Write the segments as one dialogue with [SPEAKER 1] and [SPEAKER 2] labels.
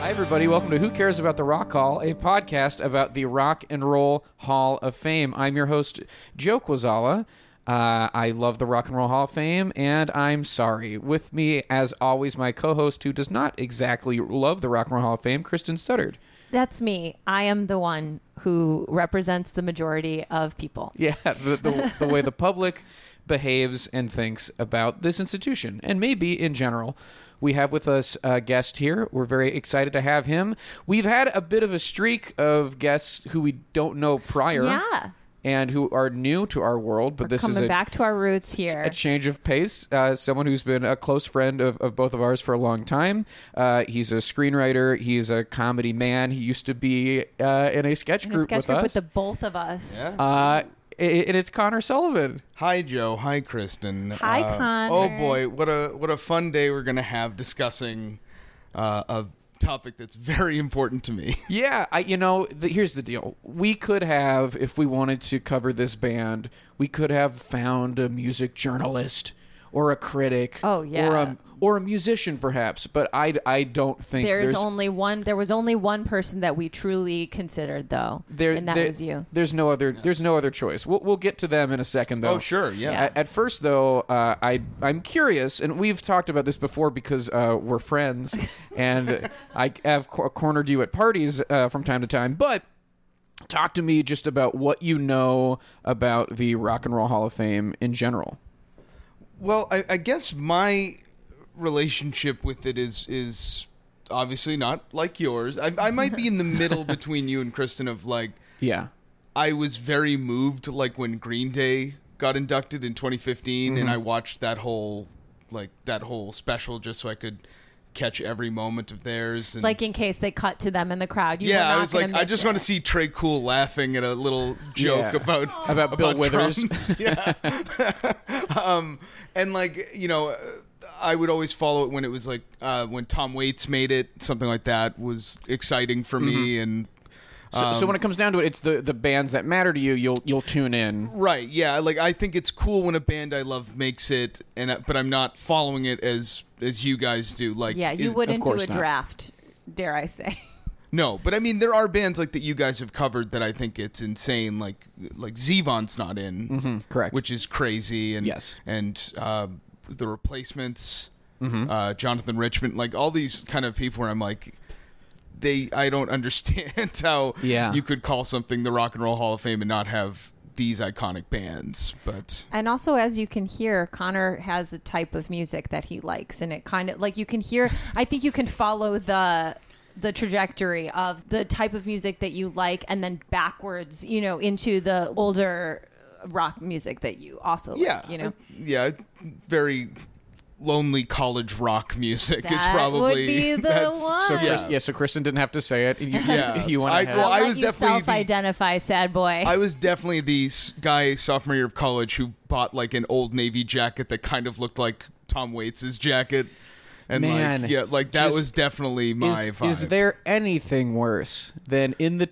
[SPEAKER 1] Hi, everybody. Welcome to Who Cares About the Rock Hall, a podcast about the Rock and Roll Hall of Fame. I'm your host, Joe Quazala. Uh, I love the Rock and Roll Hall of Fame, and I'm sorry. With me, as always, my co host who does not exactly love the Rock and Roll Hall of Fame, Kristen Studdard.
[SPEAKER 2] That's me. I am the one who represents the majority of people.
[SPEAKER 1] Yeah, the, the, the way the public behaves and thinks about this institution, and maybe in general. We have with us a guest here. We're very excited to have him. We've had a bit of a streak of guests who we don't know prior.
[SPEAKER 2] Yeah.
[SPEAKER 1] And who are new to our world, but this
[SPEAKER 2] Coming
[SPEAKER 1] is a,
[SPEAKER 2] back to our roots here.
[SPEAKER 1] a change of pace. Uh, someone who's been a close friend of, of both of ours for a long time. Uh, he's a screenwriter. He's a comedy man. He used to be uh, in a sketch
[SPEAKER 2] In a
[SPEAKER 1] group
[SPEAKER 2] sketch
[SPEAKER 1] with
[SPEAKER 2] group
[SPEAKER 1] us.
[SPEAKER 2] with the both of us.
[SPEAKER 1] uh, a- and it's Connor Sullivan.
[SPEAKER 3] Hi Joe, hi Kristen.
[SPEAKER 2] Hi,
[SPEAKER 3] Uh,
[SPEAKER 2] Connor.
[SPEAKER 3] Oh boy, what a what a fun day we're gonna have discussing uh, a topic that's very important to me.
[SPEAKER 1] Yeah, I you know, the, here's the deal. We could have if we wanted to cover this band, we could have found a music journalist or a critic
[SPEAKER 2] Oh,
[SPEAKER 1] or
[SPEAKER 2] yeah.
[SPEAKER 1] a or a musician perhaps, but I I don't think
[SPEAKER 2] There's,
[SPEAKER 1] there's,
[SPEAKER 2] only one. There was only one person that we truly considered, though,
[SPEAKER 1] there-
[SPEAKER 2] and that
[SPEAKER 1] there-
[SPEAKER 2] was you.
[SPEAKER 1] There's no other there's no other choice. We'll we'll get to them in a second though.
[SPEAKER 3] Oh, sure, yeah.
[SPEAKER 1] A- At, first though, uh, I I'm curious and we've talked about this before because uh, we're friends and I have cor- cornered you at parties uh, from time to time, but talk to me just about what you know about the Rock and Roll Hall of Fame in general.
[SPEAKER 3] Well, I, I guess my relationship with it is is obviously not like yours. I, I might be in the middle between you and Kristen of like
[SPEAKER 1] Yeah.
[SPEAKER 3] I was very moved like when Green Day got inducted in 2015 and I
[SPEAKER 2] Mm-hmm.
[SPEAKER 3] watched that whole like that whole special just so I could catch every moment of theirs and
[SPEAKER 2] Like in case they cut to them in the crowd. You were
[SPEAKER 3] yeah,
[SPEAKER 2] not
[SPEAKER 3] I was
[SPEAKER 2] gonna
[SPEAKER 3] like, I
[SPEAKER 2] miss
[SPEAKER 3] just
[SPEAKER 2] it.
[SPEAKER 3] want to see Trey Cool laughing at a little joke
[SPEAKER 1] Yeah.
[SPEAKER 3] about
[SPEAKER 1] About Bill Withers.
[SPEAKER 3] drums. yeah. um, and like you know, uh, I would always follow it when it was like uh, when Tom Waits made it, something like that was exciting for me.
[SPEAKER 1] Mm-hmm.
[SPEAKER 3] And
[SPEAKER 1] So,
[SPEAKER 3] Um,
[SPEAKER 1] so when it comes down to it, it's the, the bands that matter to you. You'll you'll tune in.
[SPEAKER 3] right, yeah, like I think it's cool when a band I love makes it, and uh, but I'm not following it as as you guys do. Like
[SPEAKER 2] Yeah, you
[SPEAKER 3] it-
[SPEAKER 2] wouldn't do
[SPEAKER 1] course
[SPEAKER 2] a
[SPEAKER 1] not.
[SPEAKER 2] draft, dare I say?
[SPEAKER 3] No, but I mean there are bands like that you guys have covered that I think it's insane. Like like Zevon's not in,
[SPEAKER 1] Mm-hmm, correct.
[SPEAKER 3] Which is crazy. And
[SPEAKER 1] Yes.
[SPEAKER 3] and uh, the replacements,
[SPEAKER 1] Mm-hmm.
[SPEAKER 3] uh, Jonathan Richmond, like all these kind of people where I'm like, they I don't understand how
[SPEAKER 1] Yeah.
[SPEAKER 3] you could call something the Rock and Roll Hall of Fame and not have these iconic bands. But
[SPEAKER 2] And also, as you can hear, Connor has a type of music that he likes, and it kind of like you can hear. I think you can follow the the trajectory of the type of music that you like, and then backwards, you know, into the older rock music that you also
[SPEAKER 3] yeah,
[SPEAKER 2] like. You know,
[SPEAKER 3] yeah, very lonely college rock music is
[SPEAKER 2] That
[SPEAKER 3] probably
[SPEAKER 2] would be the
[SPEAKER 3] that's-
[SPEAKER 1] So
[SPEAKER 2] one.
[SPEAKER 1] Chris,
[SPEAKER 3] Yeah.
[SPEAKER 1] yeah, so Kristen didn't have to say it. You,
[SPEAKER 3] Yeah.
[SPEAKER 1] you went
[SPEAKER 3] I-
[SPEAKER 1] ahead.
[SPEAKER 3] well,
[SPEAKER 2] I'll let
[SPEAKER 3] was
[SPEAKER 2] you
[SPEAKER 3] definitely the-
[SPEAKER 2] self-identify, sad boy.
[SPEAKER 3] I was definitely the s- guy sophomore year of college who bought like an old navy jacket that kind of looked like Tom Waits's jacket, and
[SPEAKER 1] Man,
[SPEAKER 3] like yeah, like that
[SPEAKER 1] just-
[SPEAKER 3] was definitely my
[SPEAKER 1] is,
[SPEAKER 3] vibe.
[SPEAKER 1] is there anything worse than in the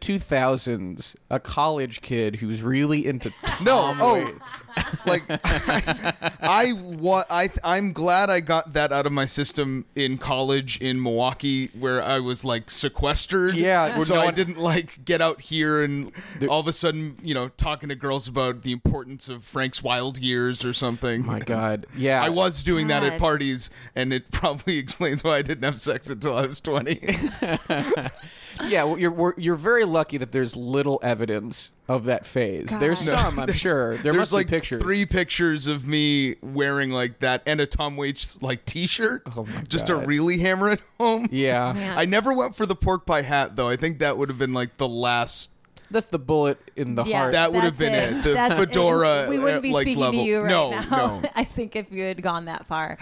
[SPEAKER 1] 2000s a college kid who's really into
[SPEAKER 3] No, oh, it's like I, I what I I'm glad I got that out of my system in college in Milwaukee where I was like sequestered.
[SPEAKER 1] Yeah,
[SPEAKER 3] so
[SPEAKER 1] no
[SPEAKER 3] I
[SPEAKER 1] one-
[SPEAKER 3] didn't like get out here and all of a sudden you know talking to girls about the importance of Frank's Wild Years or something.
[SPEAKER 1] my god yeah
[SPEAKER 3] I was doing that at
[SPEAKER 2] God.
[SPEAKER 3] parties, and it probably explains why I didn't have sex until I was twenty.
[SPEAKER 1] yeah well, you're we're, you're very lucky that there's little evidence of that phase there's
[SPEAKER 2] God.
[SPEAKER 1] some i'm sure there
[SPEAKER 3] There's
[SPEAKER 1] must
[SPEAKER 3] like
[SPEAKER 1] be pictures
[SPEAKER 3] three pictures of me wearing like that and a Tom Waits like T-shirt, just to
[SPEAKER 1] Oh God.
[SPEAKER 3] really hammer it home.
[SPEAKER 1] yeah
[SPEAKER 2] Man.
[SPEAKER 3] I never went for the pork pie hat though. I think that would have been like the last.
[SPEAKER 1] that's the bullet in the
[SPEAKER 2] Yeah,
[SPEAKER 1] heart
[SPEAKER 3] That would have been
[SPEAKER 2] that's
[SPEAKER 3] it. The fedora,
[SPEAKER 2] We
[SPEAKER 3] uh,
[SPEAKER 2] wouldn't be
[SPEAKER 3] like,
[SPEAKER 2] speaking
[SPEAKER 3] level.
[SPEAKER 2] to you right
[SPEAKER 3] No,
[SPEAKER 2] now.
[SPEAKER 3] no.
[SPEAKER 2] I think if you had gone that far.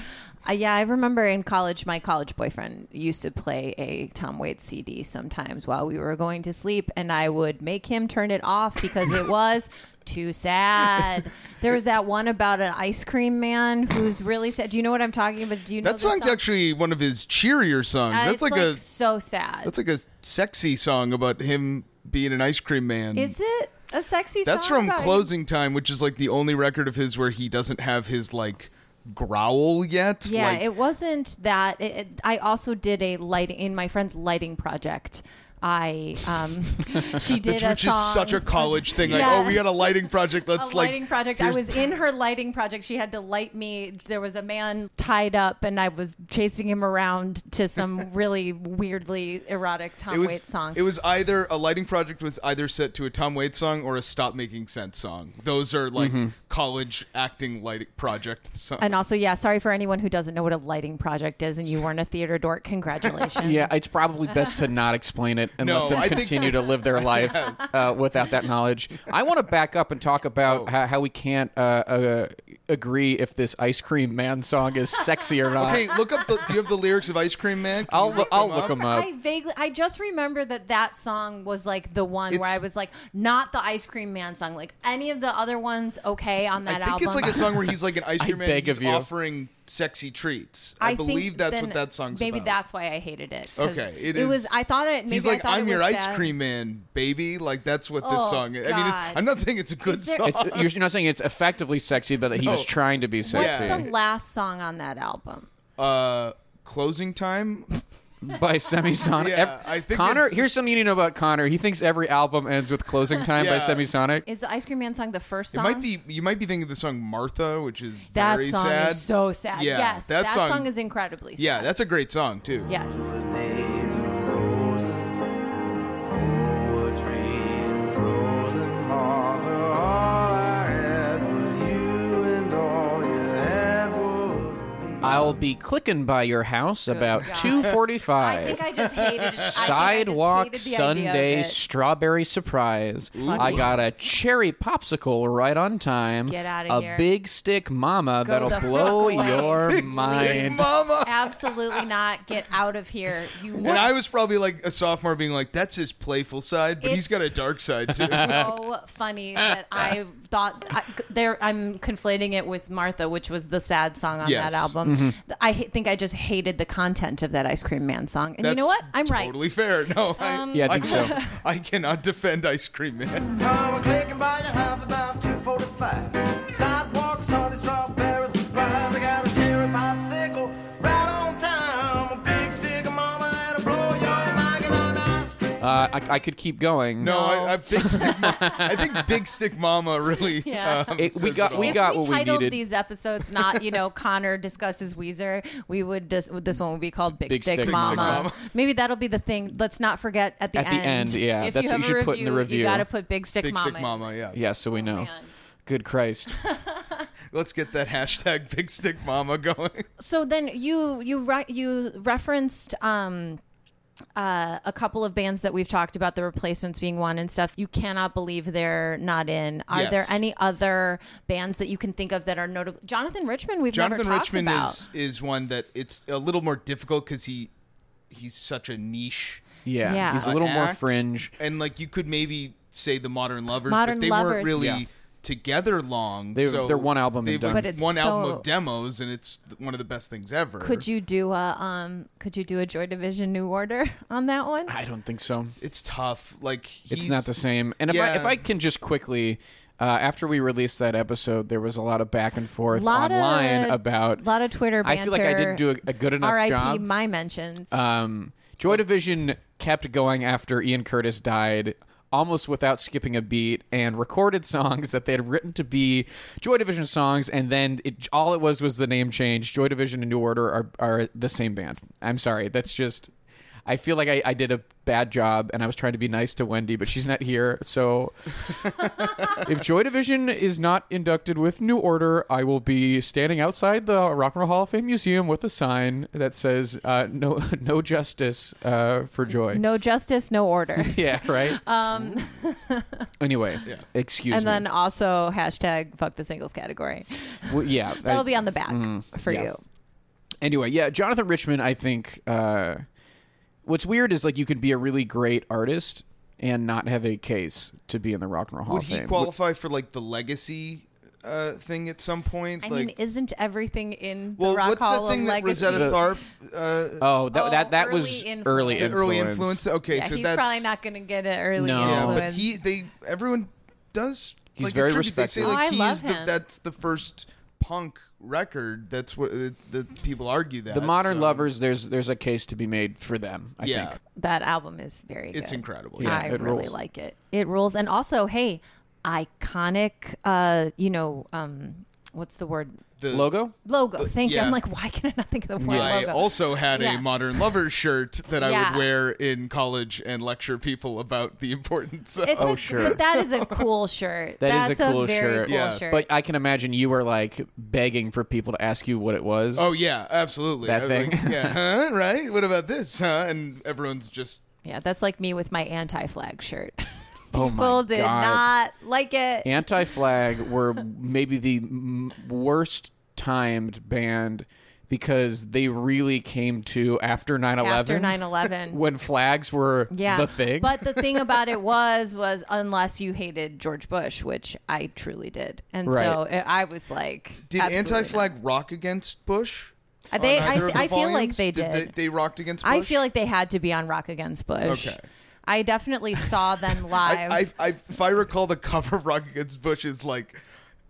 [SPEAKER 2] Uh, yeah, I remember in college, my college boyfriend used to play a Tom Waits CD sometimes while we were going to sleep, and I would make him turn it off because it was too sad. There was that one about an ice cream man who's really sad. Do you know what I'm talking about? Do you know
[SPEAKER 3] That
[SPEAKER 2] this
[SPEAKER 3] song's
[SPEAKER 2] song?
[SPEAKER 3] actually one of his cheerier songs.
[SPEAKER 2] Uh,
[SPEAKER 3] that's
[SPEAKER 2] it's
[SPEAKER 3] like,
[SPEAKER 2] like,
[SPEAKER 3] a
[SPEAKER 2] so sad.
[SPEAKER 3] that's like a sexy song about him being an ice cream man.
[SPEAKER 2] Is it a sexy?
[SPEAKER 3] That's
[SPEAKER 2] song
[SPEAKER 3] from
[SPEAKER 2] about-
[SPEAKER 3] Closing Time, which is like the only record of his where he doesn't have his like growl yet.
[SPEAKER 2] Yeah,
[SPEAKER 3] like,
[SPEAKER 2] it wasn't that. It, it- I also did a lighting in my friend's lighting project. I um, she did
[SPEAKER 3] which,
[SPEAKER 2] a
[SPEAKER 3] which
[SPEAKER 2] song.
[SPEAKER 3] is such a college thing. Like, oh, we got a
[SPEAKER 2] Yes.
[SPEAKER 3] lighting project. Let's
[SPEAKER 2] a
[SPEAKER 3] like
[SPEAKER 2] lighting project. I
[SPEAKER 3] here's-
[SPEAKER 2] was in her lighting project. She had to light me. There was a man tied up, and I was chasing him around to some really weirdly erotic Tom Waits song.
[SPEAKER 3] It was either a lighting project was either set to a Tom Waits song or a Stop Making Sense song. Those are like
[SPEAKER 1] Mm-hmm.
[SPEAKER 3] college acting lighting project songs.
[SPEAKER 2] and also, yeah, sorry for anyone who doesn't know what a lighting project is, and you weren't a theater dork. Congratulations.
[SPEAKER 1] yeah it's probably best to not explain it and
[SPEAKER 3] No,
[SPEAKER 1] let them
[SPEAKER 3] I think-
[SPEAKER 1] continue to live their life uh, without that knowledge i want to back up and talk
[SPEAKER 3] Oh.
[SPEAKER 1] about how, how we can't uh, uh, agree if this ice cream man song is sexy or not
[SPEAKER 3] Hey, look up. The, do you have the lyrics of Ice Cream Man? Can
[SPEAKER 1] I'll
[SPEAKER 3] you
[SPEAKER 1] look, I'll
[SPEAKER 3] them
[SPEAKER 1] look
[SPEAKER 3] up?
[SPEAKER 1] them up.
[SPEAKER 2] I vaguely, I just remember that that song was like the one where
[SPEAKER 3] It's-
[SPEAKER 2] I was like, not the Ice Cream Man song. Like any of the other ones, okay, on
[SPEAKER 3] I
[SPEAKER 2] that
[SPEAKER 3] think
[SPEAKER 2] album.
[SPEAKER 3] it's like a song where he's like an ice
[SPEAKER 1] I
[SPEAKER 3] cream man.
[SPEAKER 1] beg
[SPEAKER 3] and he's
[SPEAKER 1] of you.
[SPEAKER 3] offering sexy treats. I,
[SPEAKER 2] think
[SPEAKER 3] believe that's
[SPEAKER 2] then
[SPEAKER 3] what that song's
[SPEAKER 2] Maybe
[SPEAKER 3] about.
[SPEAKER 2] that's why I hated it. 'cause
[SPEAKER 3] Okay, it
[SPEAKER 2] It was.
[SPEAKER 3] is-
[SPEAKER 2] I thought it. Maybe
[SPEAKER 3] He's
[SPEAKER 2] I
[SPEAKER 3] like,
[SPEAKER 2] thought it
[SPEAKER 3] I'm your
[SPEAKER 2] was
[SPEAKER 3] ice
[SPEAKER 2] sad.
[SPEAKER 3] cream man, baby. Like that's what this
[SPEAKER 2] Oh,
[SPEAKER 3] song is. I mean, it's,
[SPEAKER 2] God.
[SPEAKER 3] I'm not saying it's a good
[SPEAKER 2] there-
[SPEAKER 3] song.
[SPEAKER 1] It's, you're not saying it's effectively sexy, but that he was trying to be
[SPEAKER 2] What's
[SPEAKER 1] sexy
[SPEAKER 3] Yeah.
[SPEAKER 2] the last song on that album?
[SPEAKER 3] uh, closing time.
[SPEAKER 1] by Semisonic.
[SPEAKER 3] Yeah, I think
[SPEAKER 1] Connor,
[SPEAKER 3] it's-
[SPEAKER 1] here's something you need to know about Connor. He thinks every album ends with "Closing Time" by
[SPEAKER 3] Yeah.
[SPEAKER 1] Semisonic.
[SPEAKER 2] Is the Ice Cream Man song the first
[SPEAKER 3] It
[SPEAKER 2] song?
[SPEAKER 3] might be. You might be thinking of the song Martha, which is
[SPEAKER 2] That
[SPEAKER 3] very
[SPEAKER 2] song
[SPEAKER 3] sad.
[SPEAKER 2] is so sad.
[SPEAKER 3] Yeah,
[SPEAKER 2] yes,
[SPEAKER 3] that
[SPEAKER 2] that,
[SPEAKER 3] song-
[SPEAKER 2] song, is incredibly. sad.
[SPEAKER 3] yeah, that's a great song too.
[SPEAKER 2] Yes.
[SPEAKER 4] days and roses, poetry and prose and Martha. All I had was you, and all you had was me.
[SPEAKER 1] I'll be clicking by your house about
[SPEAKER 2] God. I think
[SPEAKER 1] 2:45.
[SPEAKER 2] I just hated. it. I think I just
[SPEAKER 1] Sidewalk
[SPEAKER 2] hated the idea of
[SPEAKER 1] Sunday
[SPEAKER 2] it.
[SPEAKER 1] strawberry surprise. I got a cherry popsicle right on time.
[SPEAKER 2] Get outta
[SPEAKER 1] a
[SPEAKER 2] here.
[SPEAKER 1] big stick mama
[SPEAKER 2] Go
[SPEAKER 1] that'll
[SPEAKER 2] the fuck
[SPEAKER 1] blow
[SPEAKER 2] away.
[SPEAKER 1] your
[SPEAKER 2] Big stick
[SPEAKER 1] mind.
[SPEAKER 3] Mama.
[SPEAKER 2] Absolutely not. Get out of here. You
[SPEAKER 3] And I was probably like a sophomore, being like, "That's his playful side, but he's got a
[SPEAKER 2] It's-
[SPEAKER 3] dark side too."
[SPEAKER 2] so funny that I thought I, there. I'm conflating it with Martha, which was the sad song on
[SPEAKER 3] Yes.
[SPEAKER 2] that album.
[SPEAKER 1] Mm-hmm.
[SPEAKER 2] I h- think I just hated the content of that Ice Cream Man song. And
[SPEAKER 3] That's
[SPEAKER 2] you know what? I'm right. Um,
[SPEAKER 3] Totally fair. No, I,
[SPEAKER 1] Yeah, I think so.
[SPEAKER 3] can't- I cannot defend Ice Cream Man.
[SPEAKER 4] Come a clicking by your house about 2:45. Sidewalk started strawberry surprise. I got a cherry popsicle right on time. A big stick of mama that'll blow your mind. 'Cause I'm ice cream.
[SPEAKER 1] Uh, I, I could keep going.
[SPEAKER 3] No, I, I, Big Stick, Ma- I think Big Stick Mama really.
[SPEAKER 2] Yeah.
[SPEAKER 3] um,
[SPEAKER 1] It- we
[SPEAKER 3] says
[SPEAKER 1] got
[SPEAKER 3] it
[SPEAKER 1] we
[SPEAKER 3] all.
[SPEAKER 1] got
[SPEAKER 2] If
[SPEAKER 1] what
[SPEAKER 2] we
[SPEAKER 1] we
[SPEAKER 2] titled
[SPEAKER 1] needed.
[SPEAKER 2] these episodes not, you know, Connor discusses Weezer. We would just this one would be called Big,
[SPEAKER 1] Big
[SPEAKER 2] Stick,
[SPEAKER 1] Stick
[SPEAKER 2] Mama.
[SPEAKER 3] Mama.
[SPEAKER 2] Maybe that'll be the thing. Let's not forget at the
[SPEAKER 1] At the
[SPEAKER 2] end.
[SPEAKER 1] end, yeah.
[SPEAKER 2] if
[SPEAKER 1] That's
[SPEAKER 2] you
[SPEAKER 1] what
[SPEAKER 2] have
[SPEAKER 1] you
[SPEAKER 2] a
[SPEAKER 1] should put in the
[SPEAKER 2] You
[SPEAKER 1] review.
[SPEAKER 2] got to put Big Stick
[SPEAKER 3] Big
[SPEAKER 2] Mama.
[SPEAKER 3] Stick Mama. Yeah.
[SPEAKER 1] Yeah, so we know.
[SPEAKER 2] Oh, man.
[SPEAKER 1] Good Christ.
[SPEAKER 3] Let's get that hashtag Big Stick Mama going.
[SPEAKER 2] so then you you re- you referenced um uh, a couple of bands that we've talked about, the replacements being one and stuff. You cannot believe they're not in. Are
[SPEAKER 3] Yes.
[SPEAKER 2] there any other bands that you can think of that are notable? Jonathan Richmond, we've
[SPEAKER 3] Jonathan
[SPEAKER 2] never talked
[SPEAKER 3] Richmond
[SPEAKER 2] about.
[SPEAKER 3] is is one that it's a little more difficult because he he's such a niche. uh,
[SPEAKER 1] Yeah,
[SPEAKER 2] Yeah.
[SPEAKER 1] he's a little more
[SPEAKER 3] act.
[SPEAKER 1] fringe.
[SPEAKER 3] and like you could maybe say the Modern Lovers,
[SPEAKER 2] Modern
[SPEAKER 3] but they
[SPEAKER 2] Lovers.
[SPEAKER 3] weren't really
[SPEAKER 1] Yeah.
[SPEAKER 3] together long.
[SPEAKER 1] They-
[SPEAKER 3] so
[SPEAKER 1] they're one album and
[SPEAKER 3] They've
[SPEAKER 1] done.
[SPEAKER 3] done
[SPEAKER 2] But it's
[SPEAKER 3] one album
[SPEAKER 2] so-
[SPEAKER 3] of demos, and it's th- one of the best things ever.
[SPEAKER 2] Could you do a um? Could you do a Joy Division New Order on that one?
[SPEAKER 1] I don't think so.
[SPEAKER 3] It's tough. Like
[SPEAKER 1] It's
[SPEAKER 3] he's-
[SPEAKER 1] not the same. And if I
[SPEAKER 3] Yeah.
[SPEAKER 1] if I can just quickly. Uh, after we released that episode, there was a lot of back and forth
[SPEAKER 2] Lot of-
[SPEAKER 1] online about
[SPEAKER 2] lot of Twitter
[SPEAKER 1] I feel like I
[SPEAKER 2] banter.
[SPEAKER 1] didn't do a, a good enough
[SPEAKER 2] R.I.P.
[SPEAKER 1] job.
[SPEAKER 2] My mentions.
[SPEAKER 1] Um, Joy Division kept going after Ian Curtis died, almost without skipping a beat, and recorded songs that they had written to be Joy Division songs, and then it, all it was was the name change. Joy Division and New Order are are the same band. I'm sorry, that's just. I feel like I, I did a bad job, and I was trying to be nice to Wendy, but she's not here. So, if Joy Division is not inducted with New Order, I will be standing outside the Rock and Roll Hall of Fame Museum with a sign that says uh, "No, no justice uh, for Joy."
[SPEAKER 2] no justice, no order.
[SPEAKER 1] Yeah, right. Um. Anyway, excuse
[SPEAKER 2] and
[SPEAKER 1] me.
[SPEAKER 2] then also hashtag fuck the singles category.
[SPEAKER 1] Well, yeah,
[SPEAKER 2] That'll
[SPEAKER 1] I-
[SPEAKER 2] be on the back for
[SPEAKER 1] yeah.
[SPEAKER 2] you.
[SPEAKER 1] anyway, yeah, Jonathan Richmond, I think uh, what's weird is like you could be a really great artist and not have a case to be in the Rock and Roll Hall
[SPEAKER 3] Would
[SPEAKER 1] of
[SPEAKER 3] he
[SPEAKER 1] Fame.
[SPEAKER 3] qualify for like the legacy uh, thing at some point?
[SPEAKER 2] I
[SPEAKER 3] like,
[SPEAKER 2] mean, isn't everything in the
[SPEAKER 3] well,
[SPEAKER 2] Rock
[SPEAKER 3] what's
[SPEAKER 2] Hall
[SPEAKER 3] the thing
[SPEAKER 2] of
[SPEAKER 3] that
[SPEAKER 2] Legacy?
[SPEAKER 3] Rosetta Tharp? Uh,
[SPEAKER 1] oh, that
[SPEAKER 2] Oh,
[SPEAKER 1] that, that
[SPEAKER 2] early
[SPEAKER 1] was
[SPEAKER 2] influence.
[SPEAKER 1] early
[SPEAKER 2] The
[SPEAKER 3] the early influence. Okay,
[SPEAKER 2] yeah,
[SPEAKER 3] so
[SPEAKER 2] he's
[SPEAKER 3] that's
[SPEAKER 2] probably not going to get it early
[SPEAKER 1] No.
[SPEAKER 3] Yeah, but
[SPEAKER 2] influence.
[SPEAKER 3] he they everyone does.
[SPEAKER 1] He's
[SPEAKER 3] like,
[SPEAKER 1] very
[SPEAKER 3] attribute- They say
[SPEAKER 1] respected.
[SPEAKER 3] like
[SPEAKER 2] Oh, I
[SPEAKER 3] he
[SPEAKER 2] love
[SPEAKER 3] is the,
[SPEAKER 2] him.
[SPEAKER 3] that's the first punk record. That's what uh, the people argue that
[SPEAKER 1] the modern
[SPEAKER 3] so
[SPEAKER 1] lovers there's there's a case to be made for them i
[SPEAKER 3] um, Yeah.
[SPEAKER 1] think
[SPEAKER 2] that album is very good.
[SPEAKER 3] It's incredible,
[SPEAKER 1] Yeah,
[SPEAKER 2] I
[SPEAKER 1] it
[SPEAKER 2] really
[SPEAKER 1] rules.
[SPEAKER 2] like it. It rules. And also, hey, iconic, uh, you know, um, what's the word?
[SPEAKER 3] The
[SPEAKER 1] logo
[SPEAKER 2] Logo. Thank you.
[SPEAKER 3] yeah. oh,
[SPEAKER 2] I'm like, why can I not think of the word
[SPEAKER 3] I
[SPEAKER 2] logo?
[SPEAKER 3] also had
[SPEAKER 2] Yeah.
[SPEAKER 3] a modern lover shirt that I
[SPEAKER 2] Yeah.
[SPEAKER 3] would wear in college and lecture people about the importance. Of,
[SPEAKER 2] it's
[SPEAKER 1] Oh,
[SPEAKER 2] a,
[SPEAKER 1] sure.
[SPEAKER 2] But that is a cool shirt.
[SPEAKER 1] That is
[SPEAKER 2] That's
[SPEAKER 1] a cool
[SPEAKER 2] very
[SPEAKER 1] shirt.
[SPEAKER 2] Cool
[SPEAKER 3] Yeah,
[SPEAKER 2] shirt.
[SPEAKER 1] but i can imagine you were like begging for people to ask you what it was
[SPEAKER 3] oh yeah, absolutely.
[SPEAKER 1] That
[SPEAKER 3] I was
[SPEAKER 1] thing.
[SPEAKER 3] Like, yeah, huh? Right? What about this? Huh? And everyone's just
[SPEAKER 2] yeah, that's like me with my anti-flag shirt.
[SPEAKER 1] Oh my
[SPEAKER 2] People did
[SPEAKER 1] God.
[SPEAKER 2] not like it.
[SPEAKER 1] anti-flag were maybe the m- worst timed band because they really came to after 9-11
[SPEAKER 2] After 9/11.
[SPEAKER 1] when flags were
[SPEAKER 2] yeah,
[SPEAKER 1] the thing
[SPEAKER 2] But the thing about it was, was unless you hated George Bush, which I truly did, and so
[SPEAKER 1] Right.
[SPEAKER 2] it, I was like,
[SPEAKER 3] did
[SPEAKER 2] absolutely not.
[SPEAKER 3] anti-flag rock against Bush?
[SPEAKER 2] Uh, They,
[SPEAKER 3] on either
[SPEAKER 2] I,
[SPEAKER 3] of the
[SPEAKER 2] I feel like
[SPEAKER 3] volumes?
[SPEAKER 2] they did.
[SPEAKER 3] They, they rocked against. Bush?
[SPEAKER 2] I feel like they had to be on Rock Against Bush.
[SPEAKER 3] Okay.
[SPEAKER 2] I definitely saw them live.
[SPEAKER 3] I, I, I, if I recall, the cover of Rock Against Bush is like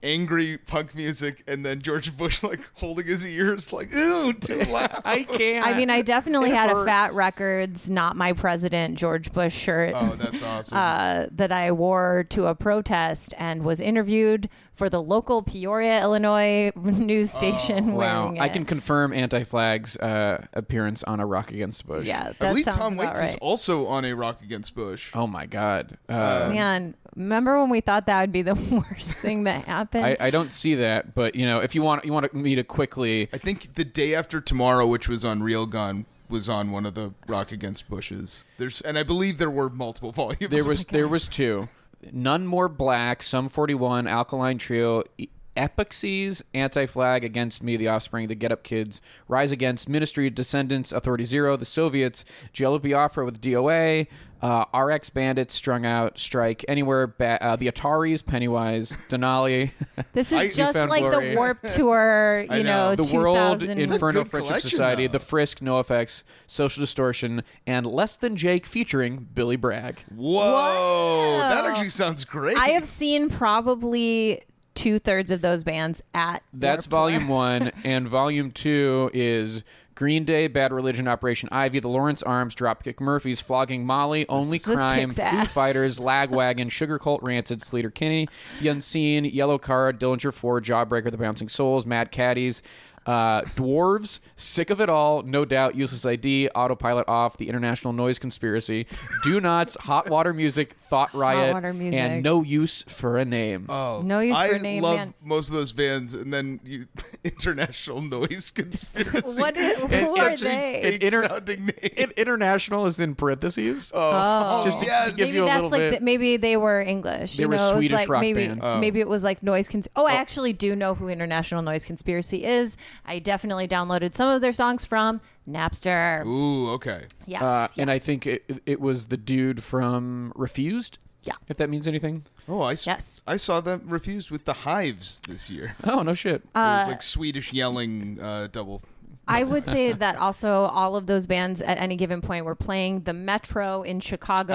[SPEAKER 3] angry punk music, and then George Bush like holding his ears, like ooh, too loud.
[SPEAKER 1] i can't
[SPEAKER 2] I mean, I definitely
[SPEAKER 1] It
[SPEAKER 2] had a
[SPEAKER 1] hurts.
[SPEAKER 2] Fat Records, not my president, George Bush shirt.
[SPEAKER 3] oh, that's awesome.
[SPEAKER 2] uh, that I wore to a protest and was interviewed for the local Peoria, Illinois news station.
[SPEAKER 1] Oh, wow
[SPEAKER 2] wearing
[SPEAKER 1] i
[SPEAKER 2] it.
[SPEAKER 1] can confirm anti-flag's uh, appearance on a rock against bush
[SPEAKER 2] Yeah,
[SPEAKER 3] I
[SPEAKER 2] that
[SPEAKER 3] believe
[SPEAKER 2] sounds
[SPEAKER 3] Tom
[SPEAKER 2] about
[SPEAKER 3] Waits
[SPEAKER 2] right.
[SPEAKER 3] is also on a Rock Against Bush.
[SPEAKER 1] oh my god uh,
[SPEAKER 2] Man, remember when we thought that would be the worst thing that happened?
[SPEAKER 1] I, I don't see that, but you know, if you want you want me to quickly,
[SPEAKER 3] I think the day after tomorrow, which was on Real Gun, was on one of the Rock Against Bushes. There's, and I believe there were multiple volumes.
[SPEAKER 1] there was there was two, none more black, some forty one, alkaline trio, E- epixies, anti flag, against me, the offspring, the Get Up Kids, Rise Against, Ministry, Descendants, Authority Zero, the Soviets, Jello Biafra with DOA, uh, RX Bandits, Strung Out, Strike Anywhere, ba- uh, the Ataris, Pennywise, Denali,
[SPEAKER 2] this is
[SPEAKER 3] I-
[SPEAKER 2] just
[SPEAKER 1] Newfound
[SPEAKER 2] like
[SPEAKER 1] Glory.
[SPEAKER 2] the Warp Tour,
[SPEAKER 3] I
[SPEAKER 2] you know,
[SPEAKER 3] know.
[SPEAKER 1] the World,
[SPEAKER 2] 2000
[SPEAKER 1] Inferno Friendship
[SPEAKER 3] good collection,
[SPEAKER 1] Society,
[SPEAKER 3] though.
[SPEAKER 1] the Frisk, No Effects, Social Distortion, and Less Than Jake featuring Billy Bragg.
[SPEAKER 3] Whoa,
[SPEAKER 2] Wow.
[SPEAKER 3] that actually sounds great.
[SPEAKER 2] I have seen probably two thirds of those bands at
[SPEAKER 1] That's
[SPEAKER 2] Warped Tour.
[SPEAKER 1] volume one, and volume two is Green Day, Bad Religion, Operation Ivy, The Lawrence Arms, Dropkick Murphys, Flogging Molly, Only
[SPEAKER 2] this
[SPEAKER 1] Crime,
[SPEAKER 2] kicks
[SPEAKER 1] Foo
[SPEAKER 2] ass.
[SPEAKER 1] Fighters, Lagwagon, Sugar Cult, Rancid, Sleater Kinney, The Unseen, Yellow Card, Dillinger Four, Jawbreaker, The Bouncing Souls, Mad Caddies. Uh, dwarves, sick of it all, no doubt, useless ID, autopilot off, the international noise conspiracy, do nots, hot water music, thought riot,
[SPEAKER 2] Water Music.
[SPEAKER 1] and no use for a name.
[SPEAKER 2] No use
[SPEAKER 3] I
[SPEAKER 2] for a name,
[SPEAKER 3] love
[SPEAKER 2] man.
[SPEAKER 3] most of those bands, and then you, international noise conspiracy.
[SPEAKER 2] What is-
[SPEAKER 3] It's
[SPEAKER 2] Who are
[SPEAKER 3] such
[SPEAKER 2] they?
[SPEAKER 3] a fake
[SPEAKER 1] Inter-
[SPEAKER 3] sounding name.
[SPEAKER 1] It, international is in parentheses.
[SPEAKER 3] oh,
[SPEAKER 1] Just to
[SPEAKER 3] yes.
[SPEAKER 1] give
[SPEAKER 2] maybe
[SPEAKER 1] you a
[SPEAKER 2] that's
[SPEAKER 1] little
[SPEAKER 2] like
[SPEAKER 1] bit.
[SPEAKER 2] the, maybe they were English.
[SPEAKER 1] They
[SPEAKER 2] you
[SPEAKER 1] were
[SPEAKER 2] know,
[SPEAKER 1] Swedish
[SPEAKER 2] it was like
[SPEAKER 1] rock
[SPEAKER 2] maybe
[SPEAKER 1] band.
[SPEAKER 2] maybe it was like noise. Cons- oh, I actually do know who International Noise Conspiracy is. I definitely downloaded some of their songs from Napster.
[SPEAKER 3] Ooh, okay.
[SPEAKER 2] Yes,
[SPEAKER 1] Uh, And I
[SPEAKER 2] yes.
[SPEAKER 1] think it, it was the dude from Refused.
[SPEAKER 2] Yeah. Mm-hmm.
[SPEAKER 1] If that means anything.
[SPEAKER 3] Oh, I s-
[SPEAKER 2] Yes.
[SPEAKER 3] I saw them refused with the Hives this year.
[SPEAKER 1] Oh, no shit.
[SPEAKER 2] Uh,
[SPEAKER 3] it was like Swedish yelling uh, double.
[SPEAKER 2] I would say that also all of those bands at any given point were playing the Metro in Chicago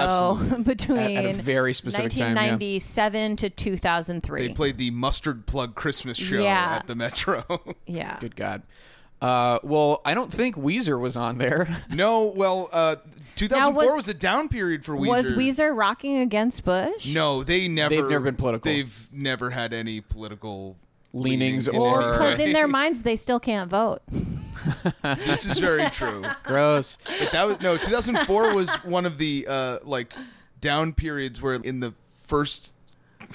[SPEAKER 3] Absolutely.
[SPEAKER 2] between
[SPEAKER 1] At- at a very specific time, yeah.
[SPEAKER 2] 1997 to 2003.
[SPEAKER 3] They played the mustard plug Christmas show
[SPEAKER 2] Yeah.
[SPEAKER 3] at the Metro.
[SPEAKER 2] yeah.
[SPEAKER 1] Good God. Uh, well, I don't think Weezer was on there.
[SPEAKER 3] no, well, uh, 2004
[SPEAKER 2] was-
[SPEAKER 3] was, a down period for Weezer.
[SPEAKER 2] Was Weezer rocking against Bush?
[SPEAKER 3] No, they never.
[SPEAKER 1] They've never been political.
[SPEAKER 3] They've never had any political
[SPEAKER 1] Leanings
[SPEAKER 3] leaning in
[SPEAKER 1] or-
[SPEAKER 3] any
[SPEAKER 2] Because in
[SPEAKER 3] way.
[SPEAKER 2] their minds, they still can't vote.
[SPEAKER 3] this is very true.
[SPEAKER 1] Gross.
[SPEAKER 3] But that was no. 2004 was one of the uh, like down periods where in the first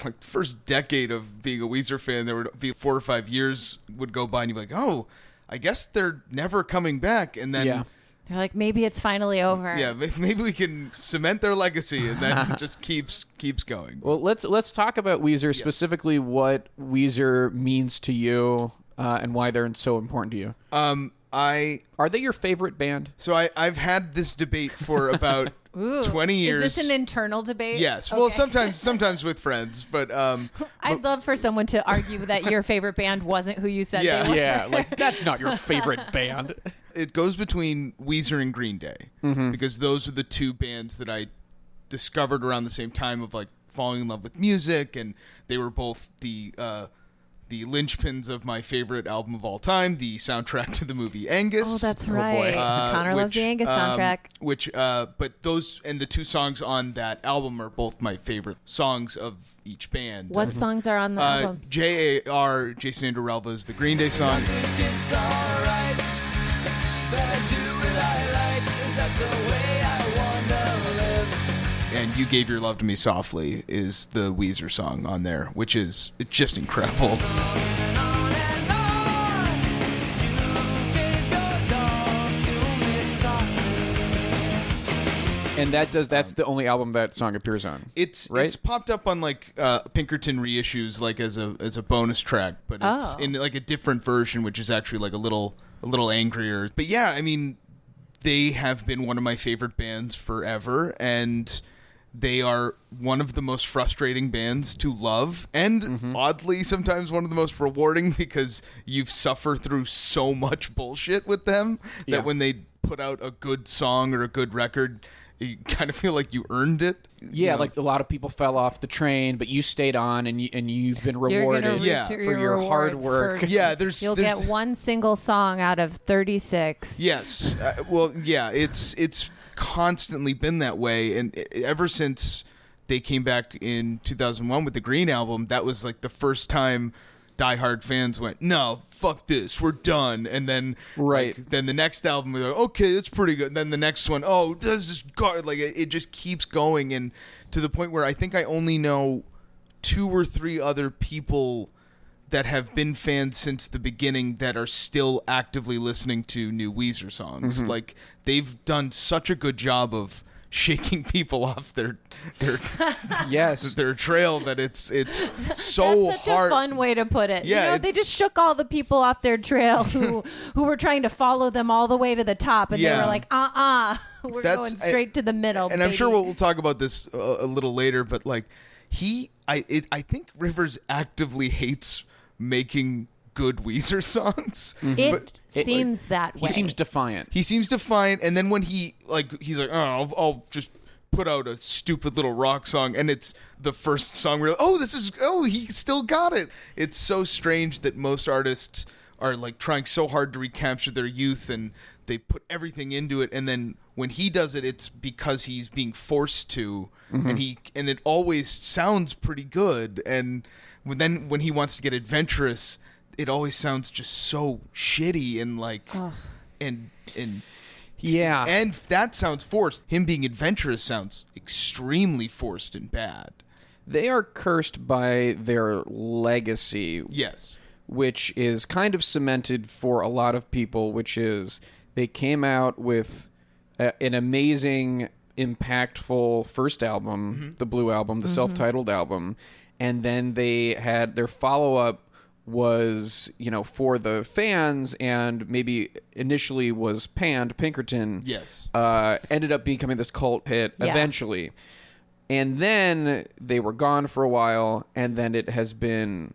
[SPEAKER 3] like first decade of being a Weezer fan, there would be four or five years would go by, and you'd be like, oh, I guess they're never coming back, and then.
[SPEAKER 1] Yeah.
[SPEAKER 2] They're like, maybe it's finally over.
[SPEAKER 3] Yeah, may- maybe we can cement their legacy, and that just keeps keeps going.
[SPEAKER 1] Well, let's let's talk about Weezer specifically. What Weezer means to you uh, and why they're so important to you.
[SPEAKER 2] Uh,
[SPEAKER 3] Um, I
[SPEAKER 1] Are they your favorite band?
[SPEAKER 3] so I I've had this debate for about
[SPEAKER 2] Ooh.
[SPEAKER 3] twenty years.
[SPEAKER 2] Is this an internal debate?
[SPEAKER 3] yes, well,
[SPEAKER 2] Okay.
[SPEAKER 3] sometimes sometimes with friends, but um,
[SPEAKER 2] I'd love for someone to argue that your favorite band wasn't who you said
[SPEAKER 3] Yeah.
[SPEAKER 2] they were.
[SPEAKER 1] Yeah, like that's not your favorite band.
[SPEAKER 3] it goes between Weezer and Green Day because those are the two bands that I discovered around the same time of like falling in love with music, and they were both the uh, the linchpins of my favorite album of all time, the soundtrack to the movie Angus.
[SPEAKER 2] Oh, that's
[SPEAKER 1] boy.
[SPEAKER 2] right.
[SPEAKER 3] Uh,
[SPEAKER 2] Connor loves
[SPEAKER 3] which,
[SPEAKER 2] the Angus
[SPEAKER 3] um,
[SPEAKER 2] soundtrack.
[SPEAKER 3] which, uh, but those and the two songs on that album are both my favorite songs of each band.
[SPEAKER 2] What songs are on the
[SPEAKER 3] Uh,
[SPEAKER 2] album?
[SPEAKER 3] J A R Jason Andrew Relva's the Green Day song.
[SPEAKER 4] It's alright that I do what I like, 'cause that's the way I wanna live.
[SPEAKER 3] and you gave your love to me softly is the Weezer song on there, which is it's just incredible.
[SPEAKER 4] Give your love to me softly.
[SPEAKER 1] And that does
[SPEAKER 2] Um,
[SPEAKER 1] that's the only album that song appears on.
[SPEAKER 3] It's
[SPEAKER 1] Right.
[SPEAKER 3] it's popped up on like uh, Pinkerton reissues like as a as a bonus track, but it's
[SPEAKER 2] Oh.
[SPEAKER 3] in like a different version, which is actually like a little a little angrier. But yeah, I mean, they have been one of my favorite bands forever, and they are one of the most frustrating bands to love, and
[SPEAKER 1] Mm-hmm.
[SPEAKER 3] oddly sometimes one of the most rewarding because you've suffered through so much bullshit with them that
[SPEAKER 1] Yeah.
[SPEAKER 3] when they put out a good song or a good record. You kind of feel like you earned it. you
[SPEAKER 1] Yeah,
[SPEAKER 3] know?
[SPEAKER 1] like a lot of people fell off the train, but you stayed on and you, and you've been
[SPEAKER 2] You're gonna
[SPEAKER 1] rewarded.
[SPEAKER 2] reap
[SPEAKER 3] Yeah.
[SPEAKER 2] your
[SPEAKER 1] for your hard
[SPEAKER 2] reward
[SPEAKER 1] work.
[SPEAKER 2] for-
[SPEAKER 3] Yeah, there's-
[SPEAKER 2] you'll
[SPEAKER 3] there's-
[SPEAKER 2] get one single song out of 36.
[SPEAKER 3] Yes. Uh, well, yeah, it's it's constantly been that way and e- ever since they came back in 2001 with the Green album, that was like the first time diehard fans went, "No, fuck this. We're done." And then
[SPEAKER 1] Right.
[SPEAKER 3] like, then the next album was like, "Okay, that's pretty good." And then the next one, "Oh, this is god." Like it, it just keeps going and to the point where I think I only know two or three other people that have been fans since the beginning that are still actively listening to new Weezer songs.
[SPEAKER 2] Mm-hmm.
[SPEAKER 3] Like they've done such a good job of shaking people off their their
[SPEAKER 1] yes.
[SPEAKER 3] their trail that it's it's so
[SPEAKER 2] That's such
[SPEAKER 3] hard.
[SPEAKER 2] a fun way to put it.
[SPEAKER 3] Yeah,
[SPEAKER 2] you know,
[SPEAKER 3] it's-
[SPEAKER 2] they just shook all the people off their trail who who were trying to follow them all the way to the top, and they
[SPEAKER 3] Yeah.
[SPEAKER 2] were like, "Uh, uh-uh, uh, we are
[SPEAKER 3] That's-
[SPEAKER 2] going straight
[SPEAKER 3] I-
[SPEAKER 2] to the middle."
[SPEAKER 3] And I'm sure
[SPEAKER 2] baby."
[SPEAKER 3] we'll, we'll talk about this a, a little later, but like he, I, it, I think Rivers actively hates making good Weezer songs.
[SPEAKER 2] It
[SPEAKER 3] But-
[SPEAKER 2] seems that
[SPEAKER 1] He
[SPEAKER 2] way.
[SPEAKER 1] seems defiant.
[SPEAKER 3] he seems defiant and then when he like he's like oh I'll, I'll just put out a stupid little rock song and it's the first song we're like oh this is oh he still got it it's so strange that most artists are like trying so hard to recapture their youth and they put everything into it and then when he does it it's because he's being forced to and he and it always sounds pretty good and when- then when he wants to get adventurous it always sounds just so shitty and like and and
[SPEAKER 1] Yeah.
[SPEAKER 3] and that sounds forced. Him being adventurous sounds extremely forced and bad.
[SPEAKER 1] They are cursed by their legacy,
[SPEAKER 3] Yes.
[SPEAKER 1] which is kind of cemented for a lot of people, which is They came out with a, an amazing, impactful first album, the Blue Album, the self-titled album, and then they had their follow-up was you know for the fans and maybe initially was panned Pinkerton
[SPEAKER 3] Yes.
[SPEAKER 1] uh, ended up becoming this cult hit
[SPEAKER 2] Yeah.
[SPEAKER 1] eventually. And then they were gone for a while, and then it has been.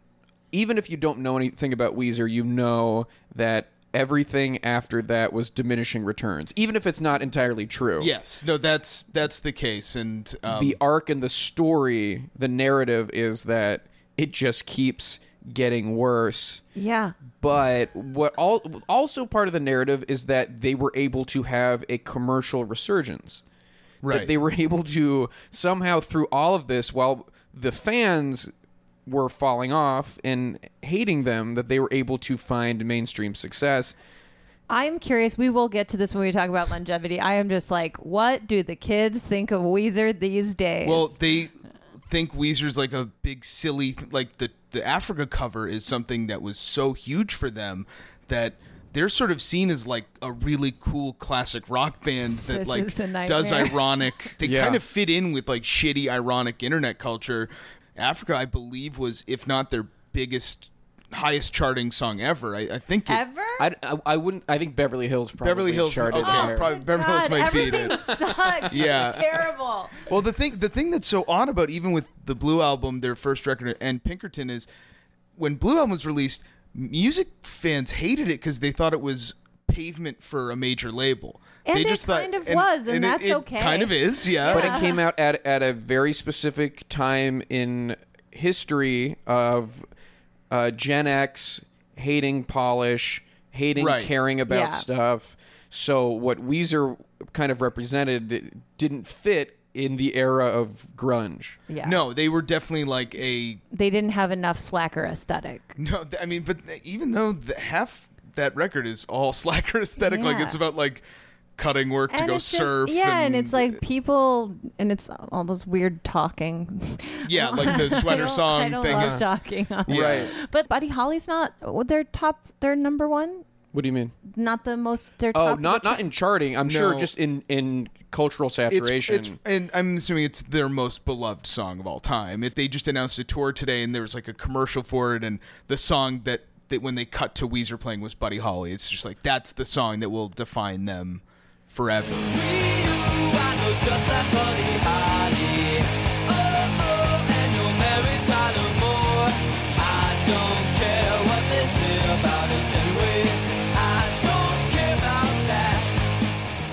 [SPEAKER 1] Even if you don't know anything about Weezer, you know that everything after that was diminishing returns, even if it's not entirely true.
[SPEAKER 3] Yes, no, that's that's the case, and um,
[SPEAKER 1] The arc and the story, the narrative is that it just keeps getting worse.
[SPEAKER 2] Yeah.
[SPEAKER 1] But what all, also part of the narrative is that they were able to have a commercial resurgence. That
[SPEAKER 3] Right.
[SPEAKER 1] they were able to somehow through all of this while the fans were falling off and hating them that they were able to find mainstream success.
[SPEAKER 2] I'm curious. We will get to this when we talk about longevity. I am just like, what do the kids think of Weezer these days?
[SPEAKER 3] well, they think Weezer's like a big silly like the the Africa cover is something that was so huge for them that they're sort of seen as like a really cool classic rock band that
[SPEAKER 2] This
[SPEAKER 3] like
[SPEAKER 2] is a nightmare.
[SPEAKER 3] does ironic. They
[SPEAKER 1] Yeah.
[SPEAKER 3] kind of fit in with like shitty ironic internet culture. Africa, I believe, was if not their biggest, highest charting song ever. I, I think it,
[SPEAKER 2] ever.
[SPEAKER 1] I, I, I wouldn't I think Beverly Hills probably
[SPEAKER 3] Beverly Hills.
[SPEAKER 1] charted
[SPEAKER 3] okay,
[SPEAKER 1] higher.
[SPEAKER 3] probably Beverly Hills
[SPEAKER 2] Oh God,
[SPEAKER 3] might beat
[SPEAKER 2] everything
[SPEAKER 3] it.
[SPEAKER 2] sucks.
[SPEAKER 3] Yeah.
[SPEAKER 2] It's terrible.
[SPEAKER 3] Well, the thing the thing that's so odd about even with the Blue album, their first record, and Pinkerton is when Blue album was released, music fans hated it because they thought it was pavement for a major label.
[SPEAKER 2] And
[SPEAKER 3] they
[SPEAKER 2] it
[SPEAKER 3] just thought,
[SPEAKER 2] kind of was, and
[SPEAKER 3] it-
[SPEAKER 2] that's
[SPEAKER 3] it
[SPEAKER 2] okay.
[SPEAKER 3] Kind of is, yeah.
[SPEAKER 1] but it came out at, at a very specific time in history of uh, Gen X hating polish, hating
[SPEAKER 3] Right.
[SPEAKER 1] caring about
[SPEAKER 2] Yeah.
[SPEAKER 1] stuff. So what Weezer kind of represented didn't fit in the era of grunge.
[SPEAKER 2] Yeah.
[SPEAKER 3] No, they were definitely like a
[SPEAKER 2] They didn't have enough slacker aesthetic.
[SPEAKER 3] no. th- I mean, but even though the, half that record is all slacker aesthetic, like
[SPEAKER 2] Yeah.
[SPEAKER 3] it's about like cutting work to go
[SPEAKER 2] it's just-
[SPEAKER 3] surf.
[SPEAKER 2] yeah, and, it's like people, and it's all this weird talking.
[SPEAKER 3] yeah, like the
[SPEAKER 2] I
[SPEAKER 3] sweater
[SPEAKER 2] don't-
[SPEAKER 3] song
[SPEAKER 2] I don't
[SPEAKER 3] thing
[SPEAKER 2] love
[SPEAKER 3] is
[SPEAKER 2] talking on
[SPEAKER 3] Yeah.
[SPEAKER 1] Right.
[SPEAKER 2] But Buddy Holly's not well, their top, their number one,
[SPEAKER 1] What do you mean?
[SPEAKER 2] not the most. Their
[SPEAKER 1] Oh,
[SPEAKER 2] top
[SPEAKER 1] not not in charting. I'm sure
[SPEAKER 3] No.
[SPEAKER 1] just in in cultural
[SPEAKER 3] it's,
[SPEAKER 1] saturation.
[SPEAKER 3] it's and I'm assuming it's their most beloved song of all time. If they just announced a tour today and there was like a commercial for it, and the song that that when they cut to Weezer playing was Buddy Holly, it's just like that's the song that will define them forever.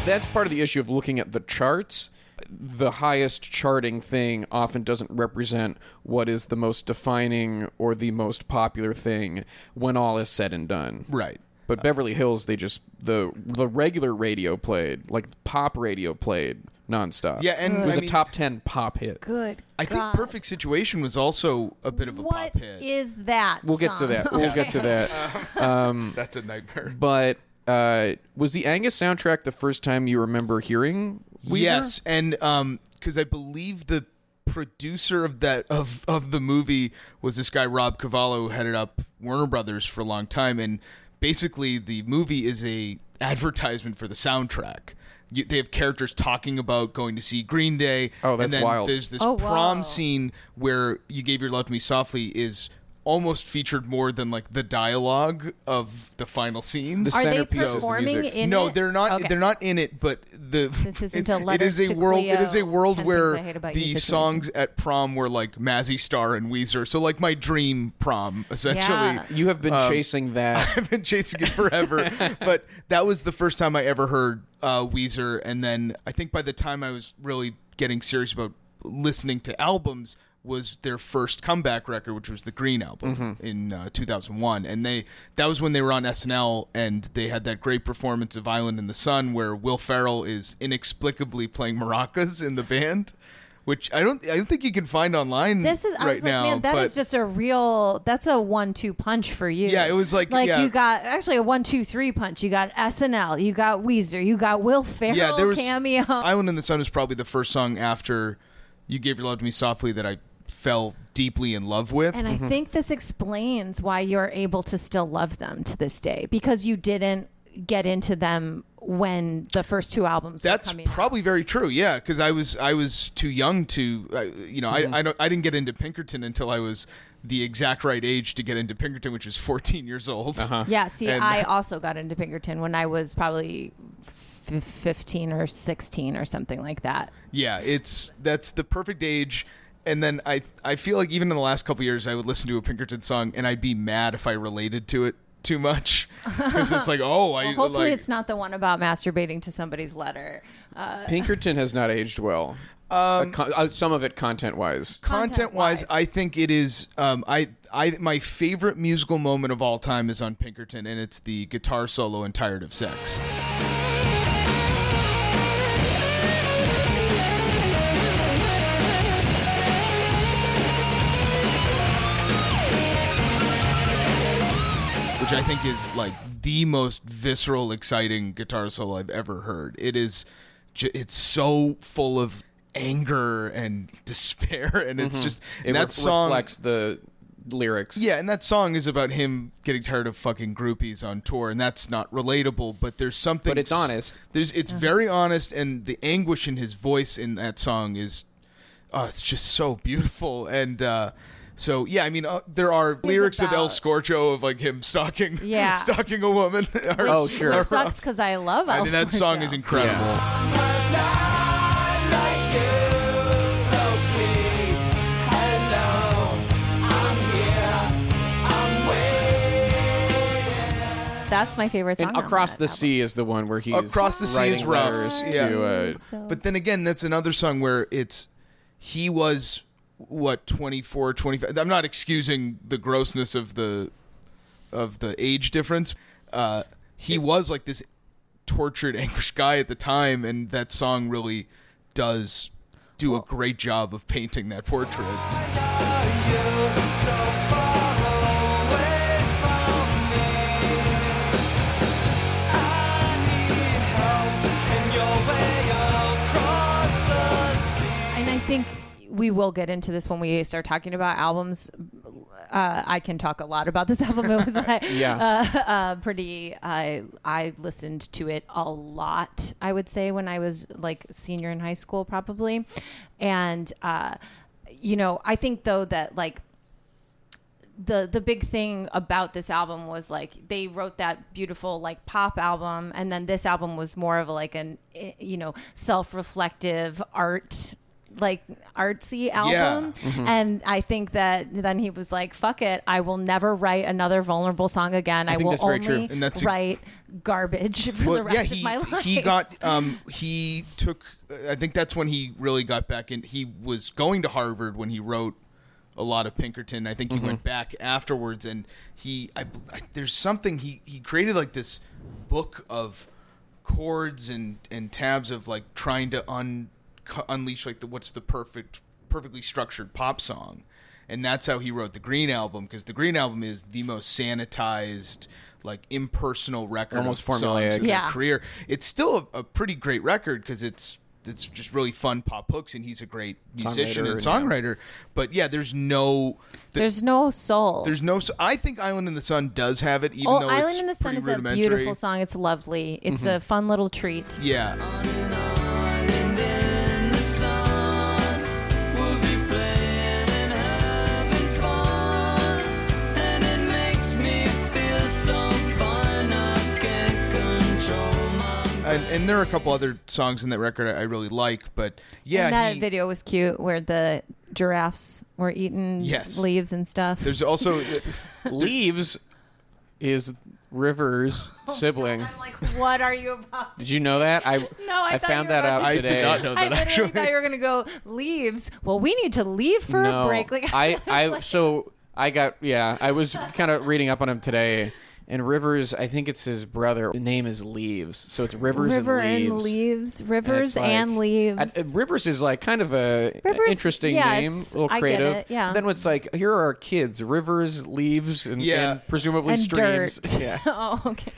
[SPEAKER 1] That's part of the issue of looking at the charts. The highest charting thing often doesn't represent what is the most defining or the most popular thing when all is said and done.
[SPEAKER 3] Right.
[SPEAKER 1] But Beverly Hills, they just the the regular radio played, like pop radio played nonstop.
[SPEAKER 3] Yeah, and
[SPEAKER 1] it was
[SPEAKER 3] I
[SPEAKER 1] a
[SPEAKER 3] mean-
[SPEAKER 1] top ten pop hit.
[SPEAKER 2] Good.
[SPEAKER 3] I think
[SPEAKER 2] God.
[SPEAKER 3] Perfect Situation was also a bit of a
[SPEAKER 2] What
[SPEAKER 3] pop hit.
[SPEAKER 2] is that?
[SPEAKER 1] We'll get to
[SPEAKER 2] song?
[SPEAKER 1] that. We'll get to that.
[SPEAKER 3] that's a nightmare.
[SPEAKER 1] But uh, was the Angus soundtrack the first time you remember hearing? Weezer?
[SPEAKER 3] Yes, and um, because I believe the producer of that of of the movie was this guy Rob Cavallo, who headed up Warner Brothers for a long time, and basically the movie is a advertisement for the soundtrack. You, they have characters talking about going to see Green Day.
[SPEAKER 1] Oh, that's
[SPEAKER 3] and then
[SPEAKER 1] wild.
[SPEAKER 3] There's this
[SPEAKER 2] Oh,
[SPEAKER 3] prom
[SPEAKER 2] wow.
[SPEAKER 3] scene where "You Gave Your Love to Me Softly" is almost featured more than like the dialogue of the final scene.
[SPEAKER 1] The
[SPEAKER 2] Are they
[SPEAKER 1] centerpiece is the
[SPEAKER 2] performing
[SPEAKER 1] music.
[SPEAKER 2] in
[SPEAKER 3] No,
[SPEAKER 2] it?
[SPEAKER 3] they're not.
[SPEAKER 2] Okay.
[SPEAKER 3] They're not in it. But the
[SPEAKER 2] This isn't
[SPEAKER 3] it-
[SPEAKER 2] a
[SPEAKER 3] it
[SPEAKER 2] Letters
[SPEAKER 3] is a
[SPEAKER 2] to
[SPEAKER 3] world. It
[SPEAKER 2] Cleo,
[SPEAKER 3] is a world
[SPEAKER 2] 10
[SPEAKER 3] where
[SPEAKER 2] Things I Hate About You
[SPEAKER 3] the
[SPEAKER 2] situation.
[SPEAKER 3] songs at prom were like Mazzy Star and Weezer. So like my dream prom, essentially.
[SPEAKER 2] Yeah.
[SPEAKER 1] You have
[SPEAKER 3] Um,
[SPEAKER 1] been chasing that.
[SPEAKER 3] I've been chasing it forever. but that was the first time I ever heard uh, Weezer. And then I think by the time I was really getting serious about listening to albums was their first comeback record, which was the Green album in uh, 2001. And they that was when they were on SNL and they had that great performance of Island in the Sun where Will Ferrell is inexplicably playing maracas in the band. Which I don't, I don't think you can find online
[SPEAKER 2] This is I
[SPEAKER 3] right
[SPEAKER 2] was
[SPEAKER 3] now.
[SPEAKER 2] like, man, that
[SPEAKER 3] but
[SPEAKER 2] is just a real. That's a one-two punch for you.
[SPEAKER 3] Yeah, it was like-
[SPEAKER 2] like
[SPEAKER 3] yeah.
[SPEAKER 2] you got actually a one-two-three punch. You got SNL, you got Weezer, you got Will Ferrell
[SPEAKER 3] yeah, there was
[SPEAKER 2] Oh, cameo.
[SPEAKER 3] Island in the Sun was probably the first song after You Gave Your Love to Me Softly that I fell deeply in love with.
[SPEAKER 2] and I think this explains why you're able to still love them to this day because you didn't get into them when the first two albums
[SPEAKER 3] That's
[SPEAKER 2] were coming out.
[SPEAKER 3] probably very true. Yeah, because I was I was too young to uh, you know
[SPEAKER 2] Mm-hmm.
[SPEAKER 3] I I, don't, I didn't get into Pinkerton until I was the exact right age to get into Pinkerton, which is 14 years old.
[SPEAKER 2] Yeah, see,
[SPEAKER 3] And-
[SPEAKER 2] I also got into Pinkerton when I was probably f- 15 or 16 or something like that.
[SPEAKER 3] Yeah, it's that's the perfect age. And then I I feel like even in the last couple years, I would listen to a Pinkerton song and I'd be mad if I related to it too much because it's like oh I
[SPEAKER 2] Hopefully,
[SPEAKER 3] like,
[SPEAKER 2] it's not the one about masturbating to somebody's letter.
[SPEAKER 1] Pinkerton has not aged well.
[SPEAKER 3] Um,
[SPEAKER 1] Uh, con- uh, some of it content wise.
[SPEAKER 3] content wise,
[SPEAKER 2] Content-wise.
[SPEAKER 3] I think it is. Um, I, I, my favorite musical moment of all time is on Pinkerton, and it's the guitar solo in "Tired of Sex." Which I think is like the most visceral, exciting guitar solo I've ever heard. It is, ju- it's so full of anger and despair, and it's just
[SPEAKER 1] Mm-hmm. It
[SPEAKER 3] and that
[SPEAKER 1] re-
[SPEAKER 3] song
[SPEAKER 1] reflects the lyrics.
[SPEAKER 3] yeah, and that song is about him getting tired of fucking groupies on tour, and that's not relatable. But there's something.
[SPEAKER 1] But it's honest.
[SPEAKER 3] There's it's very honest, and the anguish in his voice in that song is, oh, it's just so beautiful. And uh, so yeah, I mean, uh, there are lyrics of El
[SPEAKER 2] about-
[SPEAKER 3] Scorcho of like him stalking,
[SPEAKER 2] Yeah.
[SPEAKER 3] stalking a woman. Are-
[SPEAKER 1] Oh, sure.
[SPEAKER 2] Which sucks because I love
[SPEAKER 3] I
[SPEAKER 2] El
[SPEAKER 3] mean, that song
[SPEAKER 2] Scorcho.
[SPEAKER 3] is incredible.
[SPEAKER 2] That's my favorite song.
[SPEAKER 1] And
[SPEAKER 2] on
[SPEAKER 1] across
[SPEAKER 2] that
[SPEAKER 1] the
[SPEAKER 2] album.
[SPEAKER 1] sea is the one where he's
[SPEAKER 3] Across the Sea is
[SPEAKER 1] writing
[SPEAKER 3] rough.
[SPEAKER 1] letters
[SPEAKER 3] Yeah.
[SPEAKER 1] to, uh,
[SPEAKER 2] So-
[SPEAKER 3] But then again, that's another song where it's he was what 24, 25. I'm not excusing the grossness of the of the age difference. Uh, he was like this tortured, anguished guy at the time, and that song really does do a great job of painting that portrait.
[SPEAKER 2] And I think we will get into this when we start talking about albums. Uh, I can talk a lot about this album. It was like,
[SPEAKER 1] Yeah.
[SPEAKER 2] uh, uh, pretty. I I listened to it a lot. I would say when I was like senior in high school, probably, and uh, you know, I think though that like the the big thing about this album was like they wrote that beautiful like pop album and then this album was more of like an eh, you know self-reflective art like artsy album and i think that then he was like fuck it i will never write another vulnerable song again i,
[SPEAKER 1] think
[SPEAKER 2] will
[SPEAKER 1] that's very true.
[SPEAKER 2] only
[SPEAKER 3] And that's a-
[SPEAKER 2] write garbage for the rest
[SPEAKER 3] he,
[SPEAKER 2] of my life
[SPEAKER 3] He got um he took I think that's when he really got back in he was going to Harvard when he wrote a lot of Pinkerton. I think he
[SPEAKER 1] Mm-hmm.
[SPEAKER 3] went back afterwards and he I, I there's something he he created like this book of chords and and tabs of like trying to un cu- unleash like the what's the perfect perfectly structured pop song and that's how he wrote the green album because the green album is the most sanitized like impersonal record
[SPEAKER 1] Almost
[SPEAKER 3] of songs
[SPEAKER 1] formulaic.
[SPEAKER 3] in their
[SPEAKER 2] Yeah.
[SPEAKER 3] career it's still a, a pretty great record because it's it's just really fun pop hooks and he's a great musician and
[SPEAKER 1] Songwriter and-
[SPEAKER 3] songwriter but yeah there's no th-
[SPEAKER 2] there's no soul
[SPEAKER 3] there's no so i think island in the sun does have it even
[SPEAKER 2] oh
[SPEAKER 3] though
[SPEAKER 2] island
[SPEAKER 3] it's
[SPEAKER 2] in the sun
[SPEAKER 3] pretty
[SPEAKER 2] is a
[SPEAKER 3] rudimentary Mm-hmm.
[SPEAKER 2] beautiful song it's lovely it's a fun little treat
[SPEAKER 3] yeah and, and there are a couple other songs in that record I, I really like, but yeah,
[SPEAKER 2] and that
[SPEAKER 3] he-
[SPEAKER 2] video was cute where the giraffes were eating
[SPEAKER 3] Yes.
[SPEAKER 2] leaves and stuff.
[SPEAKER 3] there's also
[SPEAKER 1] leaves is Rivers' sibling.
[SPEAKER 2] I'm like, what are you about?
[SPEAKER 1] Did you know that? I
[SPEAKER 2] No, I, thought
[SPEAKER 1] found
[SPEAKER 2] you were
[SPEAKER 1] that
[SPEAKER 2] about
[SPEAKER 1] out
[SPEAKER 2] to-
[SPEAKER 3] I did
[SPEAKER 1] today.
[SPEAKER 3] not know
[SPEAKER 2] I
[SPEAKER 3] that
[SPEAKER 2] literally
[SPEAKER 3] actually.
[SPEAKER 2] thought you were gonna go leaves. Well, we need to leave for a break. Like
[SPEAKER 1] I, I, so I got, yeah, I was kind of reading up on him today. And Rivers, I think it's his brother. The name is Leaves, so it's Rivers
[SPEAKER 2] river
[SPEAKER 1] and Leaves. And
[SPEAKER 2] and leaves,
[SPEAKER 1] it's
[SPEAKER 2] rivers
[SPEAKER 1] like-
[SPEAKER 2] and leaves.
[SPEAKER 1] Uh, uh, Rivers is like kind of a
[SPEAKER 2] Rivers-
[SPEAKER 1] interesting
[SPEAKER 2] yeah,
[SPEAKER 1] name, a
[SPEAKER 2] it's-
[SPEAKER 1] little
[SPEAKER 2] I get
[SPEAKER 1] creative.
[SPEAKER 2] it, yeah.
[SPEAKER 1] Then it's like here are our kids: Rivers, Leaves, and,
[SPEAKER 3] Yeah.
[SPEAKER 1] and presumably
[SPEAKER 2] and
[SPEAKER 1] streams.
[SPEAKER 2] dirt.
[SPEAKER 1] Yeah.
[SPEAKER 2] oh, okay.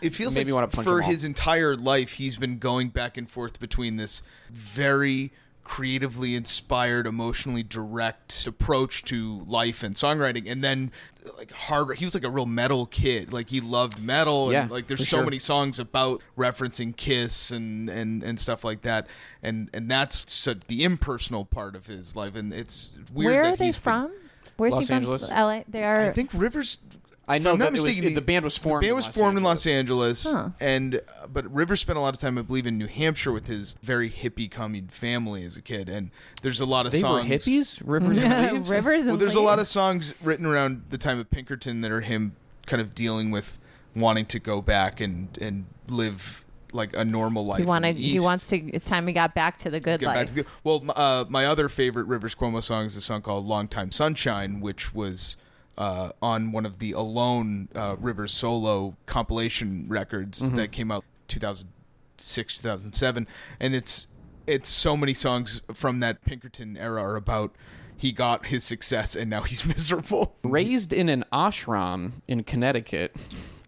[SPEAKER 3] it feels
[SPEAKER 1] Made me
[SPEAKER 3] like
[SPEAKER 1] wanna punch
[SPEAKER 3] for
[SPEAKER 1] him all.
[SPEAKER 3] his entire life he's been going back and forth between this very creatively inspired, emotionally direct approach to life and songwriting. And then like hard, he was like a real metal kid. Like he loved metal.
[SPEAKER 1] Yeah,
[SPEAKER 3] and, like there's
[SPEAKER 1] for
[SPEAKER 3] so
[SPEAKER 1] sure.
[SPEAKER 3] many songs about referencing Kiss and and and stuff like that. And and that's so the impersonal part of his life. And it's weird.
[SPEAKER 2] Where
[SPEAKER 3] that
[SPEAKER 2] are they
[SPEAKER 3] he's been-
[SPEAKER 2] from? Where's
[SPEAKER 1] Los
[SPEAKER 2] he from?
[SPEAKER 1] Angeles.
[SPEAKER 2] LA. They are.
[SPEAKER 3] I think Rivers.
[SPEAKER 1] I
[SPEAKER 3] if
[SPEAKER 1] know
[SPEAKER 3] I'm not
[SPEAKER 1] that it was-
[SPEAKER 3] mistaken,
[SPEAKER 1] the band was formed
[SPEAKER 3] The
[SPEAKER 1] in
[SPEAKER 3] band was
[SPEAKER 1] Los
[SPEAKER 3] formed in
[SPEAKER 1] Angeles.
[SPEAKER 3] Los Angeles, and uh, but Rivers spent a lot of time, I believe, in New Hampshire with his very hippie commune family as a kid. And there's a lot of
[SPEAKER 1] They were
[SPEAKER 3] songs.
[SPEAKER 1] hippies, rivers and leaves.
[SPEAKER 2] Rivers.
[SPEAKER 3] Well,
[SPEAKER 2] and
[SPEAKER 3] there's a lot of
[SPEAKER 2] Leaves.
[SPEAKER 3] songs written around the time of Pinkerton that are him kind of dealing with wanting to go back and and live like a normal life.
[SPEAKER 2] He wanna,
[SPEAKER 3] in the
[SPEAKER 2] He
[SPEAKER 3] East.
[SPEAKER 2] wants to. It's time we got back to the good
[SPEAKER 3] Get back
[SPEAKER 2] life.
[SPEAKER 3] to the, well, m- uh, my other favorite Rivers Cuomo song is a song called "Long Time Sunshine," which was uh, on one of the Alone uh, Rivers solo compilation records
[SPEAKER 1] Mm-hmm.
[SPEAKER 3] that came out 2006, 2007, and it's it's so many songs from that Pinkerton era are about he got his success and now he's miserable.
[SPEAKER 1] Raised in an ashram in Connecticut,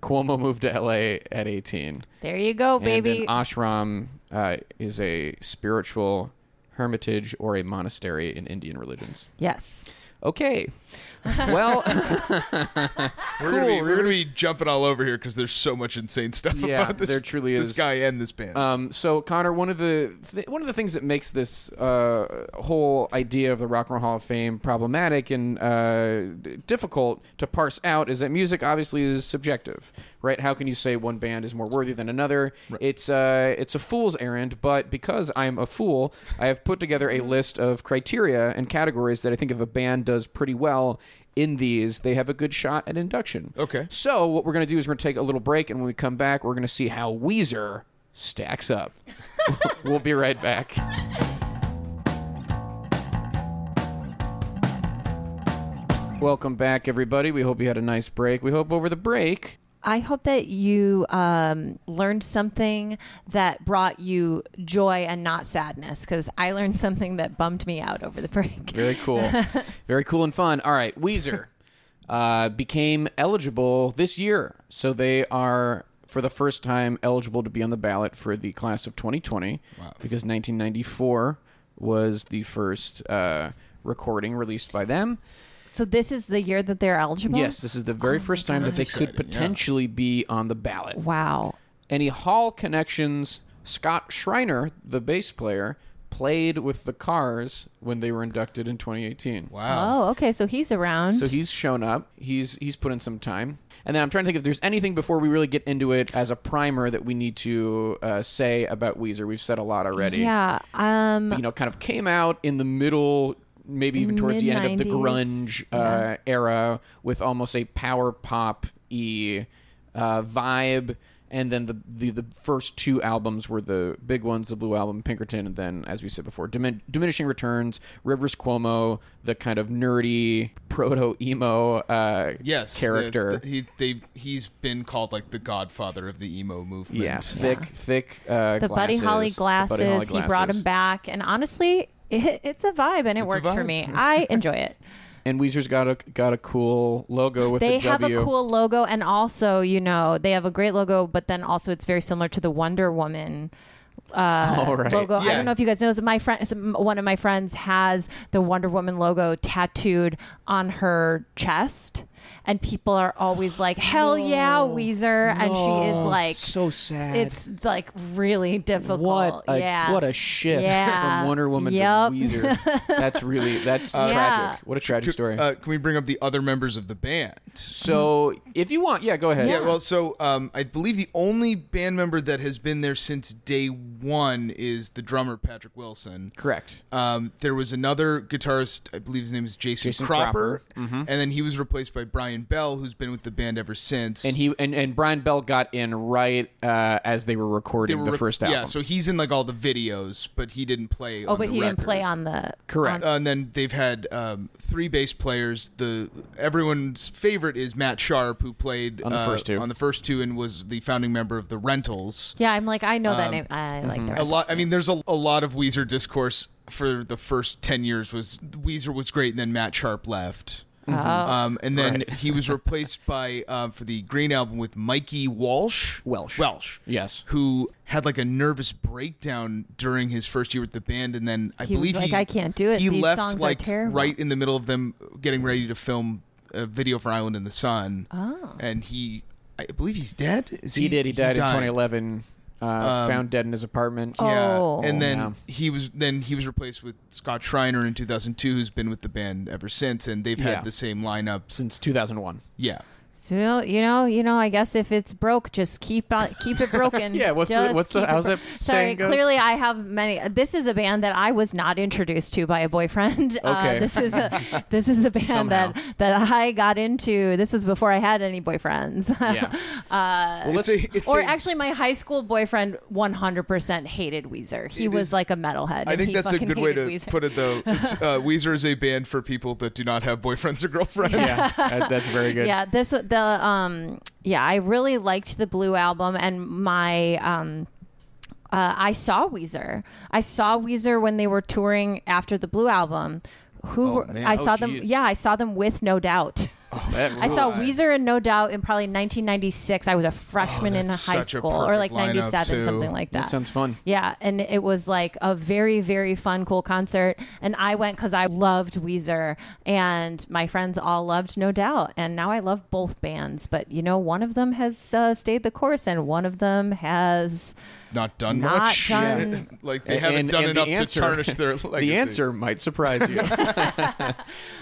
[SPEAKER 1] Cuomo moved to LA at 18.
[SPEAKER 2] there you go,
[SPEAKER 1] And
[SPEAKER 2] baby.
[SPEAKER 1] an ashram uh, is a spiritual hermitage or a monastery in Indian religions.
[SPEAKER 2] yes.
[SPEAKER 1] Okay. Well,
[SPEAKER 3] We're gonna be,
[SPEAKER 1] Cool,
[SPEAKER 3] we're gonna be jumping all over here because there's so much insane stuff
[SPEAKER 1] Yeah,
[SPEAKER 3] about this.
[SPEAKER 1] there truly
[SPEAKER 3] this
[SPEAKER 1] is.
[SPEAKER 3] guy and this band.
[SPEAKER 1] um, so Connor, one of the th- one of the things that makes this uh, whole idea of the Rock and Roll Hall of Fame problematic and uh, d- difficult to parse out is that music obviously is subjective, right? How can you say one band is more worthy than another? It's uh, it's a fool's errand, but because I'm a fool, I have put together a list of criteria and categories that I think if a band does pretty well in these, they have a good shot at induction.
[SPEAKER 3] Okay.
[SPEAKER 1] So what we're gonna do is we're gonna take a little break, and when we come back, we're gonna see how Weezer stacks up. we'll be right back. Welcome back, everybody. We hope you had a nice break. We hope over the break.
[SPEAKER 2] I hope that you um, learned something that brought you joy and not sadness because I learned something that bummed me out over the break.
[SPEAKER 1] Very cool. Very cool and fun. All right, Weezer uh, became eligible this year. So they are, for the first time, eligible to be on the ballot for the class of 2020 because 1994 was the first uh, recording released by them.
[SPEAKER 2] So this is the year that they're eligible?
[SPEAKER 1] Yes, this is the very first time that they could potentially be on the ballot.
[SPEAKER 2] Wow.
[SPEAKER 1] Any Hall connections? Scott Schreiner, the bass player, played with the Cars when they were inducted in 2018. Wow.
[SPEAKER 3] Uh,
[SPEAKER 2] Oh, okay. So he's around.
[SPEAKER 1] So he's shown up. He's he's put in some time. And then I'm trying to think if there's anything before we really get into it as a primer that we need to uh, say about Weezer. We've said a lot already.
[SPEAKER 2] yeah. Um,
[SPEAKER 1] But, you know, kind of came out in the middle, maybe even towards the end of the grunge
[SPEAKER 2] Mid-nineties.
[SPEAKER 1] uh, era with almost a power pop e uh, vibe. And then the, the the first two albums were the big ones, the Blue Album, Pinkerton, and then, as we said before, Dimin- Diminishing Returns, Rivers Cuomo, the kind of nerdy proto emo uh,
[SPEAKER 3] yes, the-
[SPEAKER 1] character.
[SPEAKER 3] the- he they he's been called like the godfather of the emo movement.
[SPEAKER 1] yeah, thick, thick. Uh,
[SPEAKER 2] the Buddy
[SPEAKER 1] glasses,
[SPEAKER 2] Holly
[SPEAKER 1] the Buddy
[SPEAKER 2] glasses.
[SPEAKER 1] Holly
[SPEAKER 2] He brought
[SPEAKER 1] glasses.
[SPEAKER 2] him back. And honestly, it, it's a vibe and it
[SPEAKER 3] a
[SPEAKER 2] works for
[SPEAKER 3] vibe.
[SPEAKER 2] me. I enjoy it.
[SPEAKER 1] And Weezer's got a got a cool logo with
[SPEAKER 2] They
[SPEAKER 1] a
[SPEAKER 2] have
[SPEAKER 1] W.
[SPEAKER 2] a cool logo, and also, you know, they have a great logo, but then also it's very similar to the Wonder Woman uh,
[SPEAKER 1] All right.
[SPEAKER 2] logo. I
[SPEAKER 3] Yeah.
[SPEAKER 2] don't know if you guys know. So my friend, so m- one of my friends, has the Wonder Woman logo tattooed on her chest, and people are always like, "Hell yeah, Weezer!" And she is like,
[SPEAKER 1] so sad.
[SPEAKER 2] It's like really difficult.
[SPEAKER 1] What a
[SPEAKER 2] yeah.
[SPEAKER 1] what a shift
[SPEAKER 2] Yeah.
[SPEAKER 1] from Wonder Woman
[SPEAKER 2] Yep.
[SPEAKER 1] to Weezer. That's really that's
[SPEAKER 2] Yeah.
[SPEAKER 1] tragic. What a tragic story.
[SPEAKER 3] Uh, can we bring up the other members of the band?
[SPEAKER 1] so if you want, yeah, go ahead.
[SPEAKER 3] Yeah, well, so um, I believe the only band member that has been there since day one is the drummer Patrick Wilson.
[SPEAKER 1] correct.
[SPEAKER 3] Um, there was another guitarist, I believe his name is Jason,
[SPEAKER 1] Jason
[SPEAKER 3] Cropper,
[SPEAKER 2] Mm-hmm.
[SPEAKER 3] and then he was replaced by Brian Bell, who's been with the band ever since.
[SPEAKER 1] And he and, and Brian Bell got in right uh, as they were
[SPEAKER 3] They
[SPEAKER 1] recording
[SPEAKER 3] were
[SPEAKER 1] the
[SPEAKER 3] rec-
[SPEAKER 1] first album.
[SPEAKER 3] yeah, so he's in like all the videos, but he didn't play.
[SPEAKER 2] Oh,
[SPEAKER 3] on
[SPEAKER 2] but
[SPEAKER 3] the
[SPEAKER 2] he
[SPEAKER 3] record.
[SPEAKER 2] didn't play on the
[SPEAKER 1] correct.
[SPEAKER 3] Uh, and then they've had um, three bass players. The everyone's favorite is Matt Sharp, who played
[SPEAKER 1] On the
[SPEAKER 3] uh,
[SPEAKER 1] first two.
[SPEAKER 3] on the first two, and was the founding member of the Rentals.
[SPEAKER 2] Yeah, I'm like, I know
[SPEAKER 1] Um,
[SPEAKER 2] that name. I like
[SPEAKER 1] mm-hmm.
[SPEAKER 2] that.
[SPEAKER 3] A lot. I mean, there's a, a lot of Weezer discourse for the first ten years. Was Weezer was great, and then Matt Sharp left.
[SPEAKER 2] Mm-hmm.
[SPEAKER 3] Um, and then he was replaced by uh, for the Green album with Mikey Walsh.
[SPEAKER 1] Welsh.
[SPEAKER 3] Welsh.
[SPEAKER 1] Yes.
[SPEAKER 3] Who had like a nervous breakdown during his first year with the band, and then I
[SPEAKER 2] He was
[SPEAKER 3] believe
[SPEAKER 2] like,
[SPEAKER 3] he
[SPEAKER 2] "I can't do it.
[SPEAKER 3] He
[SPEAKER 2] These
[SPEAKER 3] left
[SPEAKER 2] songs are
[SPEAKER 3] like
[SPEAKER 2] terrible."
[SPEAKER 3] right in the middle of them getting ready to film a video for Island in the Sun. Oh. And he, I believe he's dead. Is he, Um,
[SPEAKER 1] He did. He died in 2011. Uh, found dead in his apartment.
[SPEAKER 3] Yeah,
[SPEAKER 2] Oh.
[SPEAKER 3] and then
[SPEAKER 1] Yeah.
[SPEAKER 3] he was then he was replaced with Scott Schreiner in 2002, who's been with the band ever since, and they've
[SPEAKER 1] Yeah.
[SPEAKER 3] had the same lineups.
[SPEAKER 1] since 2001.
[SPEAKER 3] Yeah,
[SPEAKER 2] So you know, you know. I guess if it's broke, just keep on, keep it broken.
[SPEAKER 1] Yeah, what's the-
[SPEAKER 2] Just
[SPEAKER 1] what's the-
[SPEAKER 2] keep it
[SPEAKER 1] how's that
[SPEAKER 2] bro- Sorry,
[SPEAKER 1] saying goes?
[SPEAKER 2] clearly I have many. This is a band that I was not introduced to by a boyfriend.
[SPEAKER 1] Okay.
[SPEAKER 2] Uh, this is a this is a band
[SPEAKER 1] Somehow.
[SPEAKER 2] that that I got into. This was before I had any boyfriends.
[SPEAKER 1] Yeah.
[SPEAKER 2] uh,
[SPEAKER 3] it's a, it's
[SPEAKER 2] or
[SPEAKER 3] a-
[SPEAKER 2] actually, my high school boyfriend 100% hated Weezer. He
[SPEAKER 3] It
[SPEAKER 2] was
[SPEAKER 3] is-
[SPEAKER 2] like a metalhead.
[SPEAKER 3] I
[SPEAKER 2] and
[SPEAKER 3] think
[SPEAKER 2] he
[SPEAKER 3] that's a
[SPEAKER 2] fucking
[SPEAKER 3] good way to
[SPEAKER 2] hated Weezer.
[SPEAKER 3] put it, though. It's, uh, Weezer is a band for people that do not have boyfriends or girlfriends.
[SPEAKER 1] yeah, that- that's very good.
[SPEAKER 2] Yeah, this the um yeah, I really liked the Blue album and my um uh, I saw Weezer. I saw Weezer when they were touring after the Blue album. Who were,
[SPEAKER 3] man.
[SPEAKER 2] I
[SPEAKER 3] Oh,
[SPEAKER 2] saw them
[SPEAKER 1] geez.
[SPEAKER 2] yeah, I saw them with No Doubt.
[SPEAKER 1] That
[SPEAKER 2] I saw
[SPEAKER 1] rules.
[SPEAKER 2] Weezer and No Doubt in probably 1996. I was a freshman in
[SPEAKER 3] Oh, that's
[SPEAKER 2] high
[SPEAKER 3] such a
[SPEAKER 2] school or
[SPEAKER 3] perfect
[SPEAKER 2] like
[SPEAKER 3] lineup,
[SPEAKER 2] 97
[SPEAKER 3] too.
[SPEAKER 2] something like that.
[SPEAKER 1] That sounds fun.
[SPEAKER 2] Yeah, and it was like a very, very fun, cool concert. And I went because I loved Weezer, and my friends all loved No Doubt. And now I love both bands, but you know, one of them has uh, stayed the course, and one of them has.
[SPEAKER 3] Not done
[SPEAKER 2] Not
[SPEAKER 3] much.
[SPEAKER 2] done.
[SPEAKER 3] like they haven't
[SPEAKER 1] And-
[SPEAKER 3] done
[SPEAKER 1] and the
[SPEAKER 3] enough
[SPEAKER 1] answer-
[SPEAKER 3] to tarnish their legacy.
[SPEAKER 1] The answer might surprise you. okay,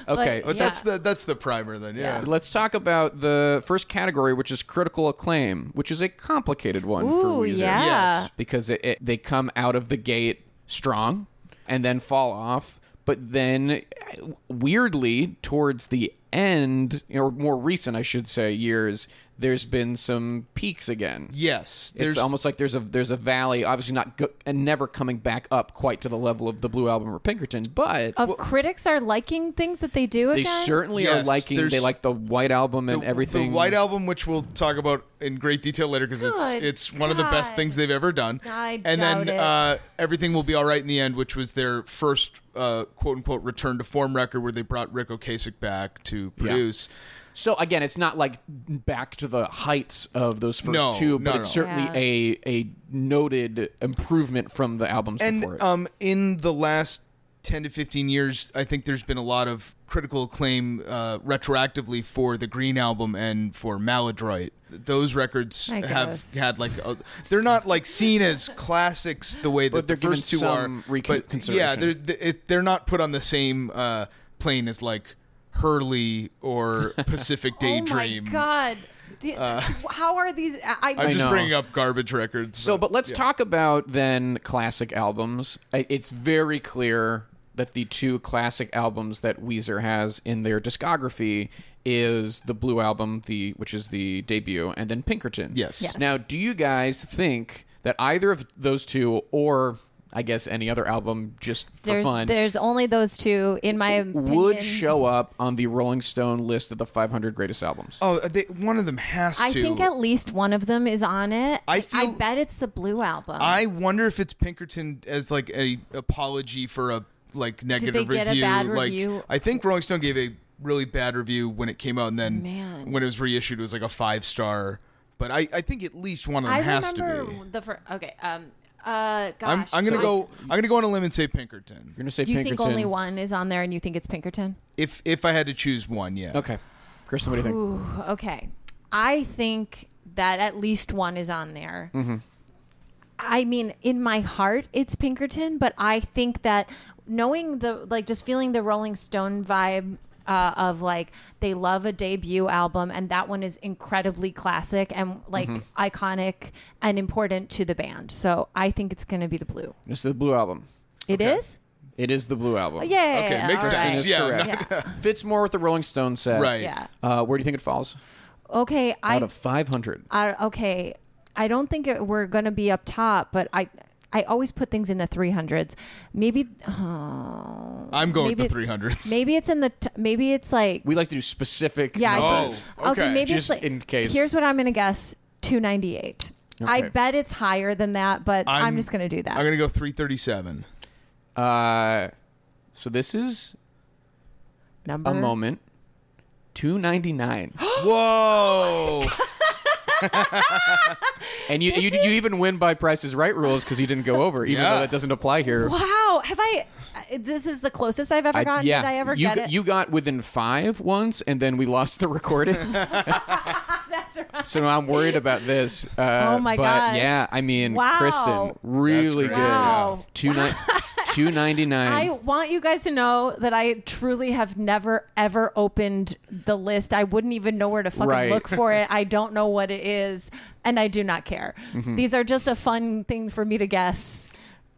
[SPEAKER 2] But-
[SPEAKER 3] But
[SPEAKER 2] Yeah.
[SPEAKER 3] that's the that's the primer then. Yeah.
[SPEAKER 1] Let's talk about the first category, which is critical acclaim, which is a complicated one for
[SPEAKER 2] Ooh,
[SPEAKER 1] Weezer.
[SPEAKER 2] yeah. Yes.
[SPEAKER 1] because it, it, they come out of the gate strong and then fall off, but then uh, weirdly towards the end, or more recent, I should say, years, there's been some peaks again.
[SPEAKER 3] Yes.
[SPEAKER 1] It's
[SPEAKER 3] There's
[SPEAKER 1] almost like there's a there's a valley, obviously not go- and never coming back up quite to the level of the Blue Album or Pinkerton, but
[SPEAKER 2] Of critics are liking things that they do
[SPEAKER 1] they
[SPEAKER 2] again.
[SPEAKER 1] certainly are
[SPEAKER 3] Yes,
[SPEAKER 1] liking.
[SPEAKER 3] there's-
[SPEAKER 1] They like the White Album and
[SPEAKER 3] the,
[SPEAKER 1] everything.
[SPEAKER 3] The White Album, which we'll talk about in great detail later, because it's
[SPEAKER 2] Good
[SPEAKER 3] it's one of the best
[SPEAKER 2] God.
[SPEAKER 3] things they've ever done.
[SPEAKER 2] I
[SPEAKER 3] and
[SPEAKER 2] doubt
[SPEAKER 3] then
[SPEAKER 2] it.
[SPEAKER 3] Uh, everything will be all right in the end, which was their first uh, quote unquote return to form record, where they brought Rick Ocasek back to produce.
[SPEAKER 1] So again, it's not like back to the heights of those first
[SPEAKER 3] No,
[SPEAKER 1] two, but
[SPEAKER 3] not
[SPEAKER 1] it's
[SPEAKER 3] at
[SPEAKER 2] all.
[SPEAKER 1] certainly a a noted improvement from the albums before
[SPEAKER 3] And
[SPEAKER 1] it.
[SPEAKER 3] um, in the last 10 to 15 years, I think there's been a lot of critical acclaim uh, retroactively for the Green Album and for Maladroit. Those records
[SPEAKER 2] I
[SPEAKER 3] have
[SPEAKER 2] guess.
[SPEAKER 3] had like a, they're not like seen as classics the way that
[SPEAKER 1] But they're
[SPEAKER 3] the first two
[SPEAKER 1] given
[SPEAKER 3] are.
[SPEAKER 1] some recon-
[SPEAKER 3] but yeah,
[SPEAKER 1] consideration.
[SPEAKER 3] they're th- it, they're not put on the same uh, plane as like Hurley or Pacific Daydream.
[SPEAKER 2] Oh my god. Di-
[SPEAKER 1] Uh,
[SPEAKER 2] How are these? I,
[SPEAKER 3] I'm just
[SPEAKER 1] know.
[SPEAKER 3] bringing up garbage records.
[SPEAKER 1] so, but let's
[SPEAKER 3] yeah.
[SPEAKER 1] talk about then classic albums. I- It's very clear that the two classic albums that Weezer has in their discography is the Blue Album, the which is the debut, and then Pinkerton.
[SPEAKER 3] Yes. Yes.
[SPEAKER 1] Now, do you guys think that either of those two, or I guess any other album, just for
[SPEAKER 2] there's
[SPEAKER 1] fun,
[SPEAKER 2] there's only those two in my opinion.
[SPEAKER 1] would show up on the Rolling Stone list of the 500 greatest albums.
[SPEAKER 3] Oh, they, one of them has
[SPEAKER 2] I
[SPEAKER 3] to.
[SPEAKER 2] think at least one of them is on it.
[SPEAKER 3] I feel-
[SPEAKER 2] bet it's the Blue album.
[SPEAKER 3] I wonder if it's Pinkerton as like a apology for a like negative
[SPEAKER 2] they get a
[SPEAKER 3] review.
[SPEAKER 2] bad
[SPEAKER 3] like
[SPEAKER 2] review?
[SPEAKER 3] I think Rolling Stone gave a really bad review when it came out, and then
[SPEAKER 2] Man.
[SPEAKER 3] when it was reissued, it was like a five star. But I, I think at least one of them
[SPEAKER 2] I
[SPEAKER 3] has to
[SPEAKER 2] remember
[SPEAKER 3] be.
[SPEAKER 2] the first. Okay. Um. Uh. Gosh.
[SPEAKER 3] I'm, I'm gonna
[SPEAKER 2] so
[SPEAKER 3] go. I'm gonna go on a limb and say Pinkerton.
[SPEAKER 1] You're gonna say
[SPEAKER 2] You
[SPEAKER 1] Pinkerton.
[SPEAKER 2] think only one is on there, and you think it's Pinkerton?
[SPEAKER 3] If if I had to choose one, yeah.
[SPEAKER 1] Okay, Kristen, what do you think?
[SPEAKER 2] Okay. I think that at least one is on there.
[SPEAKER 3] Mm-hmm.
[SPEAKER 2] I mean, in my heart, it's Pinkerton, but I think that knowing the, like, just feeling the Rolling Stone vibe. Uh, of like they love a debut album and that one is incredibly classic and like
[SPEAKER 3] Mm-hmm.
[SPEAKER 2] iconic and important to the band so i think it's going to be the blue
[SPEAKER 1] This is the Blue Album.
[SPEAKER 2] It is.
[SPEAKER 1] It is the Blue Album.
[SPEAKER 2] yeah
[SPEAKER 3] Okay,
[SPEAKER 2] yeah,
[SPEAKER 3] makes
[SPEAKER 2] all
[SPEAKER 1] Kristen
[SPEAKER 2] right.
[SPEAKER 3] sense.
[SPEAKER 1] is
[SPEAKER 3] Yeah,
[SPEAKER 1] correct. Fits more with the Rolling Stone set.
[SPEAKER 3] Right.
[SPEAKER 2] Yeah.
[SPEAKER 1] Uh, where do you think it falls?
[SPEAKER 2] okay
[SPEAKER 1] Out
[SPEAKER 2] I,
[SPEAKER 1] of 500.
[SPEAKER 2] I okay i don't think it, we're gonna be up top but i i always put things in the 300s maybe oh,
[SPEAKER 3] I'm going with
[SPEAKER 2] maybe
[SPEAKER 3] the
[SPEAKER 2] it's-
[SPEAKER 3] 300s.
[SPEAKER 2] maybe it's in the t- maybe it's like
[SPEAKER 1] We like to do specific
[SPEAKER 2] yeah I
[SPEAKER 1] numbers.
[SPEAKER 2] think-
[SPEAKER 3] Oh, okay.
[SPEAKER 2] maybe
[SPEAKER 1] Just
[SPEAKER 2] it's like
[SPEAKER 1] in case.
[SPEAKER 2] here's what i'm gonna guess 298 i
[SPEAKER 1] Okay.
[SPEAKER 2] bet it's higher than that but i'm, just gonna do that
[SPEAKER 3] I'm gonna go 337.
[SPEAKER 1] Uh, so this is
[SPEAKER 2] number Uh-huh.
[SPEAKER 1] a moment. two ninety nine,
[SPEAKER 3] Whoa!
[SPEAKER 1] and you, you you even win by prices right rules because you didn't go over, even
[SPEAKER 3] Yeah.
[SPEAKER 1] though that doesn't apply here.
[SPEAKER 2] Wow, have I? I- This is the closest I've ever
[SPEAKER 1] I-
[SPEAKER 2] gotten. Did I ever
[SPEAKER 1] you,
[SPEAKER 2] get it?
[SPEAKER 1] You got within five once, and then we lost the recording.
[SPEAKER 2] That's right.
[SPEAKER 1] so now I'm worried about this. Uh,
[SPEAKER 2] Oh my
[SPEAKER 1] but
[SPEAKER 2] gosh.
[SPEAKER 1] Yeah, I mean,
[SPEAKER 2] Wow.
[SPEAKER 1] Kristen, really
[SPEAKER 3] great.
[SPEAKER 1] good.
[SPEAKER 2] Wow.
[SPEAKER 1] Two nine, two ninety
[SPEAKER 2] I
[SPEAKER 1] nine.
[SPEAKER 2] want you guys to know that I truly have never ever opened the list. I wouldn't even know where to fucking
[SPEAKER 1] Right.
[SPEAKER 2] look for it. I don't know what it is, and I do not care.
[SPEAKER 1] Mm-hmm.
[SPEAKER 2] These are just a fun thing for me to guess.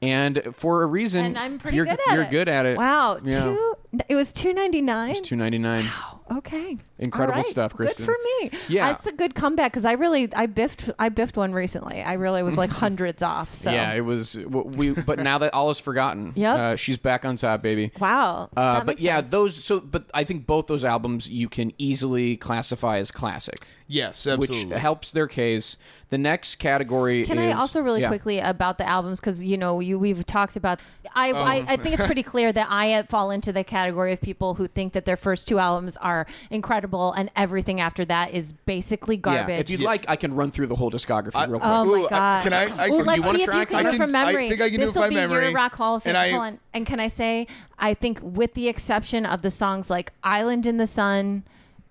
[SPEAKER 1] And for a reason,
[SPEAKER 2] And I'm pretty
[SPEAKER 1] you're,
[SPEAKER 2] good at
[SPEAKER 1] you're
[SPEAKER 2] it.
[SPEAKER 1] good at it.
[SPEAKER 2] Wow,
[SPEAKER 1] Yeah.
[SPEAKER 2] two. It was two ninety nine.
[SPEAKER 1] Two ninety nine.
[SPEAKER 2] Okay.
[SPEAKER 1] Incredible
[SPEAKER 2] All right.
[SPEAKER 1] stuff, Kristen.
[SPEAKER 2] Good for me.
[SPEAKER 1] Yeah.
[SPEAKER 2] That's a good comeback because I really I biffed I biffed one recently. I really was like hundreds off. So
[SPEAKER 1] Yeah, it was. w- We but now that all is forgotten,
[SPEAKER 2] Yep.
[SPEAKER 1] uh, she's back on top, baby.
[SPEAKER 2] wow.
[SPEAKER 1] Uh,
[SPEAKER 2] That
[SPEAKER 1] but
[SPEAKER 2] makes
[SPEAKER 1] yeah,
[SPEAKER 2] sense.
[SPEAKER 1] those. So, but I think both those albums you can easily classify as classic.
[SPEAKER 3] yes,
[SPEAKER 1] which
[SPEAKER 3] absolutely.
[SPEAKER 1] helps their case. The next category
[SPEAKER 2] Can
[SPEAKER 1] is,
[SPEAKER 2] I also really
[SPEAKER 1] yeah.
[SPEAKER 2] quickly about the albums because you know you we've talked about I, I
[SPEAKER 1] Um.
[SPEAKER 2] I think it's pretty clear that I uh, fall into the category of people who think that their first two albums are incredible and everything after that is basically garbage.
[SPEAKER 1] Yeah, if you'd like, I can run through the whole discography real quick.
[SPEAKER 2] Oh
[SPEAKER 3] Ooh,
[SPEAKER 2] my
[SPEAKER 3] I-
[SPEAKER 2] god!
[SPEAKER 3] can I- I
[SPEAKER 2] Ooh,
[SPEAKER 3] can-
[SPEAKER 2] let's
[SPEAKER 3] you wanna
[SPEAKER 2] see if you
[SPEAKER 1] track?
[SPEAKER 2] can
[SPEAKER 1] I
[SPEAKER 2] do it
[SPEAKER 3] can-
[SPEAKER 2] from
[SPEAKER 3] I
[SPEAKER 2] memory.
[SPEAKER 3] think I can do it
[SPEAKER 2] this will
[SPEAKER 3] by
[SPEAKER 2] be
[SPEAKER 3] memory.
[SPEAKER 2] your Rock Hall of Fame.
[SPEAKER 3] And I-
[SPEAKER 2] Hold on. And can I say, I think with the exception of the songs like "Island in the Sun,"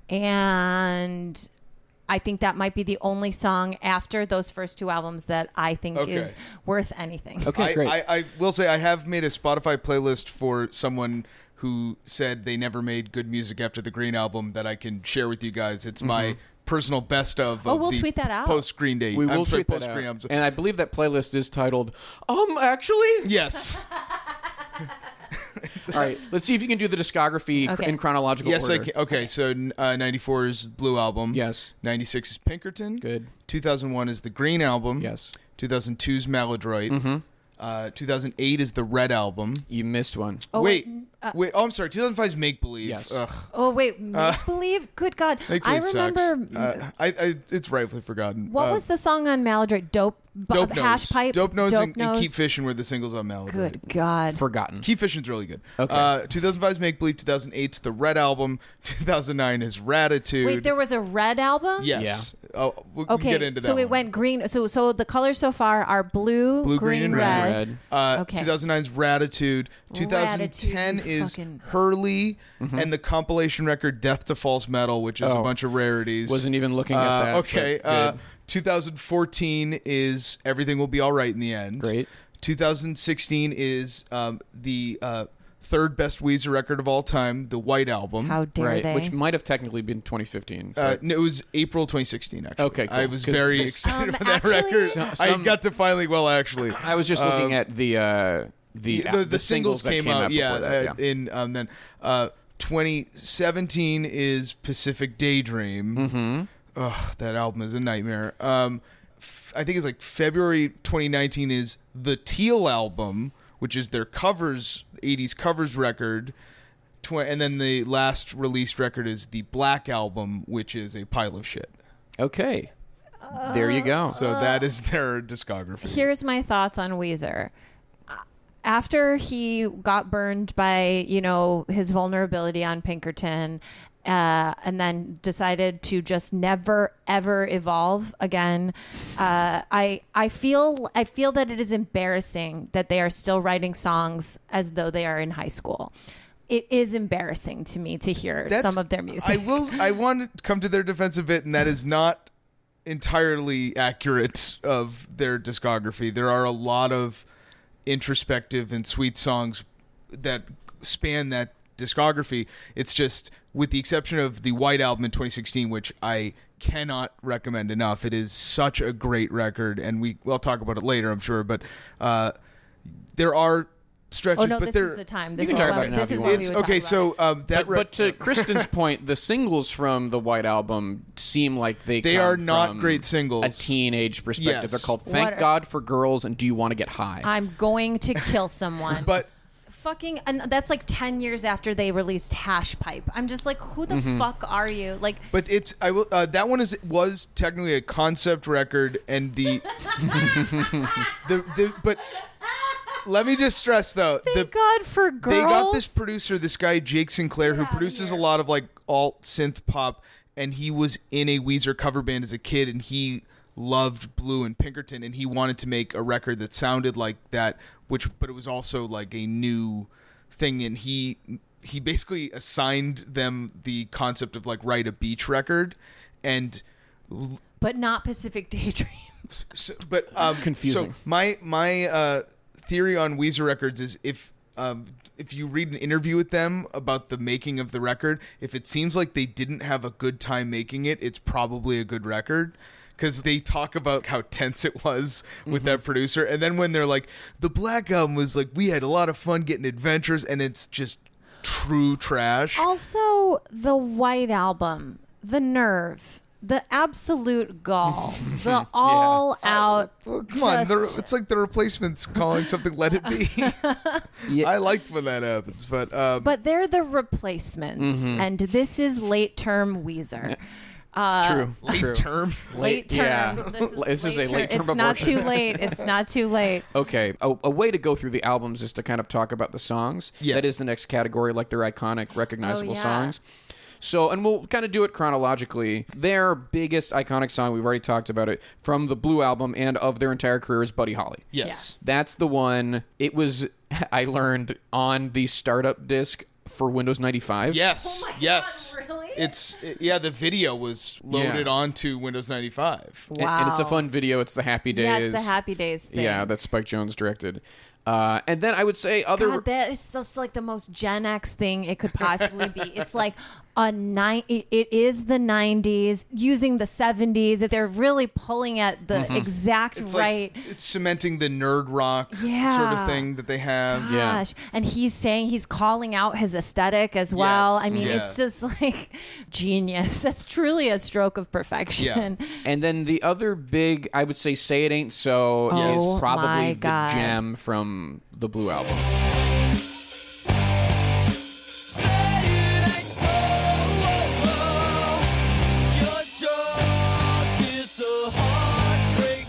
[SPEAKER 2] and I think that might be the only song after those first two albums that I think
[SPEAKER 3] Okay.
[SPEAKER 2] is worth anything.
[SPEAKER 1] okay,
[SPEAKER 3] I,
[SPEAKER 1] great.
[SPEAKER 3] I, I will say I have made a Spotify playlist for someone who said they never made good music after the Green album that I can share with you guys. It's my personal best of.
[SPEAKER 2] Oh,
[SPEAKER 3] of
[SPEAKER 2] we'll
[SPEAKER 3] the
[SPEAKER 2] tweet that out.
[SPEAKER 3] Post Green Day.
[SPEAKER 1] Mm-hmm. we
[SPEAKER 3] I'm
[SPEAKER 1] will
[SPEAKER 3] sorry,
[SPEAKER 1] tweet that
[SPEAKER 3] post-Green
[SPEAKER 1] out.
[SPEAKER 3] albums.
[SPEAKER 1] and I believe that playlist is titled "Um, actually."
[SPEAKER 3] yes,
[SPEAKER 1] All right, let's see if you can do the discography cr-
[SPEAKER 2] Okay.
[SPEAKER 1] in chronological
[SPEAKER 3] yes, I
[SPEAKER 1] order.
[SPEAKER 3] can. Okay, so uh, '94 is Blue album.
[SPEAKER 1] Yes.
[SPEAKER 3] '96 is Pinkerton.
[SPEAKER 1] Good.
[SPEAKER 3] 2001 is the Green album.
[SPEAKER 1] Yes. Mm-hmm.
[SPEAKER 3] 2002 is Maladroit. Uh, 2008 is the Red album.
[SPEAKER 1] You missed one.
[SPEAKER 3] wait,
[SPEAKER 2] uh
[SPEAKER 3] wait. Oh, I'm sorry. 2005 is Make Believe.
[SPEAKER 1] Yes.
[SPEAKER 3] Ugh.
[SPEAKER 2] Oh wait, make
[SPEAKER 3] Uh,
[SPEAKER 2] believe. Good God,
[SPEAKER 3] Make
[SPEAKER 2] I
[SPEAKER 3] Believe sucks.
[SPEAKER 2] remember. mm,
[SPEAKER 3] Uh, I, I, it's rightfully forgotten.
[SPEAKER 2] what
[SPEAKER 3] Uh,
[SPEAKER 2] was the song on Maladroit? Dope, bu-
[SPEAKER 3] Dope Nose?
[SPEAKER 2] hash pipe.
[SPEAKER 3] Dope Nose, and, and
[SPEAKER 2] Nose?
[SPEAKER 3] Keep Fishing were the singles on Melody.
[SPEAKER 2] Good God.
[SPEAKER 1] Forgotten.
[SPEAKER 3] Keep Fishing's really good. Okay. Uh, 2005's Make Believe, 2008's The Red Album, 2009 is Ratitude.
[SPEAKER 2] Wait, there was a red album.
[SPEAKER 3] Yes. Oh, we can
[SPEAKER 2] Okay.
[SPEAKER 3] get into that.
[SPEAKER 2] so it
[SPEAKER 3] one.
[SPEAKER 2] went green. So so the colors so far are blue,
[SPEAKER 3] Blue,
[SPEAKER 2] green,
[SPEAKER 3] green, and
[SPEAKER 2] red.
[SPEAKER 3] red.
[SPEAKER 1] Red.
[SPEAKER 3] Uh,
[SPEAKER 2] Okay.
[SPEAKER 3] 2009's Ratitude. 2010
[SPEAKER 2] Ratitude, you
[SPEAKER 3] is
[SPEAKER 2] fucking-
[SPEAKER 3] Hurley and the compilation record Death to False Metal, which is
[SPEAKER 1] Mm-hmm. Oh.
[SPEAKER 3] a bunch of rarities.
[SPEAKER 1] Wasn't even looking at
[SPEAKER 3] Uh,
[SPEAKER 1] that,
[SPEAKER 3] Okay.
[SPEAKER 1] but
[SPEAKER 3] Uh,
[SPEAKER 1] good.
[SPEAKER 3] 2014 is Everything Will Be All Right in the End.
[SPEAKER 1] Great.
[SPEAKER 3] 2016 is um, the uh, third best Weezer record of all time, the White Album.
[SPEAKER 2] How dare
[SPEAKER 1] right,
[SPEAKER 2] they?
[SPEAKER 1] which might have technically been 2015.
[SPEAKER 3] Uh,
[SPEAKER 1] but-
[SPEAKER 3] no, it was April 2016. Actually,
[SPEAKER 1] Okay, cool.
[SPEAKER 3] I was
[SPEAKER 1] 'Cause
[SPEAKER 3] very
[SPEAKER 1] this-
[SPEAKER 2] Um,
[SPEAKER 3] excited about that
[SPEAKER 2] actually-
[SPEAKER 3] record.
[SPEAKER 2] So-
[SPEAKER 3] I
[SPEAKER 1] some-
[SPEAKER 3] got to finally, well, actually,
[SPEAKER 1] I was just looking at the uh, the,
[SPEAKER 3] um, the, the, singles,
[SPEAKER 1] that
[SPEAKER 3] came, out,
[SPEAKER 1] before
[SPEAKER 3] yeah,
[SPEAKER 1] that,
[SPEAKER 3] uh, in um, then uh, 2017 is Pacific Daydream. Mm-hmm. Ugh, that album is a nightmare. Um, f- I think it's like February 2019 is the Teal album, which is their covers 80s covers record. Tw- and then the last released record is the Black album, which is a pile of shit.
[SPEAKER 1] okay, there you go.
[SPEAKER 2] Uh,
[SPEAKER 3] So that is their discography.
[SPEAKER 2] Here's my thoughts on Weezer. Uh, After he got burned by you know his vulnerability on Pinkerton, uh, and then decided to just never ever evolve again, uh, I I feel I feel that it is embarrassing that they are still writing songs as though they are in high school. It is embarrassing to me to hear
[SPEAKER 3] That's-
[SPEAKER 2] some of their music.
[SPEAKER 3] I will. I want to come to their defense a bit, and that is not entirely accurate of their discography. There are a lot of introspective and sweet songs that span that discography. It's just, with the exception of the White album in 2016, which I cannot recommend enough. It is such a great record, and we will talk about it later, I'm sure. But uh, there are stretches,
[SPEAKER 2] oh no,
[SPEAKER 3] but
[SPEAKER 2] this
[SPEAKER 3] there.
[SPEAKER 2] is the time. This
[SPEAKER 1] can
[SPEAKER 2] is
[SPEAKER 1] talk
[SPEAKER 2] when,
[SPEAKER 1] about it now
[SPEAKER 2] this
[SPEAKER 1] if
[SPEAKER 2] is
[SPEAKER 1] you
[SPEAKER 2] when
[SPEAKER 1] want.
[SPEAKER 2] we
[SPEAKER 3] it's
[SPEAKER 2] would talk
[SPEAKER 3] okay.
[SPEAKER 2] about
[SPEAKER 3] So
[SPEAKER 2] it.
[SPEAKER 3] um,
[SPEAKER 1] but,
[SPEAKER 3] that
[SPEAKER 1] but
[SPEAKER 3] re-
[SPEAKER 1] to Kristen's point, the singles from the White Album seem like they
[SPEAKER 3] They
[SPEAKER 1] come
[SPEAKER 3] are not
[SPEAKER 1] from
[SPEAKER 3] great singles.
[SPEAKER 1] A teenage perspective.
[SPEAKER 3] Yes.
[SPEAKER 1] They're called "Thank
[SPEAKER 2] What are-
[SPEAKER 1] God for Girls" and "Do You Want to Get High."
[SPEAKER 2] I'm going to kill someone.
[SPEAKER 3] but
[SPEAKER 2] fucking and that's like 10 years after they released hash pipe i'm just like who the fuck are you like
[SPEAKER 3] But it's I will uh, that one is was technically a concept record and the the, the but Let me just stress though,
[SPEAKER 2] Thank
[SPEAKER 3] the
[SPEAKER 2] God for girls.
[SPEAKER 3] they got this producer, this guy Jake Sinclair, who
[SPEAKER 2] outta
[SPEAKER 3] produces a
[SPEAKER 2] here.
[SPEAKER 3] lot of like alt synth pop, and he was in a Weezer cover band as a kid, and he loved Blue and Pinkerton, and he wanted to make a record that sounded like that, which but it was also like a new thing, and he he basically assigned them the concept of like write a beach record, and
[SPEAKER 2] but not Pacific Daydream.
[SPEAKER 3] so, but um,
[SPEAKER 1] Confusing.
[SPEAKER 3] So my my uh, theory on Weezer records is if um, if you read an interview with them about the making of the record, if it seems like they didn't have a good time making it, it's probably a good record. Because they talk about how tense it was with that producer, and then when they're like, "The Black Album was like we had a lot of fun getting adventures," and it's just true trash.
[SPEAKER 2] Also, the White Album, the nerve, the absolute gall, the all out.
[SPEAKER 3] Oh, come on, the,
[SPEAKER 2] just-
[SPEAKER 3] it's like the replacements calling something "Let It Be." I liked when that happens, but um,
[SPEAKER 2] But they're the replacements, and this is late term Weezer.
[SPEAKER 1] True.
[SPEAKER 3] late
[SPEAKER 1] True.
[SPEAKER 3] term.
[SPEAKER 2] Late term.
[SPEAKER 1] yeah. This is a late term
[SPEAKER 2] It's not
[SPEAKER 1] abortion.
[SPEAKER 2] too late. It's not too late.
[SPEAKER 1] Okay, a, a way to go through the albums is to kind of talk about the songs.
[SPEAKER 3] Yes.
[SPEAKER 1] That is the next category, like their iconic, recognizable
[SPEAKER 2] Oh, yeah.
[SPEAKER 1] songs. So, and we'll kind of do it chronologically. Their biggest iconic song, we've already talked about it, from the Blue album and of their entire career is Buddy Holly.
[SPEAKER 3] Yes.
[SPEAKER 1] That's the one. It was, I learned, on the startup disc for Windows 95.
[SPEAKER 3] Yes.
[SPEAKER 2] Oh my God,
[SPEAKER 3] yes.
[SPEAKER 2] really?
[SPEAKER 3] It's it- yeah. The video was loaded
[SPEAKER 1] Yeah.
[SPEAKER 3] onto Windows ninety five.
[SPEAKER 1] And, and it's a
[SPEAKER 2] Wow.
[SPEAKER 1] fun video. It's the Happy Days.
[SPEAKER 2] Yeah, it's the Happy Days thing.
[SPEAKER 1] Yeah, that Spike Jones directed. Uh, and then I would say other.
[SPEAKER 2] God, that is just like the most Gen X thing it could possibly be. It's like a nine. It it is the '90s using the '70s. That they're really pulling at the exact
[SPEAKER 3] Mm-hmm. It's
[SPEAKER 2] right.
[SPEAKER 3] like it's cementing the nerd rock
[SPEAKER 2] Yeah.
[SPEAKER 3] sort of thing that they have.
[SPEAKER 1] Yeah.
[SPEAKER 2] Gosh. And he's saying he's calling out his aesthetic as well.
[SPEAKER 3] Yes.
[SPEAKER 2] I mean,
[SPEAKER 3] Yeah.
[SPEAKER 2] it's just like genius. That's truly a stroke of perfection.
[SPEAKER 1] And then the other big, I would say, "Say It Ain't So"
[SPEAKER 2] Oh
[SPEAKER 1] is probably
[SPEAKER 2] my
[SPEAKER 1] the
[SPEAKER 2] God.
[SPEAKER 1] gem from the Blue album.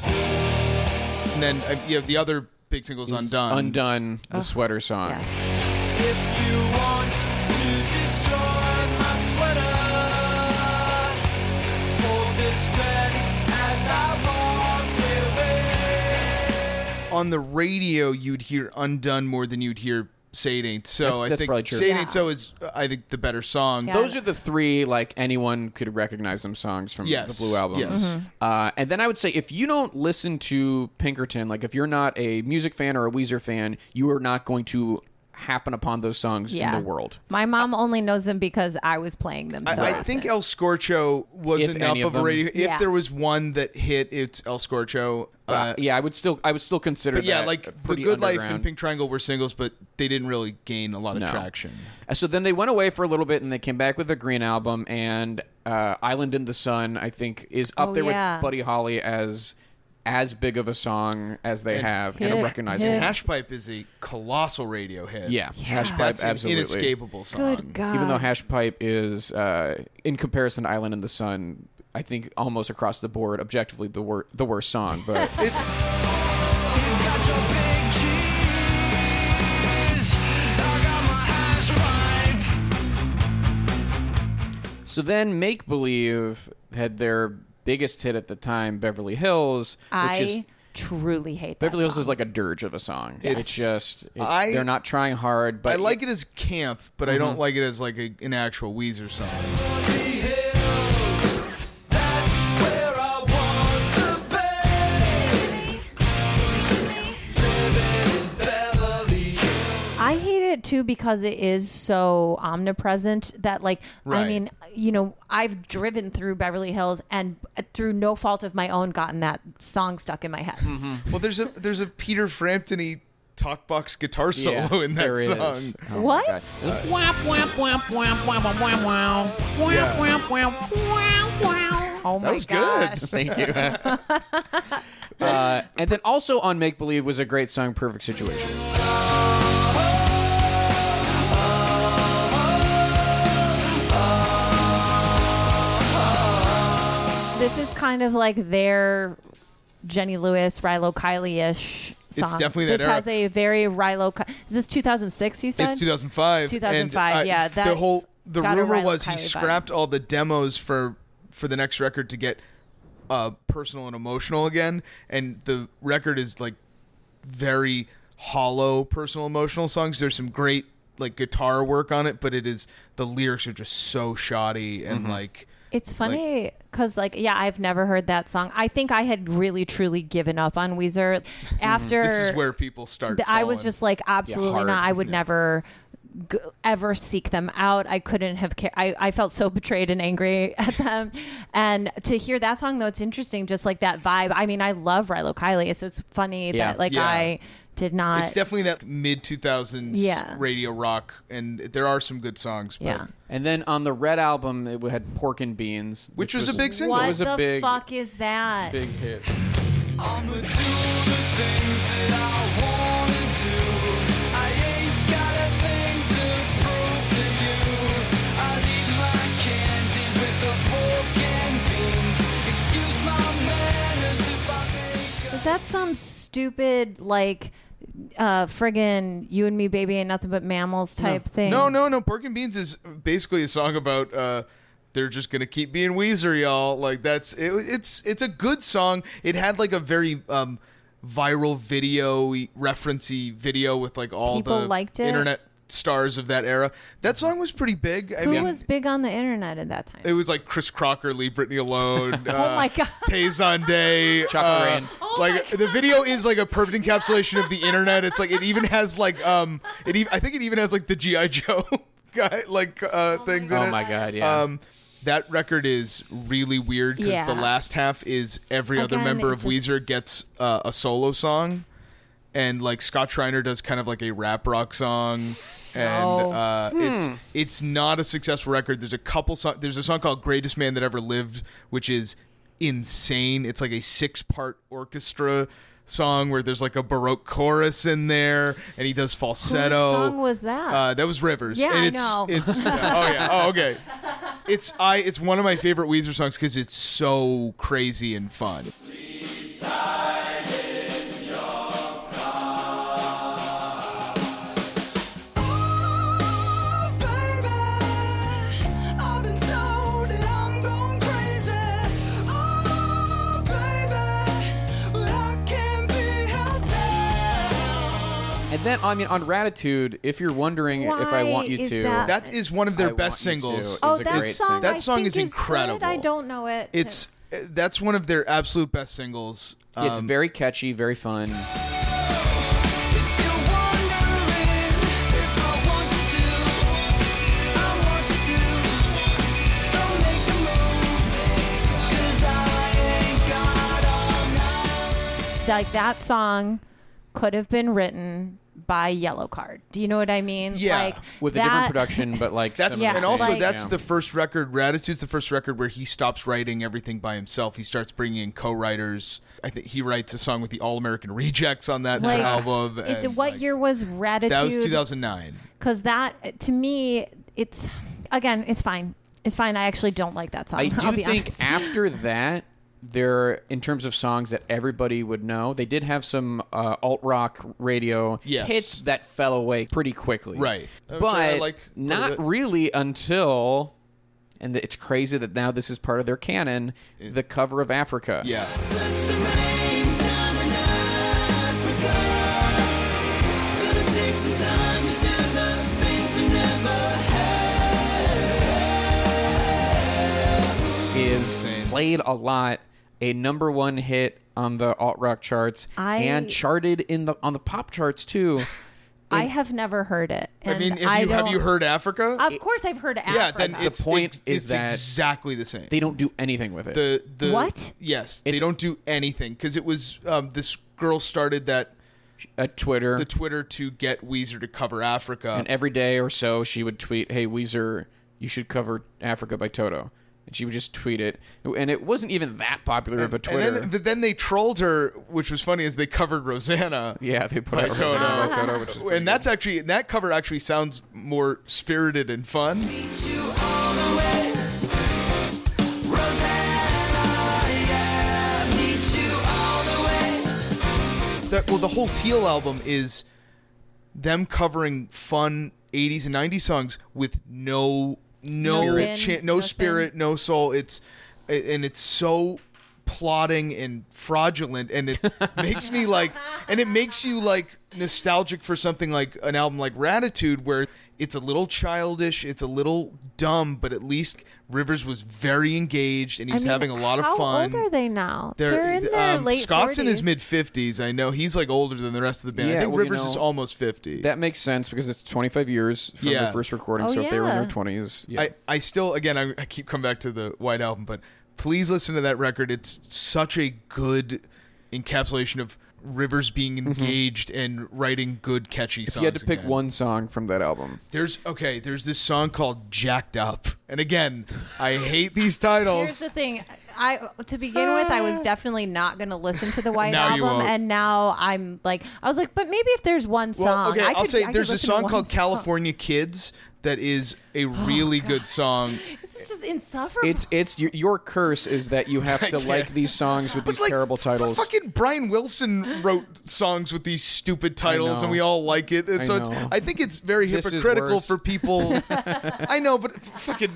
[SPEAKER 3] And then uh, you have the other big singles, Undone.
[SPEAKER 1] Undone, the sweater song.
[SPEAKER 2] yeah.
[SPEAKER 3] On the radio, you'd hear Undone more than you'd hear Say It Ain't So.
[SPEAKER 1] That's-
[SPEAKER 3] I
[SPEAKER 1] that's
[SPEAKER 3] think
[SPEAKER 1] probably true.
[SPEAKER 3] Say It
[SPEAKER 2] Yeah.
[SPEAKER 3] Ain't So is uh, I think the better song.
[SPEAKER 2] Yeah.
[SPEAKER 1] Those are the three like anyone could recognize them songs from
[SPEAKER 3] Yes.
[SPEAKER 1] the Blue album.
[SPEAKER 3] Yes.
[SPEAKER 2] Mm-hmm.
[SPEAKER 3] Mhm.
[SPEAKER 1] Uh, and then I would say if you don't listen to Pinkerton, like if you're not a music fan or a Weezer fan, you are not going to happen upon those songs
[SPEAKER 2] Yeah.
[SPEAKER 1] in the world.
[SPEAKER 2] My mom only knows them because I was playing them. So
[SPEAKER 3] I, I
[SPEAKER 2] often.
[SPEAKER 3] think El Scorcho was
[SPEAKER 1] If
[SPEAKER 3] enough
[SPEAKER 1] any of
[SPEAKER 3] of a
[SPEAKER 1] them.
[SPEAKER 3] radio. If
[SPEAKER 2] Yeah.
[SPEAKER 3] there was one that hit, it's El Scorcho. Uh,
[SPEAKER 1] Uh, yeah, I would still I would still consider
[SPEAKER 3] but yeah,
[SPEAKER 1] that
[SPEAKER 3] like The
[SPEAKER 1] pretty
[SPEAKER 3] Good Life and
[SPEAKER 1] underground.
[SPEAKER 3] Pink Triangle were singles, but they didn't really gain a lot of
[SPEAKER 1] No.
[SPEAKER 3] traction.
[SPEAKER 1] Uh, So then they went away for a little bit, and they came back with the Green album, and uh, Island in the Sun, I think, is up
[SPEAKER 2] Oh,
[SPEAKER 1] there
[SPEAKER 2] yeah.
[SPEAKER 1] with Buddy Holly as as big of a song as they have, and a
[SPEAKER 2] Hit,
[SPEAKER 1] recognizable.
[SPEAKER 2] hit.
[SPEAKER 3] Hashpipe is a colossal radio hit.
[SPEAKER 1] Yeah, Hashpipe
[SPEAKER 3] That's an
[SPEAKER 1] absolutely.
[SPEAKER 3] inescapable song.
[SPEAKER 2] Good God.
[SPEAKER 1] Even though Hashpipe is, uh, in comparison to Island in the Sun, I think almost across the board, objectively the wor- the worst song. But
[SPEAKER 3] It's
[SPEAKER 1] so then Make Believe had their biggest hit at the time, Beverly Hills, which
[SPEAKER 2] I
[SPEAKER 1] is
[SPEAKER 2] truly hate that
[SPEAKER 1] Beverly Hills
[SPEAKER 2] song.
[SPEAKER 1] is like a dirge of a song. It's,
[SPEAKER 3] It's-
[SPEAKER 1] just it-
[SPEAKER 3] I-
[SPEAKER 1] they're not trying hard, but Mm-hmm.
[SPEAKER 3] I like it as camp, but I don't like it as like a, an actual Weezer song.
[SPEAKER 2] I hate it too because it is so omnipresent that, like,
[SPEAKER 3] Right.
[SPEAKER 2] I mean, you know, I've driven through Beverly Hills and uh, through no fault of my own gotten that song stuck in my head.
[SPEAKER 3] Well, there's a there's a Peter Frampton-y talk box guitar
[SPEAKER 1] Yeah,
[SPEAKER 3] solo in that
[SPEAKER 1] there is.
[SPEAKER 3] song.
[SPEAKER 1] Oh my
[SPEAKER 2] What?
[SPEAKER 1] God.
[SPEAKER 3] Yeah.
[SPEAKER 2] Oh my
[SPEAKER 3] was good.
[SPEAKER 2] gosh.
[SPEAKER 1] Thank you. uh, and then also on Make Believe was a great song, Perfect Situation.
[SPEAKER 2] This is kind of like their Jenny Lewis, Rilo Kiley ish song.
[SPEAKER 3] definitely that
[SPEAKER 2] This
[SPEAKER 3] era.
[SPEAKER 2] has a very Rilo. Ki- Is this 2006? You said
[SPEAKER 3] It's 2005.
[SPEAKER 2] 2005,
[SPEAKER 3] And, uh,
[SPEAKER 2] yeah,
[SPEAKER 3] the
[SPEAKER 2] that's
[SPEAKER 3] whole the
[SPEAKER 2] got a
[SPEAKER 3] rumor
[SPEAKER 2] Rilo
[SPEAKER 3] was he
[SPEAKER 2] Kiley vibe.
[SPEAKER 3] scrapped all the demos for for the next record to get uh, personal and emotional again, and the record is like very hollow personal emotional songs. There's some great like guitar work on it, but it is the lyrics are just so shoddy and like
[SPEAKER 2] It's funny because, like, yeah, I've never heard that song. I think I had really, truly given up on Weezer after.
[SPEAKER 3] this is where people start.
[SPEAKER 2] th- I was
[SPEAKER 3] falling.
[SPEAKER 2] just like, absolutely
[SPEAKER 1] hard.
[SPEAKER 2] not. I would never g- ever seek them out. I couldn't have. Ca- I I felt so betrayed and angry at them. And to hear that song though, it's interesting. Just like that vibe. I mean, I love Rilo Kiley, so it's funny
[SPEAKER 1] Yeah.
[SPEAKER 2] that like
[SPEAKER 3] Yeah.
[SPEAKER 2] I did not.
[SPEAKER 3] it's definitely that mid 2000s
[SPEAKER 2] Yeah.
[SPEAKER 3] radio rock, and there are some good songs. But
[SPEAKER 2] yeah.
[SPEAKER 1] And then on the Red album, it had Pork and Beans,
[SPEAKER 3] Which was a big single.
[SPEAKER 2] What
[SPEAKER 3] It
[SPEAKER 1] was a
[SPEAKER 2] the
[SPEAKER 1] big- Oh
[SPEAKER 2] fuck is that?
[SPEAKER 1] big hit.
[SPEAKER 5] I'ma do the things that I wanna do. I ain't got a thing to prove to you. I leave my candy with the pork and beans. Excuse my manners if I make
[SPEAKER 2] Is that some stupid like uh friggin' you and me baby ain't nothing but mammals type thing?
[SPEAKER 3] No, no, no. Pork and Beans is basically a song about uh, they're just gonna keep being Weezer, y'all. Like that's it, it's it's a good song. It had like a very um, viral video referencey video with like all
[SPEAKER 2] People
[SPEAKER 3] the
[SPEAKER 2] liked it?
[SPEAKER 3] internet stars of that era. That song was pretty big. I
[SPEAKER 2] Who
[SPEAKER 3] mean,
[SPEAKER 2] was big on the internet at that time?
[SPEAKER 3] it was like Chris Crocker, Leave Britney Alone. oh
[SPEAKER 2] my God.
[SPEAKER 3] Tazon Day. uh,
[SPEAKER 1] Chocolate Rain.
[SPEAKER 3] like the video is like a perfect encapsulation of the internet. It's like it even has like um, it even, I think it even has like the GI Joe guy like uh things in
[SPEAKER 1] Oh
[SPEAKER 3] it.
[SPEAKER 1] my God, yeah.
[SPEAKER 3] Um, that record is really weird because
[SPEAKER 2] Yeah.
[SPEAKER 3] the last half is every other
[SPEAKER 2] Again,
[SPEAKER 3] member
[SPEAKER 2] it
[SPEAKER 3] of
[SPEAKER 2] just-
[SPEAKER 3] Weezer gets uh, a solo song, and like Scott Schreiner does kind of like a rap rock song. And
[SPEAKER 2] No.
[SPEAKER 3] uh, it's it's not a successful record. There's a couple song. There's a song called "Greatest Man That Ever Lived," which is insane. It's like a six part orchestra song where there's like a baroque chorus in there, and he does falsetto.
[SPEAKER 2] song was that?
[SPEAKER 3] Uh, that was Rivers.
[SPEAKER 2] Yeah,
[SPEAKER 3] and
[SPEAKER 2] I
[SPEAKER 3] it's,
[SPEAKER 2] know.
[SPEAKER 3] It's yeah. oh yeah. Oh okay. It's I. It's one of my favorite Weezer songs because it's so crazy and fun.
[SPEAKER 5] Oh, baby, I've been told that I'm going crazy. Oh, baby, well I can't be held down.
[SPEAKER 1] And then, I mean, on Ratitude, if you're wondering if I
[SPEAKER 2] Why
[SPEAKER 1] want you
[SPEAKER 2] is
[SPEAKER 1] to,
[SPEAKER 2] that-
[SPEAKER 3] That is one of
[SPEAKER 1] I
[SPEAKER 3] their
[SPEAKER 1] Want You
[SPEAKER 3] best
[SPEAKER 1] To
[SPEAKER 3] singles.
[SPEAKER 1] is Oh, a that great song- single.
[SPEAKER 3] That
[SPEAKER 2] I
[SPEAKER 3] song
[SPEAKER 2] think
[SPEAKER 3] is
[SPEAKER 2] good.
[SPEAKER 3] incredible.
[SPEAKER 2] I don't know it.
[SPEAKER 3] It's eh, that's one of their absolute best singles. Um,
[SPEAKER 1] it's very catchy, very fun.
[SPEAKER 5] If you're wondering if I want you to, I want you to. So make the move, 'cause I ain't got all night.
[SPEAKER 2] like that song could have been written by Yellow Card. Do you know what I mean?
[SPEAKER 3] Yeah.
[SPEAKER 2] Like
[SPEAKER 1] With a
[SPEAKER 2] that-
[SPEAKER 1] different production, but like some
[SPEAKER 3] That's
[SPEAKER 1] of
[SPEAKER 2] Yeah,
[SPEAKER 1] the
[SPEAKER 3] and also
[SPEAKER 2] like-
[SPEAKER 3] that's
[SPEAKER 1] yeah.
[SPEAKER 3] the first record. Ratitude's the first record where he stops writing everything by himself. He starts bringing in co-writers. I think he writes a song with the All American Rejects on that
[SPEAKER 2] Like,
[SPEAKER 3] album.
[SPEAKER 2] it-
[SPEAKER 3] and,
[SPEAKER 2] what
[SPEAKER 3] like,
[SPEAKER 2] year was Ratitude?
[SPEAKER 3] That was 2009.
[SPEAKER 2] Because that to me, it's again, it's fine. It's fine. I actually don't like that song.
[SPEAKER 1] I
[SPEAKER 2] will
[SPEAKER 1] do
[SPEAKER 2] be
[SPEAKER 1] think
[SPEAKER 2] honest.
[SPEAKER 1] after that, there in terms of songs that everybody would know, they did have some uh, alt rock radio
[SPEAKER 3] Yes.
[SPEAKER 1] hits that fell away pretty quickly,
[SPEAKER 3] Right. Which I
[SPEAKER 1] But
[SPEAKER 3] like quite a
[SPEAKER 1] not
[SPEAKER 3] bit.
[SPEAKER 1] really until, and it's crazy that now this is part of their canon, the cover of Africa.
[SPEAKER 3] Yeah.
[SPEAKER 5] Bless the rains down in Africa. Gonna take some time to do the things we never
[SPEAKER 1] is played a lot, a number one hit on the alt rock charts,
[SPEAKER 2] I-
[SPEAKER 1] and charted in the on the pop charts too.
[SPEAKER 2] I have never heard it.
[SPEAKER 3] I mean,
[SPEAKER 2] and
[SPEAKER 3] have you, have
[SPEAKER 2] don't-
[SPEAKER 3] you heard Africa?
[SPEAKER 2] Of course, I've heard Africa.
[SPEAKER 3] yeah, then it's
[SPEAKER 1] point
[SPEAKER 3] it's,
[SPEAKER 1] is
[SPEAKER 3] it's
[SPEAKER 1] that
[SPEAKER 3] exactly the same.
[SPEAKER 1] They don't do anything with it.
[SPEAKER 3] the the
[SPEAKER 2] What?
[SPEAKER 3] Yes, they
[SPEAKER 1] It's-
[SPEAKER 3] don't do anything because it was um, this girl started that
[SPEAKER 1] a Twitter
[SPEAKER 3] the Twitter to get Weezer to cover Africa.
[SPEAKER 1] and every day or so she would tweet, "Hey Weezer, you should cover Africa by Toto," and she would just tweet it, and it wasn't even that popular of a
[SPEAKER 3] And
[SPEAKER 1] Twitter.
[SPEAKER 3] then, then they trolled her, which was funny, as they covered Rosanna.
[SPEAKER 1] yeah, they put
[SPEAKER 3] by
[SPEAKER 1] out Toto.
[SPEAKER 3] Toto.
[SPEAKER 1] by Toto, which is pretty
[SPEAKER 3] and that's actually that cover actually sounds more spirited and fun.
[SPEAKER 5] meet you all the way. Rosanna, yeah, meet you all the way.
[SPEAKER 3] that well the whole Teal album is them covering fun 80s and 90s songs with no no
[SPEAKER 2] No spin,
[SPEAKER 3] cha-
[SPEAKER 2] no
[SPEAKER 3] no
[SPEAKER 2] spin.
[SPEAKER 3] spirit, no soul. It's a- and it's so plotting and fraudulent and it makes me like and it makes you like nostalgic for something like an album like Ratitude where it's a little childish, it's a little dumb, but at least Rivers was very engaged and he was having a lot of fun.
[SPEAKER 2] How old are they now? They're, in their
[SPEAKER 3] um,
[SPEAKER 2] late
[SPEAKER 3] Scott's
[SPEAKER 2] 40s.
[SPEAKER 3] in his mid fifties. I know he's like older than the rest of the band.
[SPEAKER 1] Yeah,
[SPEAKER 3] I think
[SPEAKER 1] well, you
[SPEAKER 3] Rivers is
[SPEAKER 1] know,
[SPEAKER 3] almost fifty.
[SPEAKER 1] That makes sense because it's 25 years from
[SPEAKER 3] Yeah.
[SPEAKER 1] the first recording.
[SPEAKER 2] Oh,
[SPEAKER 1] so if they were in their
[SPEAKER 2] yeah.
[SPEAKER 1] 20s, yeah.
[SPEAKER 3] I, I still again I, I keep coming back to the White Album, but please listen to that record. It's such a good encapsulation of Rivers being engaged and writing good catchy songs.
[SPEAKER 1] Mm-hmm. if you had to pick
[SPEAKER 3] again.
[SPEAKER 1] one song from that album,
[SPEAKER 3] There's okay. There's this song called "Jacked Up," and again, I hate these titles.
[SPEAKER 2] Here's the thing. I to begin with, I was definitely not going to listen to the White
[SPEAKER 3] Now you
[SPEAKER 2] album,
[SPEAKER 3] won't.
[SPEAKER 2] and now I'm like, I was like, but maybe if there's one song,
[SPEAKER 3] Well, okay,
[SPEAKER 2] I
[SPEAKER 3] I'll
[SPEAKER 2] could-
[SPEAKER 3] say
[SPEAKER 2] I could
[SPEAKER 3] there's a
[SPEAKER 2] listen to
[SPEAKER 3] song
[SPEAKER 2] one Oh,
[SPEAKER 3] called "California Kids" that is a really good song.
[SPEAKER 2] It's just insufferable.
[SPEAKER 1] it's it's your, your curse is that you have to
[SPEAKER 3] can't.
[SPEAKER 1] like these songs with these terrible
[SPEAKER 3] f-
[SPEAKER 1] titles.
[SPEAKER 3] Fucking Brian Wilson wrote songs with these stupid titles, and we all like it. And
[SPEAKER 1] I
[SPEAKER 3] so it's,
[SPEAKER 1] know.
[SPEAKER 3] I think it's very
[SPEAKER 1] This is
[SPEAKER 3] hypocritical
[SPEAKER 1] worse.
[SPEAKER 3] for people. I know, but f- fucking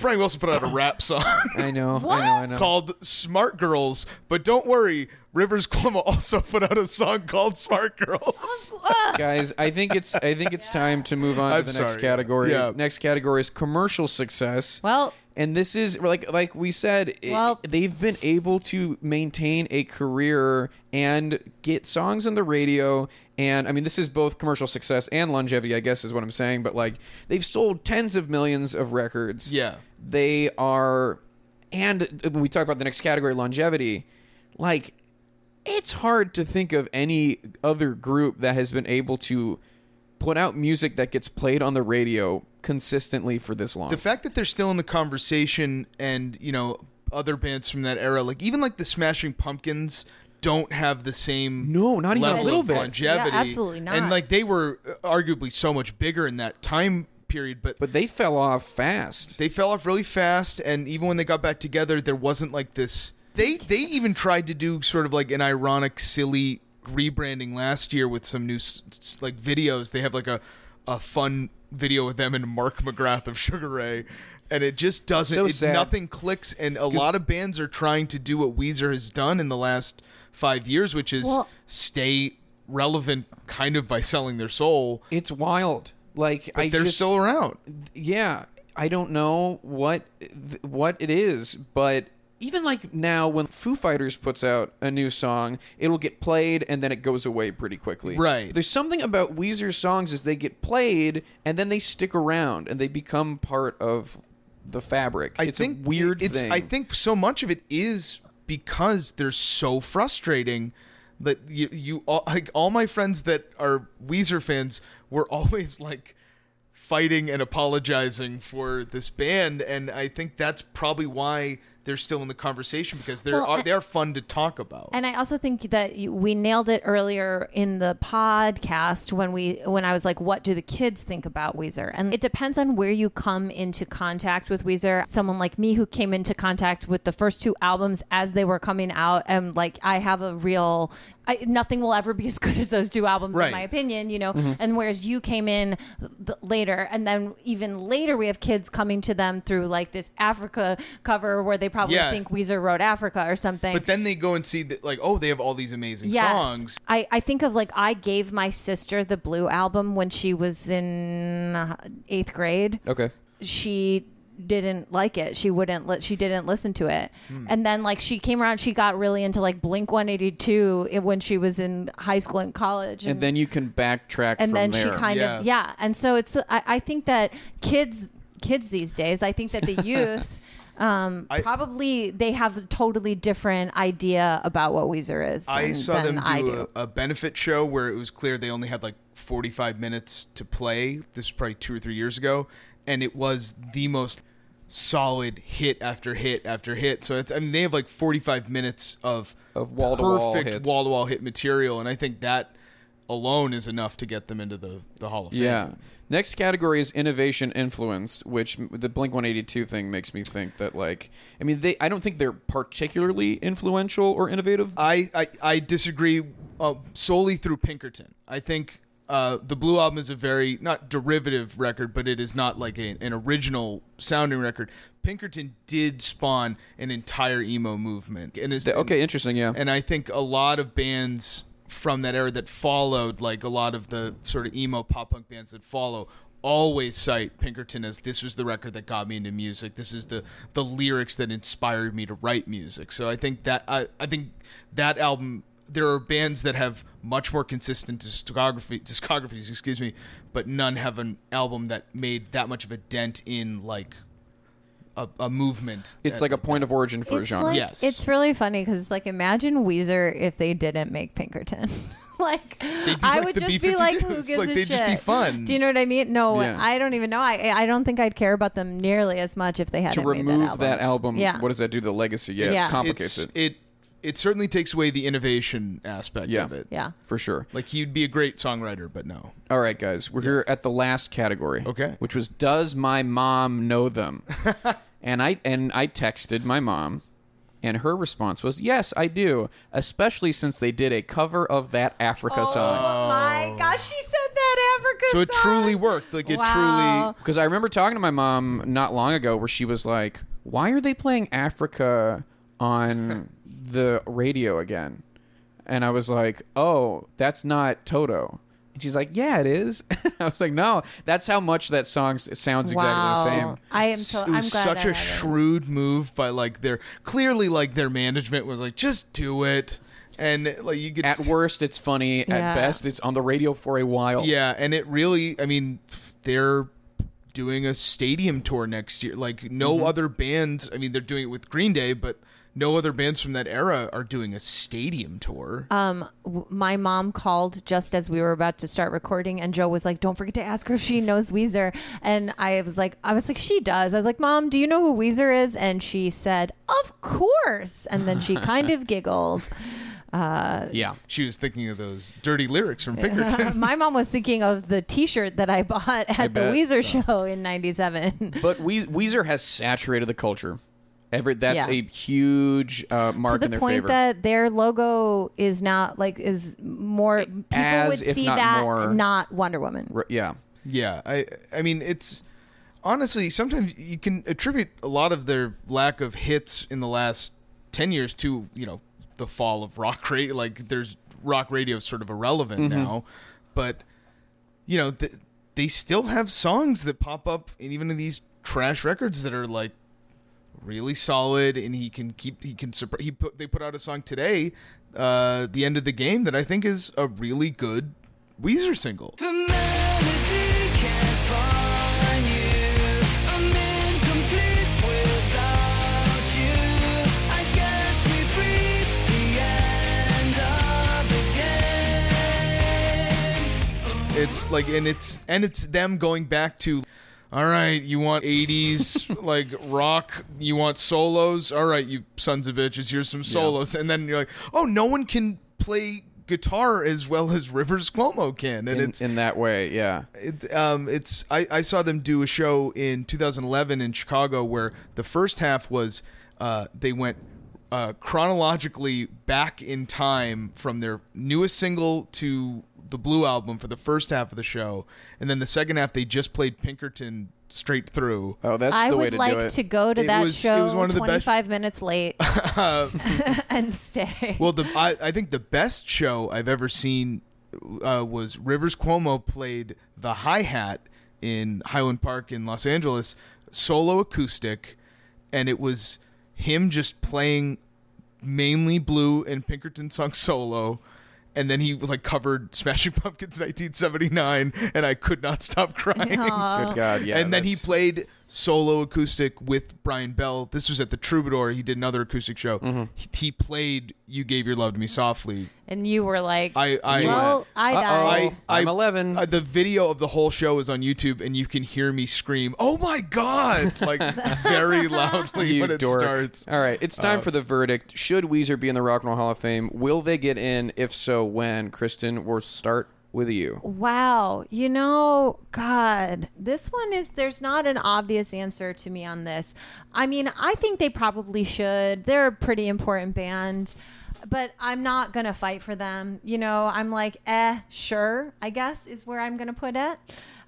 [SPEAKER 3] Brian Wilson put out a rap song
[SPEAKER 1] I know, I know, I know.
[SPEAKER 3] called "Smart Girls," but don't worry, Rivers Cuomo also put out a song called "Smart Girls."
[SPEAKER 1] Guys, I think it's I think it's time to move on
[SPEAKER 3] I'm
[SPEAKER 1] to the next
[SPEAKER 3] sorry.
[SPEAKER 1] category.
[SPEAKER 3] Yeah.
[SPEAKER 1] Next category is commercial success.
[SPEAKER 2] Well-
[SPEAKER 1] and this is like like we said, i-
[SPEAKER 2] Well-
[SPEAKER 1] they've been able to maintain a career and get songs on the radio. And I mean, this is both commercial success and longevity, I guess, is what I'm saying. But like, they've sold tens of millions of records.
[SPEAKER 3] Yeah.
[SPEAKER 1] they are. And uh, when we talk about the next category, longevity, like it's hard to think of any other group that has been able to put out music that gets played on the radio consistently for this long.
[SPEAKER 3] the fact that they're still in the conversation and you know other bands from that era like even like the smashing pumpkins don't have the same
[SPEAKER 1] No, not even a
[SPEAKER 3] level
[SPEAKER 1] little
[SPEAKER 3] of
[SPEAKER 1] bit.
[SPEAKER 3] longevity
[SPEAKER 2] Yeah, absolutely not.
[SPEAKER 3] and like they were uh, arguably so much bigger in that time period but,
[SPEAKER 1] but they fell off fast.
[SPEAKER 3] they fell off really fast and even when they got back together there wasn't like this they they even tried to do sort of like an ironic silly rebranding last year with some new s- s- like videos they have like a a fun video with them and Mark McGrath of Sugar Ray and it just doesn't
[SPEAKER 1] So
[SPEAKER 3] it,
[SPEAKER 1] sad.
[SPEAKER 3] nothing clicks and a lot of bands are trying to do what Weezer has done in the last 5 years which is
[SPEAKER 2] Well-
[SPEAKER 3] stay relevant kind of by selling their soul
[SPEAKER 1] it's wild. Like I
[SPEAKER 3] they're
[SPEAKER 1] just,
[SPEAKER 3] still around
[SPEAKER 1] yeah, I don't know what th- what it is, but even like now when Foo Fighters puts out a new song, it'll get played and then it goes away pretty quickly.
[SPEAKER 3] Right.
[SPEAKER 1] There's something about Weezer's songs is they get played and then they stick around and they become part of the fabric.
[SPEAKER 3] I
[SPEAKER 1] it's
[SPEAKER 3] think
[SPEAKER 1] a weird
[SPEAKER 3] it's,
[SPEAKER 1] thing.
[SPEAKER 3] I think so much of it is because they're so frustrating that you, you all, like all my friends that are Weezer fans were always like fighting and apologizing for this band, and I think that's probably why they're still in the conversation because they're
[SPEAKER 2] Well,
[SPEAKER 3] they're fun to talk about.
[SPEAKER 2] And I also think that you, we nailed it earlier in the podcast when we when I was like, "What do the kids think about Weezer?" And it depends on where you come into contact with Weezer. Someone like me who came into contact with the first two albums as they were coming out, and like I have a real, I, nothing will ever be as good as those two albums,
[SPEAKER 3] Right. Mm-hmm.
[SPEAKER 2] in my opinion, you know. And whereas you came in th- later, and then even later, we have kids coming to them through like this Africa cover where they probably
[SPEAKER 3] Yeah.
[SPEAKER 2] think Weezer wrote Africa or something.
[SPEAKER 3] but then they go and see that like oh they have all these amazing songs.
[SPEAKER 2] I, I think of like I gave my sister the Blue album when she was in uh, eighth grade.
[SPEAKER 1] okay.
[SPEAKER 2] She didn't like it. She wouldn't. Li- she didn't listen to it.
[SPEAKER 3] Hmm.
[SPEAKER 2] And then like she came around. She got really into like Blink One Eighty Two when she was in high school and college.
[SPEAKER 1] And then you can backtrack from
[SPEAKER 2] and then
[SPEAKER 1] there.
[SPEAKER 2] she kind of
[SPEAKER 3] Yeah.
[SPEAKER 2] yeah. And so it's I, I think that kids kids these days. I think that the youth. Um,
[SPEAKER 3] I-
[SPEAKER 2] probably they have a totally different idea about what Weezer is.
[SPEAKER 3] I
[SPEAKER 2] than-
[SPEAKER 3] saw
[SPEAKER 2] than
[SPEAKER 3] them
[SPEAKER 2] I
[SPEAKER 3] do,
[SPEAKER 2] do.
[SPEAKER 3] A, a benefit show where it was clear they only had like 45 minutes to play. This is probably two or three years ago, and it was the most solid hit after hit after hit. So it's I mean they have like 45 minutes of
[SPEAKER 1] Of wall-to-wall
[SPEAKER 3] perfect
[SPEAKER 1] hits.
[SPEAKER 3] wall to wall hit material, and I think that alone is enough to get them into the the Hall of Fame.
[SPEAKER 1] Yeah. Next category is innovation influence, which m- the Blink 182 thing makes me think that like I
[SPEAKER 3] Uh,
[SPEAKER 1] mean they I don't think they're particularly influential or innovative.
[SPEAKER 3] I, I I disagree uh, solely through Pinkerton. I think uh, the Blue Album is a very not derivative record, but it is not like a, an original sounding record. Pinkerton did spawn an entire emo movement, and is
[SPEAKER 1] The- okay, interesting, yeah.
[SPEAKER 3] and I think a lot of bands from that era that followed, like a lot of the sort of emo pop punk bands that follow, always cite Pinkerton as this was the record that got me into music. This is the the lyrics that inspired me to write music. So I think that I, I think that album. There are bands that have much more consistent discography, discographies, excuse me, but none have an album that made that much of a dent in like a, a movement.
[SPEAKER 1] It's
[SPEAKER 3] that-
[SPEAKER 1] like a point of origin for a
[SPEAKER 2] it's
[SPEAKER 1] genre.
[SPEAKER 2] Like,
[SPEAKER 3] Yes.
[SPEAKER 2] It's really funny because it's like imagine Weezer if they didn't make Pinkerton. like
[SPEAKER 3] They'd be
[SPEAKER 2] I
[SPEAKER 3] like
[SPEAKER 2] would
[SPEAKER 3] the
[SPEAKER 2] just be like, who
[SPEAKER 3] B-52s.
[SPEAKER 2] gives
[SPEAKER 3] Like,
[SPEAKER 2] a
[SPEAKER 3] they'd
[SPEAKER 2] shit?
[SPEAKER 3] just be fun.
[SPEAKER 2] Do you know what I mean? No,
[SPEAKER 1] Yeah.
[SPEAKER 2] I don't even know. I I don't think I'd care about them nearly as much if they
[SPEAKER 1] to
[SPEAKER 2] hadn't made
[SPEAKER 1] remove
[SPEAKER 2] that album. Yeah.
[SPEAKER 1] what does that do to the legacy? Yeah,
[SPEAKER 2] Yeah.
[SPEAKER 1] it complicates
[SPEAKER 3] it's-
[SPEAKER 1] it.
[SPEAKER 3] it. It certainly takes away the innovation aspect
[SPEAKER 1] Yeah.
[SPEAKER 3] of it.
[SPEAKER 2] Yeah.
[SPEAKER 1] for sure.
[SPEAKER 3] Like you'd be a great songwriter, but no.
[SPEAKER 1] All right, guys, we're here at the last category.
[SPEAKER 3] Okay.
[SPEAKER 1] which was does my mom know them? and I and I texted my mom, and her response was yes, I do. Especially since they did a cover of that Africa song.
[SPEAKER 2] Oh my gosh, she said that Africa.
[SPEAKER 3] So it
[SPEAKER 2] song.
[SPEAKER 3] truly worked. Like it
[SPEAKER 2] Wow.
[SPEAKER 1] Because I remember talking to my mom not long ago, where she was like, "Why are they playing Africa on the radio again?" And I was like, "Oh, that's not Toto." And she's like, "Yeah, it is." I was like, "No, that's how much that song s- sounds exactly the
[SPEAKER 2] Wow.
[SPEAKER 1] same."
[SPEAKER 2] I am
[SPEAKER 3] truly
[SPEAKER 2] so.
[SPEAKER 3] it was
[SPEAKER 2] I'm glad
[SPEAKER 3] such
[SPEAKER 2] I
[SPEAKER 3] a
[SPEAKER 2] read it.
[SPEAKER 3] shrewd move by like their clearly like their management was like just do it, and like you get
[SPEAKER 1] At worst, it's funny. At
[SPEAKER 2] Yeah.
[SPEAKER 1] best, it's on the radio for a while.
[SPEAKER 3] Yeah, and it really. I mean, they're doing a stadium tour next year. Like no
[SPEAKER 1] Mm-hmm.
[SPEAKER 3] other bands. I mean, they're doing it with Green Day, but no other bands from that era are doing a stadium tour.
[SPEAKER 2] w- my mom called just as we were about to start recording and Joe was like, "Don't forget to ask her if she knows Weezer." And I was like, I was like, "She does." I was like, "Mom, do you know who Weezer is?" And she said, "Of course." And then she kind of giggled.
[SPEAKER 1] yeah.
[SPEAKER 3] she was thinking of those dirty lyrics from Pinkerton.
[SPEAKER 2] My mom was thinking of the t-shirt that I bought at the
[SPEAKER 1] bet.
[SPEAKER 2] Weezer show in 97.
[SPEAKER 1] But we- Weezer has saturated the culture. Every that's
[SPEAKER 2] Yeah.
[SPEAKER 1] a huge uh, mark
[SPEAKER 2] to the
[SPEAKER 1] in their
[SPEAKER 2] point
[SPEAKER 1] favor.
[SPEAKER 2] that their logo is not like is more people
[SPEAKER 1] As
[SPEAKER 2] would
[SPEAKER 1] if
[SPEAKER 2] see
[SPEAKER 1] not
[SPEAKER 2] that
[SPEAKER 1] more-
[SPEAKER 2] not Wonder Woman.
[SPEAKER 1] R- yeah.
[SPEAKER 3] Yeah, I I mean it's honestly sometimes you can attribute a lot of their lack of hits in the last 10 years to, you know, the fall of rock radio like there's rock radio is sort of irrelevant now, but you know, th- they still have songs that pop up and even in these trash records that are like really solid and he can keep he can surpri- he put they put out a song today uh the end of the game that I think is a really good Weezer single.
[SPEAKER 5] The melody can't find you. I'm incomplete without you. I guess we've reached the end of the game.
[SPEAKER 3] It's like and it's and it's them going back to all right, you want 80s like rock, you want solos. All right, you sons of bitches, here's some solos. And then you're like, "Oh, no one can play guitar as well as Rivers Cuomo can." And
[SPEAKER 1] In,
[SPEAKER 3] it's
[SPEAKER 1] in that way, yeah.
[SPEAKER 3] it, um, it's I, I saw them do a show in 2011 in Chicago where the first half was uh, they went uh, chronologically back in time from their newest single to the Blue album for the first half of the show, and then the second half they just played Pinkerton straight through.
[SPEAKER 1] Oh, that's
[SPEAKER 2] I
[SPEAKER 1] the way
[SPEAKER 2] would
[SPEAKER 1] to
[SPEAKER 2] like
[SPEAKER 1] do it.
[SPEAKER 2] to go to
[SPEAKER 3] It
[SPEAKER 2] that
[SPEAKER 3] was- it
[SPEAKER 2] show
[SPEAKER 3] was one of the best-
[SPEAKER 2] 25 minutes late and stay.
[SPEAKER 3] Well, the I, I think the best show I've ever seen uh, was Rivers Cuomo played the hi hat in Highland Park in Los Angeles, solo acoustic, and it was him just playing mainly Blue and Pinkerton song solo. And then he like covered Smashing Pumpkins 1979, and I could not stop crying
[SPEAKER 1] Good God, yeah.
[SPEAKER 3] and then he
[SPEAKER 1] that's-
[SPEAKER 3] played solo acoustic with Brian Bell. This was at the Troubadour. He did another acoustic show.
[SPEAKER 1] Mm-hmm.
[SPEAKER 3] He, he played "You Gave Your Love to Me Softly."
[SPEAKER 2] and you were like,
[SPEAKER 3] I, I,
[SPEAKER 2] well, I
[SPEAKER 1] Uh-oh.
[SPEAKER 2] died.
[SPEAKER 3] I,
[SPEAKER 1] "Oh, I'm 11.
[SPEAKER 3] uh, the video of the whole show is on YouTube, and you can hear me scream, "Oh my god!" like very loudly
[SPEAKER 1] You
[SPEAKER 3] when it
[SPEAKER 1] dork.
[SPEAKER 3] starts. Uh,
[SPEAKER 1] All right, it's time for the verdict. Should Weezer be in the Rock and Roll Hall of Fame? Will they get in? If so, when? Kristen, we'll start with you.
[SPEAKER 2] wow. You know, God, this one is, there's not an obvious answer to me on this. I mean, I think they probably should. They're a pretty important band. but I'm not gonna fight for them. You know, I'm like, eh, sure, I guess is where I'm gonna put it.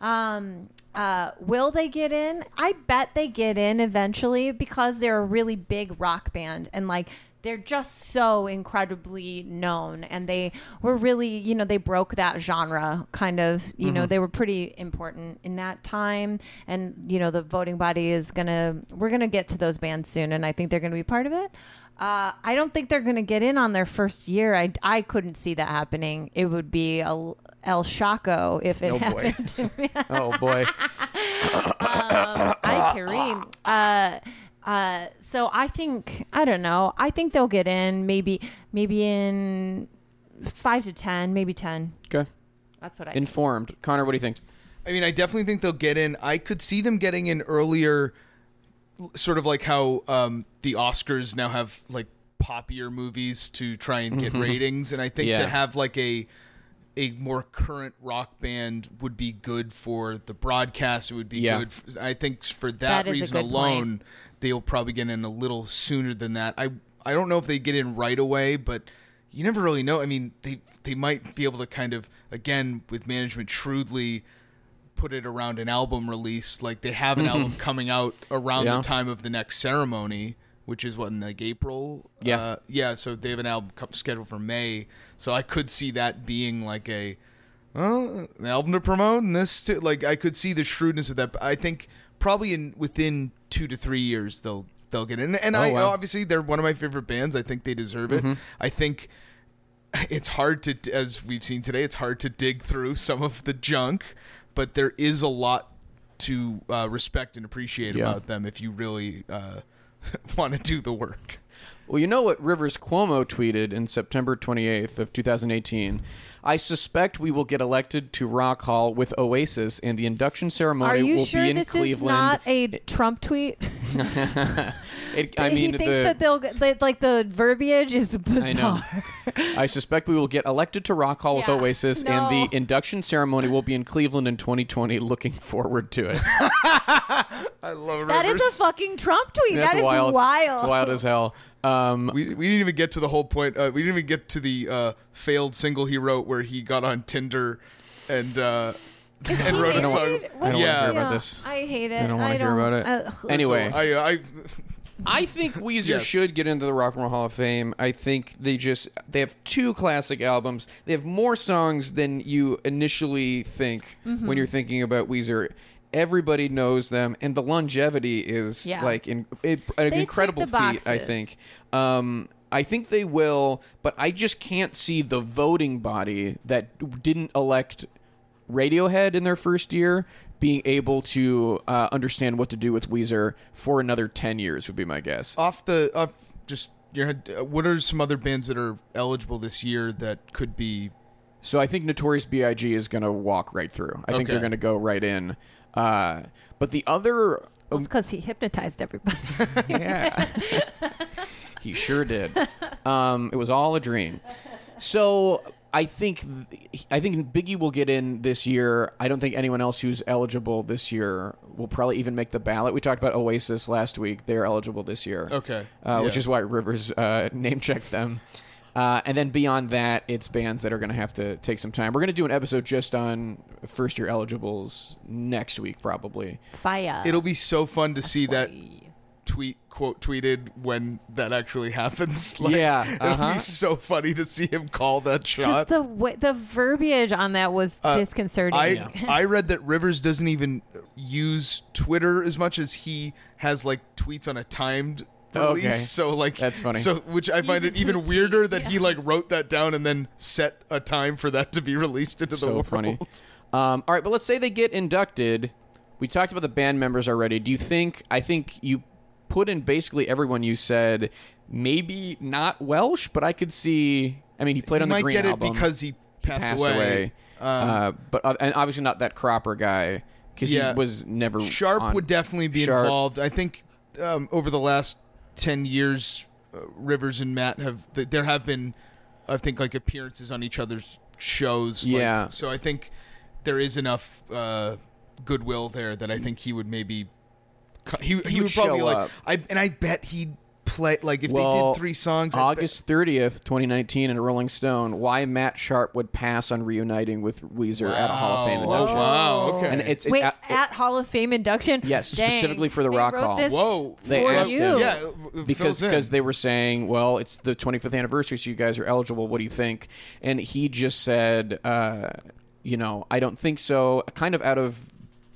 [SPEAKER 2] Um, uh, will they get in? I bet they get in eventually because they're a really big rock band and like they're just so incredibly known and they were really you know they broke that genre kind of you know they were pretty important in that time and you know the voting body is gonna we're gonna get to those bands soon and i think they're gonna be part of it uh, i don't think they're gonna get in on their first year i, I couldn't see that happening it would be a, el shaco if it
[SPEAKER 1] Oh, boy.
[SPEAKER 2] happened
[SPEAKER 1] Oh boy.
[SPEAKER 2] Hi, Kareem. Uh, uh, so I think I don't know. I think they'll get in. Maybe maybe in five to ten, maybe ten.
[SPEAKER 1] Okay.
[SPEAKER 2] That's what I. think.
[SPEAKER 1] Informed. Connor, what do you think?
[SPEAKER 3] I mean, I definitely think they'll get in. I could see them getting in earlier, sort of like how um, the Oscars now have like poppier movies to try and get ratings, and I think
[SPEAKER 1] Mm-hmm. Yeah.
[SPEAKER 3] to have like a a more current rock band would be good for the broadcast. It would be
[SPEAKER 1] Yeah.
[SPEAKER 3] good. For, I think for that,
[SPEAKER 2] That is a
[SPEAKER 3] reason
[SPEAKER 2] good point.
[SPEAKER 3] alone, they'll probably get in a little sooner than that. I I don't know if they get in right away, but you never really know. I mean, they they might be able to kind of again with management shrewdly put it around an album release. Like they have an album coming out around
[SPEAKER 1] Mm-hmm. Yeah.
[SPEAKER 3] the time of the next ceremony, which is what in like April.
[SPEAKER 1] Yeah.
[SPEAKER 3] uh, yeah. So they have an album co- scheduled for May. So I could see that being like a well, an album to promote and this too. Like I could see the shrewdness of that. But I think probably in within two to three years they'll they'll get in. And I
[SPEAKER 1] Oh, wow. Mm-hmm.
[SPEAKER 3] obviously they're one of my favorite bands. I think they deserve it. I think it's hard to as we've seen today it's hard to dig through some of the junk but there is a lot to uh, respect and appreciate
[SPEAKER 1] Yeah.
[SPEAKER 3] about them if you really uh, want to do the work
[SPEAKER 1] Well, you know what Rivers Cuomo tweeted in September 28th of 2018. I suspect we will get elected to Rock Hall with Oasis, and the induction ceremony
[SPEAKER 2] Are you
[SPEAKER 1] will
[SPEAKER 2] sure
[SPEAKER 1] be in
[SPEAKER 2] this
[SPEAKER 1] Cleveland.
[SPEAKER 2] is not a Trump tweet?
[SPEAKER 1] It- I
[SPEAKER 2] he
[SPEAKER 1] mean,
[SPEAKER 2] thinks
[SPEAKER 1] the-
[SPEAKER 2] that they'll get- that, like the verbiage is
[SPEAKER 1] I know.
[SPEAKER 2] bizarre.
[SPEAKER 1] I suspect we will get elected to Rock Hall
[SPEAKER 2] Yeah.
[SPEAKER 1] with Oasis,
[SPEAKER 2] No.
[SPEAKER 1] and the induction ceremony will be in Cleveland in 2020. Looking forward to it.
[SPEAKER 3] i love
[SPEAKER 2] That is a fucking Trump tweet.
[SPEAKER 1] That's
[SPEAKER 2] that is
[SPEAKER 1] wild.
[SPEAKER 2] wild.
[SPEAKER 1] It's wild as hell. Um,
[SPEAKER 3] we, we didn't even get to the whole point uh, we didn't even get to the uh, failed single he wrote where he got on tinder and uh,
[SPEAKER 2] Is
[SPEAKER 3] and
[SPEAKER 2] he
[SPEAKER 3] wrote a
[SPEAKER 2] hated?
[SPEAKER 3] song
[SPEAKER 1] I don't
[SPEAKER 3] yeah
[SPEAKER 1] hear about this.
[SPEAKER 2] I hate it.
[SPEAKER 1] I don't wanna hear about it.
[SPEAKER 2] uh,
[SPEAKER 1] Anyway.
[SPEAKER 3] I, I
[SPEAKER 1] I think Weezer
[SPEAKER 3] Yes.
[SPEAKER 1] should get into the Rock and Roll Hall of Fame. I think they just they have two classic albums. They have more songs than you initially think
[SPEAKER 2] Mm-hmm.
[SPEAKER 1] when you're thinking about Weezer. Everybody knows them, and the longevity is
[SPEAKER 2] Yeah.
[SPEAKER 1] like in, it, an
[SPEAKER 2] tick
[SPEAKER 1] incredible
[SPEAKER 2] the
[SPEAKER 1] feat. I
[SPEAKER 2] boxes.
[SPEAKER 1] think. Um, I think they will, but I just can't see the voting body that didn't elect Radiohead in their first year being able to uh, understand what to do with Weezer for another 10 years would be my guess.
[SPEAKER 3] off the off just your head uh, what are some other bands that are eligible this year that could be
[SPEAKER 1] So I think Notorious B.I.G. is going to walk right through. I think
[SPEAKER 3] Okay.
[SPEAKER 1] they're going to go right in. Uh, but the other.
[SPEAKER 2] Well, it's because he hypnotized everybody.
[SPEAKER 1] Yeah. he sure did. Um, it was all a dream. So I think th- I think Biggie will get in this year. I don't think anyone else who's eligible this year will probably even make the ballot. We talked about Oasis last week. They're eligible this year.
[SPEAKER 3] Okay.
[SPEAKER 1] Uh, Which
[SPEAKER 3] Yeah.
[SPEAKER 1] is why Rivers uh, name checked them. Uh, and then beyond that, it's bands that are going to have to take some time. We're going to do an episode just on first year eligibles next week, probably.
[SPEAKER 2] Fire.
[SPEAKER 3] It'll be so fun to see that tweet quote tweeted when that actually happens. Like,
[SPEAKER 1] Yeah,
[SPEAKER 3] it'll
[SPEAKER 1] uh-huh.
[SPEAKER 3] be so funny to see him call that shot.
[SPEAKER 2] Just the way, the verbiage on that was
[SPEAKER 1] Uh,
[SPEAKER 2] disconcerting.
[SPEAKER 3] I I read that Rivers doesn't even use Twitter as much as he has like tweets on a timed release.
[SPEAKER 1] Okay.
[SPEAKER 3] So like
[SPEAKER 1] That's funny.
[SPEAKER 3] So which I find
[SPEAKER 2] Uses
[SPEAKER 3] it even
[SPEAKER 2] Hootsuite,
[SPEAKER 3] weirder that he like wrote that down and then set a time for that to be released into the
[SPEAKER 1] so
[SPEAKER 3] world.
[SPEAKER 1] funny. Um, all right, but let's say they get inducted. We talked about the band members already. Do you think? I think you put in basically everyone you said. Maybe not Welsh, but I could see. I mean, he played
[SPEAKER 3] He
[SPEAKER 1] on the
[SPEAKER 3] might
[SPEAKER 1] Green
[SPEAKER 3] get
[SPEAKER 1] album.
[SPEAKER 3] it because he passed,
[SPEAKER 1] passed
[SPEAKER 3] away. Um,
[SPEAKER 1] away. uh, but uh, and obviously not that Cropper guy because
[SPEAKER 3] Yeah.
[SPEAKER 1] he was never
[SPEAKER 3] Sharp
[SPEAKER 1] on-
[SPEAKER 3] would definitely be
[SPEAKER 1] Sharp.
[SPEAKER 3] involved. I think um, over the last ten years, uh, Rivers and Matt have th- there have been, I think, like appearances on each other's shows. like-
[SPEAKER 1] Yeah.
[SPEAKER 3] So I think there is enough uh, goodwill there that I think he would maybe co- he he,
[SPEAKER 1] would
[SPEAKER 3] would, probably
[SPEAKER 1] show
[SPEAKER 3] like
[SPEAKER 1] up.
[SPEAKER 3] I and I bet he. play like if they
[SPEAKER 1] Well,
[SPEAKER 3] did three songs I bet-
[SPEAKER 1] August 30th, 2019, in Rolling Stone, why Matt Sharp would pass on reuniting with Weezer at a Hall of Fame
[SPEAKER 3] Oh,
[SPEAKER 1] induction.
[SPEAKER 3] wow. Okay.
[SPEAKER 1] And it's it-
[SPEAKER 2] Wait,
[SPEAKER 1] uh,
[SPEAKER 2] at, Hall of Fame induction?
[SPEAKER 1] Yes,
[SPEAKER 2] Dang.
[SPEAKER 1] specifically for the
[SPEAKER 2] They
[SPEAKER 1] Rock
[SPEAKER 2] wrote
[SPEAKER 1] Hall.
[SPEAKER 2] this
[SPEAKER 3] Whoa.
[SPEAKER 1] They
[SPEAKER 2] for
[SPEAKER 1] asked
[SPEAKER 2] you.
[SPEAKER 1] him.
[SPEAKER 3] Yeah, it- it
[SPEAKER 1] because
[SPEAKER 3] fills in.
[SPEAKER 1] because they were saying, well, it's the 25th anniversary, so you guys are eligible. What do you think? And he just said, uh, you know, I don't think so. Kind of out of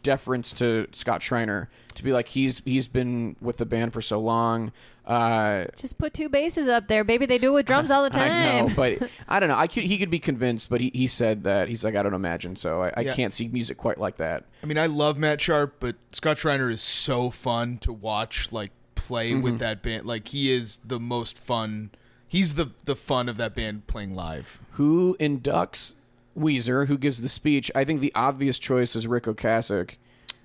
[SPEAKER 1] deference to Scott Schreiner to be like he's he's been with the band for so long. Uh,
[SPEAKER 2] Just put two basses up there, baby. They do it with drums all the time.
[SPEAKER 1] I know, but I don't know. I could he could be convinced, but he, he said that he's like I don't imagine so. I, I
[SPEAKER 3] Yeah.
[SPEAKER 1] can't see music quite like that.
[SPEAKER 3] I mean, I love Matt Sharp, but Scott Schreiner is so fun to watch, like play with that band. Like he is the most fun. He's the the fun of that band playing live.
[SPEAKER 1] Who inducts Weezer? Who gives the speech? I think the obvious choice is Rick Ocasek.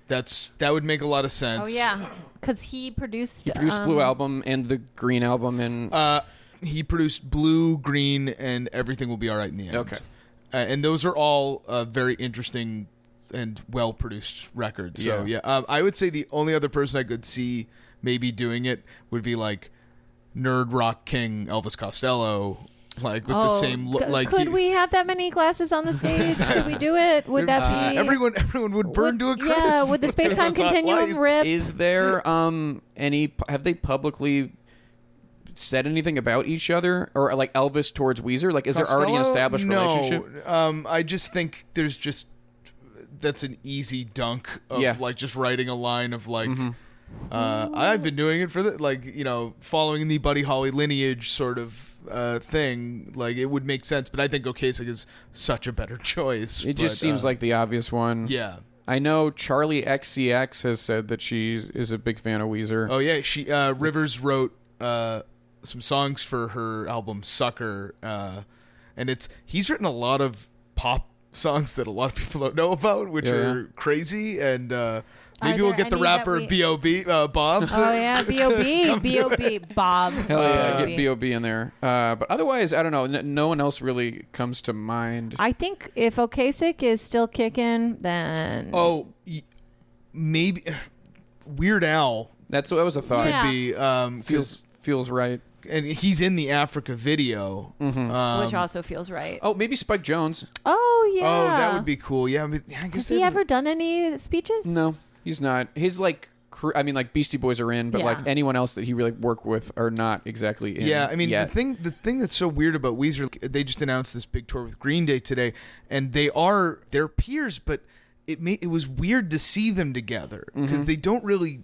[SPEAKER 3] That's that would make a lot of sense.
[SPEAKER 2] oh, yeah. Because he produced.
[SPEAKER 1] He produced
[SPEAKER 2] Um,
[SPEAKER 1] Blue Album and the Green Album, and
[SPEAKER 3] Uh, He produced Blue, Green, and Everything Will Be All Right in the End.
[SPEAKER 1] Okay.
[SPEAKER 3] Uh, and those are all uh, very interesting and well produced records. So
[SPEAKER 1] Yeah.
[SPEAKER 3] yeah, um, I would say the only other person I could see maybe doing it would be like nerd rock king Elvis Costello, like with the
[SPEAKER 2] Oh,
[SPEAKER 3] same look.
[SPEAKER 2] c-
[SPEAKER 3] like
[SPEAKER 2] could
[SPEAKER 3] he-
[SPEAKER 2] we have that many glasses on the stage? could we do it? Would that
[SPEAKER 1] Uh,
[SPEAKER 2] be
[SPEAKER 3] Everyone, everyone would
[SPEAKER 2] would-
[SPEAKER 3] burn to a crisp.
[SPEAKER 2] Yeah, would the space time
[SPEAKER 3] Those hot lights.
[SPEAKER 2] continuum rip?
[SPEAKER 1] is there um any have they publicly said anything about each other or like Elvis towards Weezer? Like, is there already an
[SPEAKER 3] Costello?
[SPEAKER 1] established
[SPEAKER 3] no.
[SPEAKER 1] relationship?
[SPEAKER 3] Um, I just think there's just that's an easy dunk of
[SPEAKER 1] Yeah. Mm-hmm.
[SPEAKER 3] like just writing a line of like. Uh, I've been doing it for the like you know following the Buddy Holly lineage sort of uh, thing. Like it would make sense, but I think Okasic is such a better choice.
[SPEAKER 1] It just
[SPEAKER 3] but,
[SPEAKER 1] seems
[SPEAKER 3] uh,
[SPEAKER 1] like the obvious one.
[SPEAKER 3] yeah.
[SPEAKER 1] I know Charlie XCX has said that she is a big fan of Weezer.
[SPEAKER 3] Oh yeah, she uh, Rivers wrote uh, some songs for her album Sucker, uh, and it's he's written a lot of pop songs that a lot of people don't know about, which
[SPEAKER 1] Yeah,
[SPEAKER 3] are
[SPEAKER 1] yeah.
[SPEAKER 3] crazy. And uh, maybe
[SPEAKER 2] Are
[SPEAKER 3] we'll
[SPEAKER 2] there
[SPEAKER 3] get the
[SPEAKER 2] any that
[SPEAKER 3] rapper
[SPEAKER 2] we-
[SPEAKER 3] B.O.B. Uh, Bob. to-
[SPEAKER 2] Oh yeah, B.O.B. B.O.B. Bob.
[SPEAKER 1] Hell yeah,
[SPEAKER 2] B.O.B..
[SPEAKER 1] Uh, get Bob in there. Uh, but otherwise, I don't know. N- no one else really comes to mind.
[SPEAKER 2] I think if Okasic is still kicking, then
[SPEAKER 3] Oh, y- maybe Weird Al
[SPEAKER 1] That's that was a thought.
[SPEAKER 3] could
[SPEAKER 2] Yeah.
[SPEAKER 3] be um, 'cause-
[SPEAKER 1] Feels feels right.
[SPEAKER 3] and he's in the Africa video.
[SPEAKER 1] Mm-hmm.
[SPEAKER 3] Um,
[SPEAKER 2] which also feels right. Oh,
[SPEAKER 1] Oh, maybe Spike Jones.
[SPEAKER 2] yeah.
[SPEAKER 3] Oh, that would be cool. Yeah, I mean, I guess
[SPEAKER 2] Has
[SPEAKER 3] they
[SPEAKER 2] he
[SPEAKER 3] haven't-
[SPEAKER 2] ever done any speeches?
[SPEAKER 1] No, he's not. His like, cr- I mean, like Beastie Boys are in, but
[SPEAKER 2] Yeah.
[SPEAKER 1] like anyone else that he really work with are not exactly in.
[SPEAKER 3] Yeah, I mean
[SPEAKER 1] yet.
[SPEAKER 3] the thing the thing that's so weird about Weezer, like, they just announced this big tour with Green Day today, and they are their peers, but it made, it was weird to see them together
[SPEAKER 1] Mm-hmm.
[SPEAKER 3] because they don't really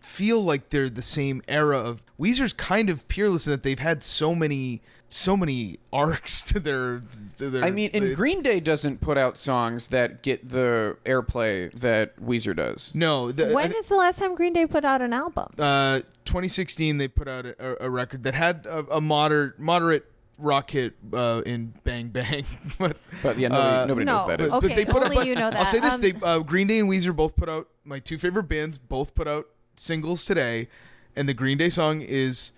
[SPEAKER 3] feel like they're the same era of Weezer's kind of peerless in that they've had so many so many arcs to their to their
[SPEAKER 1] I mean, and
[SPEAKER 3] they-
[SPEAKER 1] Green Day doesn't put out songs that get the airplay that Weezer does.
[SPEAKER 3] No, the, I
[SPEAKER 2] When
[SPEAKER 3] thi-
[SPEAKER 2] is the last time Green Day put out an album?
[SPEAKER 3] uh, 2016 they put out a, a record that had a, a moderate moderate rock hit uh, in Bang Bang, but
[SPEAKER 1] But yeah, nobody,
[SPEAKER 3] Uh,
[SPEAKER 1] nobody knows
[SPEAKER 2] no.
[SPEAKER 1] that
[SPEAKER 3] But,
[SPEAKER 1] is.
[SPEAKER 2] Okay.
[SPEAKER 3] but they put
[SPEAKER 2] only
[SPEAKER 3] out, but
[SPEAKER 2] you know
[SPEAKER 3] I'll
[SPEAKER 2] that.
[SPEAKER 3] say this:
[SPEAKER 2] Um,
[SPEAKER 3] they uh, Green Day and Weezer both put out my two favorite bands. Both put out singles today, and the Green Day song is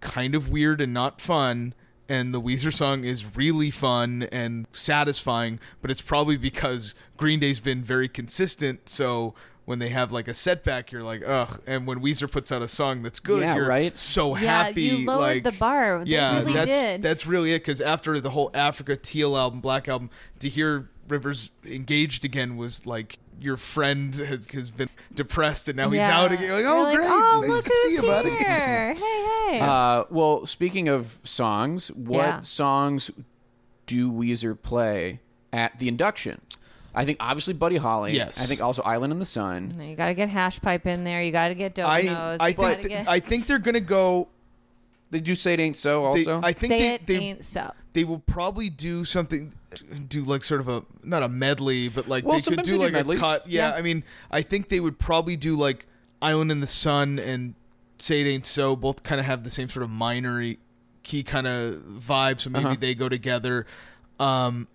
[SPEAKER 3] kind of weird and not fun, and the Weezer song is really fun and satisfying. But it's probably because Green Day's been very consistent, so. When they have like a setback, you're like, ugh. And when Weezer puts out a song that's good,
[SPEAKER 1] Yeah,
[SPEAKER 3] you're
[SPEAKER 1] right.
[SPEAKER 3] so
[SPEAKER 2] Yeah,
[SPEAKER 3] happy.
[SPEAKER 2] you lowered
[SPEAKER 3] like,
[SPEAKER 2] the bar. They
[SPEAKER 3] yeah,
[SPEAKER 2] really
[SPEAKER 3] that's
[SPEAKER 2] did.
[SPEAKER 3] that's really it. Because after the whole Africa Teal album, Black album, to hear Rivers engaged again was like your friend has, has been depressed and now he's
[SPEAKER 2] Yeah.
[SPEAKER 3] out again. You're like,
[SPEAKER 2] You're
[SPEAKER 3] oh
[SPEAKER 2] like,
[SPEAKER 3] great,
[SPEAKER 2] oh,
[SPEAKER 3] nice
[SPEAKER 2] look
[SPEAKER 3] to see
[SPEAKER 2] who's
[SPEAKER 3] you, buddy.
[SPEAKER 2] here. Hey, hey.
[SPEAKER 1] Uh, well, speaking of songs, what
[SPEAKER 2] Yeah.
[SPEAKER 1] songs do Weezer play at the induction? I think obviously Buddy Holly.
[SPEAKER 3] Yes.
[SPEAKER 1] I think also Island in the Sun.
[SPEAKER 2] you gotta get hash pipe in there. You gotta get
[SPEAKER 3] I,
[SPEAKER 2] Domino's.
[SPEAKER 3] I
[SPEAKER 2] you
[SPEAKER 3] think
[SPEAKER 2] gotta
[SPEAKER 3] th-
[SPEAKER 2] get,
[SPEAKER 3] I think they're gonna go.
[SPEAKER 1] Did you say it ain't so?
[SPEAKER 3] They,
[SPEAKER 1] Also,
[SPEAKER 3] I think
[SPEAKER 2] say
[SPEAKER 3] they
[SPEAKER 2] it
[SPEAKER 3] they,
[SPEAKER 2] ain't so.
[SPEAKER 3] they will probably do something, do like sort of a not a medley, but like
[SPEAKER 1] Well,
[SPEAKER 3] they could
[SPEAKER 1] sometimes they
[SPEAKER 3] do
[SPEAKER 1] do
[SPEAKER 3] like a
[SPEAKER 1] medleys.
[SPEAKER 3] cut. Yeah,
[SPEAKER 1] Yeah.
[SPEAKER 3] I mean, I think they would probably do like Island in the Sun and Say It Ain't So. Both kind of have the same sort of minory key kind of vibe, so maybe
[SPEAKER 1] Uh-huh.
[SPEAKER 3] they go together. Um,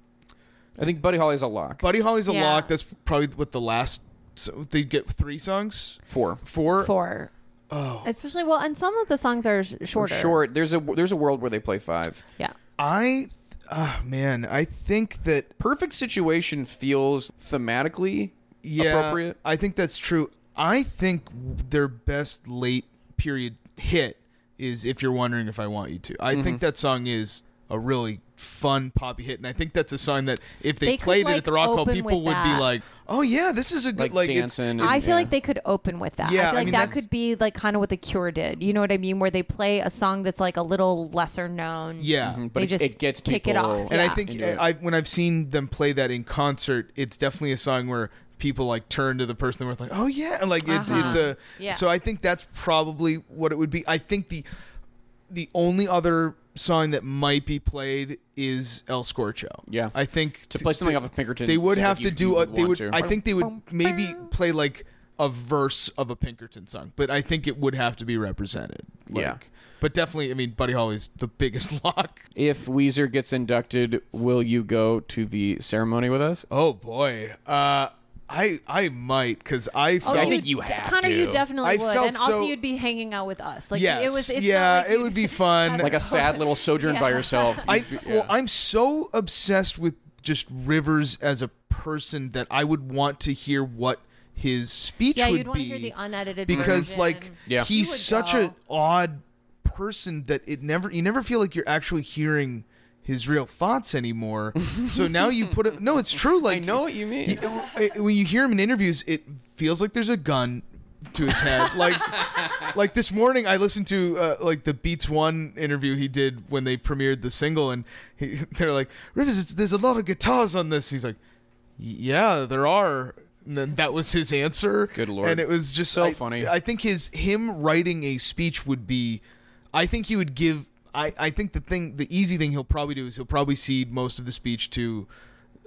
[SPEAKER 1] I think Buddy Holly's a lock.
[SPEAKER 3] Buddy Holly's a
[SPEAKER 2] Yeah.
[SPEAKER 3] lock. That's probably what the last. So they get three songs,
[SPEAKER 1] Four.
[SPEAKER 3] four.
[SPEAKER 2] four. Oh. Especially well, and some of the songs are sh- shorter.
[SPEAKER 1] Short. There's a there's a world where they play five.
[SPEAKER 2] Yeah.
[SPEAKER 3] I, ah man, I think that
[SPEAKER 1] Perfect situation feels thematically
[SPEAKER 3] yeah,
[SPEAKER 1] appropriate.
[SPEAKER 3] I think that's true. I think their best late period hit is If You're Wondering If I Want You To. I
[SPEAKER 1] Mm-hmm.
[SPEAKER 3] think that song is a really fun poppy hit, and I think that's a song that if they,
[SPEAKER 2] They could,
[SPEAKER 3] played it
[SPEAKER 2] like,
[SPEAKER 3] at the Rock Hall,
[SPEAKER 2] open
[SPEAKER 3] people
[SPEAKER 2] with
[SPEAKER 3] would be
[SPEAKER 2] that.
[SPEAKER 3] like, oh, yeah, this is a good,
[SPEAKER 1] Like,
[SPEAKER 3] like, it's,
[SPEAKER 1] dancing.
[SPEAKER 2] I feel
[SPEAKER 1] yeah.
[SPEAKER 2] like they could open with that.
[SPEAKER 3] Yeah,
[SPEAKER 2] I
[SPEAKER 3] I
[SPEAKER 2] feel like
[SPEAKER 3] mean,
[SPEAKER 2] that
[SPEAKER 3] that's-
[SPEAKER 2] could be like kind of what the Cure did. You know what I mean? Where they play a song that's like a little lesser known.
[SPEAKER 3] yeah.
[SPEAKER 1] But
[SPEAKER 2] they
[SPEAKER 1] it-
[SPEAKER 2] just
[SPEAKER 1] it gets
[SPEAKER 2] kick it
[SPEAKER 1] people-
[SPEAKER 2] off.
[SPEAKER 3] And I
[SPEAKER 2] yeah.
[SPEAKER 3] think uh,
[SPEAKER 1] Into it.
[SPEAKER 3] I, when I've seen them play that in concert, it's definitely a song where people like turn to the person they were with, like, oh yeah, and like it, it's a.
[SPEAKER 2] Uh-huh. Yeah.
[SPEAKER 3] So I think that's probably what it would be. I think the the only other song that might be played is El Scorcho.
[SPEAKER 1] Yeah.
[SPEAKER 3] I think
[SPEAKER 1] To play something off of Pinkerton
[SPEAKER 3] they would
[SPEAKER 1] is what
[SPEAKER 3] have to
[SPEAKER 1] you-
[SPEAKER 3] do.
[SPEAKER 1] you
[SPEAKER 3] a,
[SPEAKER 1] would
[SPEAKER 3] they would.
[SPEAKER 1] want to.
[SPEAKER 3] I think they would maybe play like a verse of a Pinkerton song, but I think it would have to be represented. Like,
[SPEAKER 1] Yeah.
[SPEAKER 3] But definitely, I mean, Buddy Holly's the biggest lock.
[SPEAKER 1] If Weezer gets inducted, will you go to the ceremony with us?
[SPEAKER 3] Oh boy, uh, I I might because I felt
[SPEAKER 1] I think you
[SPEAKER 2] d-
[SPEAKER 1] have
[SPEAKER 2] Connor,
[SPEAKER 1] to.
[SPEAKER 2] Oh, you definitely
[SPEAKER 3] I
[SPEAKER 2] would,
[SPEAKER 3] felt
[SPEAKER 2] and also
[SPEAKER 3] so-
[SPEAKER 2] you'd be hanging out with us. Like
[SPEAKER 3] yes,
[SPEAKER 2] it was, it's not
[SPEAKER 3] yeah,
[SPEAKER 2] like
[SPEAKER 3] it
[SPEAKER 2] you'd-
[SPEAKER 3] would be fun.
[SPEAKER 1] Like a sad little sojourn by yourself.
[SPEAKER 3] I
[SPEAKER 1] You'd be-
[SPEAKER 3] well, I'm so obsessed with just Rivers as a person that I would want to hear what his speech
[SPEAKER 2] Yeah,
[SPEAKER 3] would
[SPEAKER 2] you'd
[SPEAKER 3] be
[SPEAKER 2] want to hear the unedited
[SPEAKER 3] because
[SPEAKER 2] version.
[SPEAKER 3] like
[SPEAKER 1] Yeah.
[SPEAKER 2] You
[SPEAKER 3] he's
[SPEAKER 2] would
[SPEAKER 3] such
[SPEAKER 2] go.
[SPEAKER 3] an odd person that it never you never feel like you're actually hearing his real thoughts anymore. so now you put it no, it's true like
[SPEAKER 1] know what you mean.
[SPEAKER 3] he- it- when you hear him in interviews, it feels like there's a gun to his head. like, like this morning, I listened to uh, like the Beats One interview he did when they premiered the single, and he, they're like, "Rivers, it's, there's a lot of guitars on this." He's like, "Yeah, there are." And then that was his answer.
[SPEAKER 1] Good lord.
[SPEAKER 3] And it was just
[SPEAKER 1] So
[SPEAKER 3] I-
[SPEAKER 1] funny.
[SPEAKER 3] I think his him writing a speech would be. I think he would give. I, I think the thing, the easy thing he'll probably do is he'll probably cede most of the speech to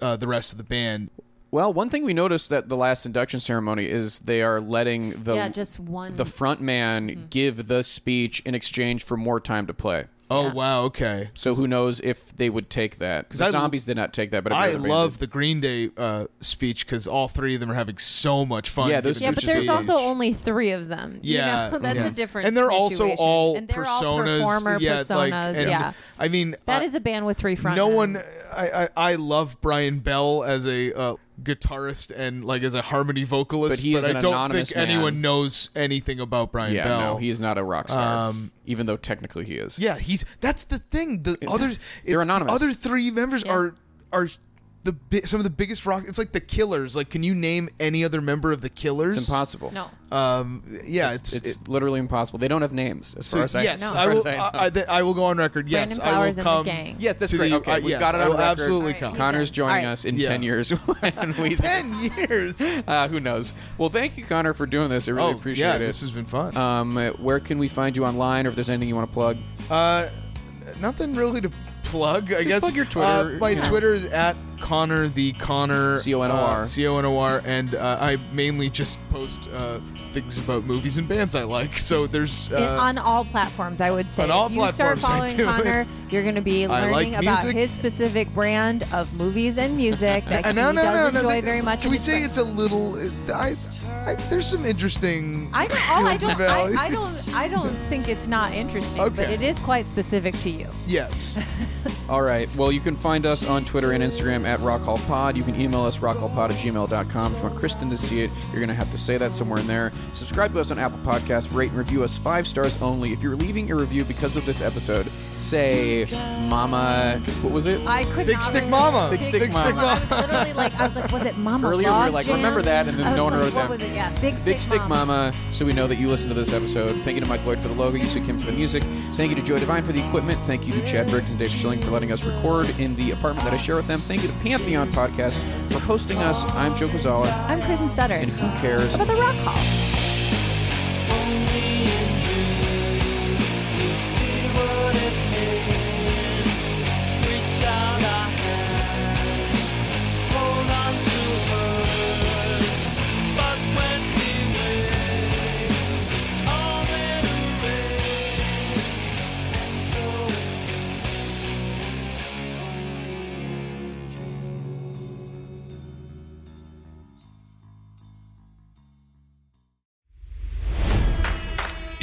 [SPEAKER 3] uh, the rest of the band,
[SPEAKER 1] Well, one thing we noticed at the last induction ceremony is they are letting the
[SPEAKER 2] Yeah, just one- Mm-hmm.
[SPEAKER 1] the front man give the speech in exchange for more time to play.
[SPEAKER 3] Oh wow, okay.
[SPEAKER 1] So who knows if they would take that? Because
[SPEAKER 3] I
[SPEAKER 1] the
[SPEAKER 3] l-
[SPEAKER 1] zombies did not take that, but
[SPEAKER 3] I
[SPEAKER 1] everybody did.
[SPEAKER 3] love the Green Day uh, speech because all three of them are having so much fun.
[SPEAKER 1] Yeah, those
[SPEAKER 3] giving
[SPEAKER 2] Yeah, but
[SPEAKER 1] Which is
[SPEAKER 3] their
[SPEAKER 2] there's
[SPEAKER 3] speech.
[SPEAKER 2] also only three of them. you
[SPEAKER 3] Yeah,
[SPEAKER 2] know? that's
[SPEAKER 3] yeah.
[SPEAKER 2] a different.
[SPEAKER 3] And they're also
[SPEAKER 2] situation.
[SPEAKER 3] all
[SPEAKER 2] and they're
[SPEAKER 3] personas.
[SPEAKER 2] all performer
[SPEAKER 3] yeah,
[SPEAKER 2] personas.
[SPEAKER 3] like, and
[SPEAKER 2] yeah,
[SPEAKER 3] I mean,
[SPEAKER 2] that
[SPEAKER 3] uh,
[SPEAKER 2] is a band with three front.
[SPEAKER 3] no
[SPEAKER 2] men.
[SPEAKER 3] one. I, I I love Brian Bell as a uh, guitarist and like as a harmony vocalist,
[SPEAKER 1] But he is
[SPEAKER 3] I
[SPEAKER 1] an
[SPEAKER 3] don't
[SPEAKER 1] anonymous
[SPEAKER 3] think
[SPEAKER 1] man.
[SPEAKER 3] anyone knows anything about Brian
[SPEAKER 1] Yeah,
[SPEAKER 3] Bell.
[SPEAKER 1] no, he is not a rock star,
[SPEAKER 3] Um,
[SPEAKER 1] even though technically he is.
[SPEAKER 3] Yeah, he's that's the thing. The other it's,
[SPEAKER 1] anonymous.
[SPEAKER 3] The other three members
[SPEAKER 2] Yeah.
[SPEAKER 3] are are the bi- some of the biggest rock. It's like the Killers. Like, can you name any other member of the Killers?
[SPEAKER 1] it's impossible.
[SPEAKER 2] No,
[SPEAKER 3] Um, yeah, it's,
[SPEAKER 1] it's,
[SPEAKER 3] it's,
[SPEAKER 1] literally impossible. They don't have names, as
[SPEAKER 3] so
[SPEAKER 1] far as I
[SPEAKER 3] yes,
[SPEAKER 1] as
[SPEAKER 3] I
[SPEAKER 1] far
[SPEAKER 3] will.
[SPEAKER 1] as
[SPEAKER 3] I,
[SPEAKER 1] know.
[SPEAKER 3] I, th- I will go on record. Yes,
[SPEAKER 2] Brandon
[SPEAKER 3] I will
[SPEAKER 2] Flowers and the
[SPEAKER 3] come.
[SPEAKER 2] gang.
[SPEAKER 1] yes, that's
[SPEAKER 3] to
[SPEAKER 1] great.
[SPEAKER 3] the-
[SPEAKER 1] okay,
[SPEAKER 3] uh,
[SPEAKER 1] we've
[SPEAKER 3] yes,
[SPEAKER 1] got it
[SPEAKER 3] I
[SPEAKER 1] on
[SPEAKER 3] will
[SPEAKER 1] record.
[SPEAKER 3] absolutely come.
[SPEAKER 1] Connor's joining
[SPEAKER 2] All right.
[SPEAKER 1] us in
[SPEAKER 3] Yeah.
[SPEAKER 1] ten years when we
[SPEAKER 3] Ten years.
[SPEAKER 1] uh, who knows? Well, thank you, Connor, for doing this. I really
[SPEAKER 3] oh,
[SPEAKER 1] appreciate
[SPEAKER 3] yeah,
[SPEAKER 1] it.
[SPEAKER 3] this has been fun.
[SPEAKER 1] Um, uh, where can we find you online, or if there's anything you want to plug?
[SPEAKER 3] Uh, nothing really to plug. I guess
[SPEAKER 1] plug your Twitter,
[SPEAKER 3] Uh, my
[SPEAKER 1] you know.
[SPEAKER 3] Twitter is at Connor the Connor
[SPEAKER 1] C-O-N-O-R.
[SPEAKER 3] uh, C O N O R, and uh, I mainly just post uh, things about movies and bands I like. So there's
[SPEAKER 2] In-
[SPEAKER 3] uh,
[SPEAKER 2] on all platforms, I would say.
[SPEAKER 3] on all
[SPEAKER 2] if you start
[SPEAKER 3] platforms, I
[SPEAKER 2] following
[SPEAKER 3] do
[SPEAKER 2] Connor,
[SPEAKER 3] it.
[SPEAKER 2] you're going to be
[SPEAKER 3] I
[SPEAKER 2] learning
[SPEAKER 3] like
[SPEAKER 2] about
[SPEAKER 3] music.
[SPEAKER 2] his specific brand of movies and music that
[SPEAKER 3] uh,
[SPEAKER 2] he
[SPEAKER 3] no, no, no,
[SPEAKER 2] does
[SPEAKER 3] no.
[SPEAKER 2] enjoy
[SPEAKER 3] th-
[SPEAKER 2] very much.
[SPEAKER 3] Can
[SPEAKER 2] and
[SPEAKER 3] we
[SPEAKER 2] is
[SPEAKER 3] say
[SPEAKER 2] great.
[SPEAKER 3] it's a little? uh, I, I there's some interesting.
[SPEAKER 2] I don't. Oh, I
[SPEAKER 3] hills and
[SPEAKER 2] don't. I, I
[SPEAKER 3] valleys.
[SPEAKER 2] don't. I don't think it's not interesting, but
[SPEAKER 3] Okay.
[SPEAKER 2] it is quite specific to you.
[SPEAKER 3] Yes.
[SPEAKER 1] All right. Well, you can find us on Twitter and Instagram at Rock Hall Pod. You can email us rockhallpod at gmail.com. If you want Kristen to see it, you're going to have to say that somewhere in there. Subscribe to us on Apple Podcasts. Rate and review us five stars only. If you're leaving a review because of this episode, say, Mama, what was it?
[SPEAKER 2] I could
[SPEAKER 3] Big
[SPEAKER 2] not
[SPEAKER 3] Stick
[SPEAKER 2] remember-
[SPEAKER 3] Mama. Big
[SPEAKER 1] Stick Mama.
[SPEAKER 2] I was literally like, I was like, was it Mama?
[SPEAKER 1] Earlier we were
[SPEAKER 2] Log
[SPEAKER 1] like,
[SPEAKER 2] Jam?
[SPEAKER 1] remember that, and then
[SPEAKER 2] I was
[SPEAKER 1] no one
[SPEAKER 2] like,
[SPEAKER 1] wrote
[SPEAKER 2] what
[SPEAKER 1] them.
[SPEAKER 2] was it? Yeah, Big Stick,
[SPEAKER 1] Big Stick Mama, so we know that you listen to this episode. Thank you to Mike Lloyd for the logo, you to Kim for the music. Thank you to Joy Divine for the equipment. Thank you to Chad Briggs and Dave Schilling for letting us record in the apartment that I share with them. Thank you to Pantheon Podcast for hosting us. I'm Joe Kozala,
[SPEAKER 2] I'm Kristen Studdard.
[SPEAKER 1] and who cares?
[SPEAKER 2] About the Rock Hall.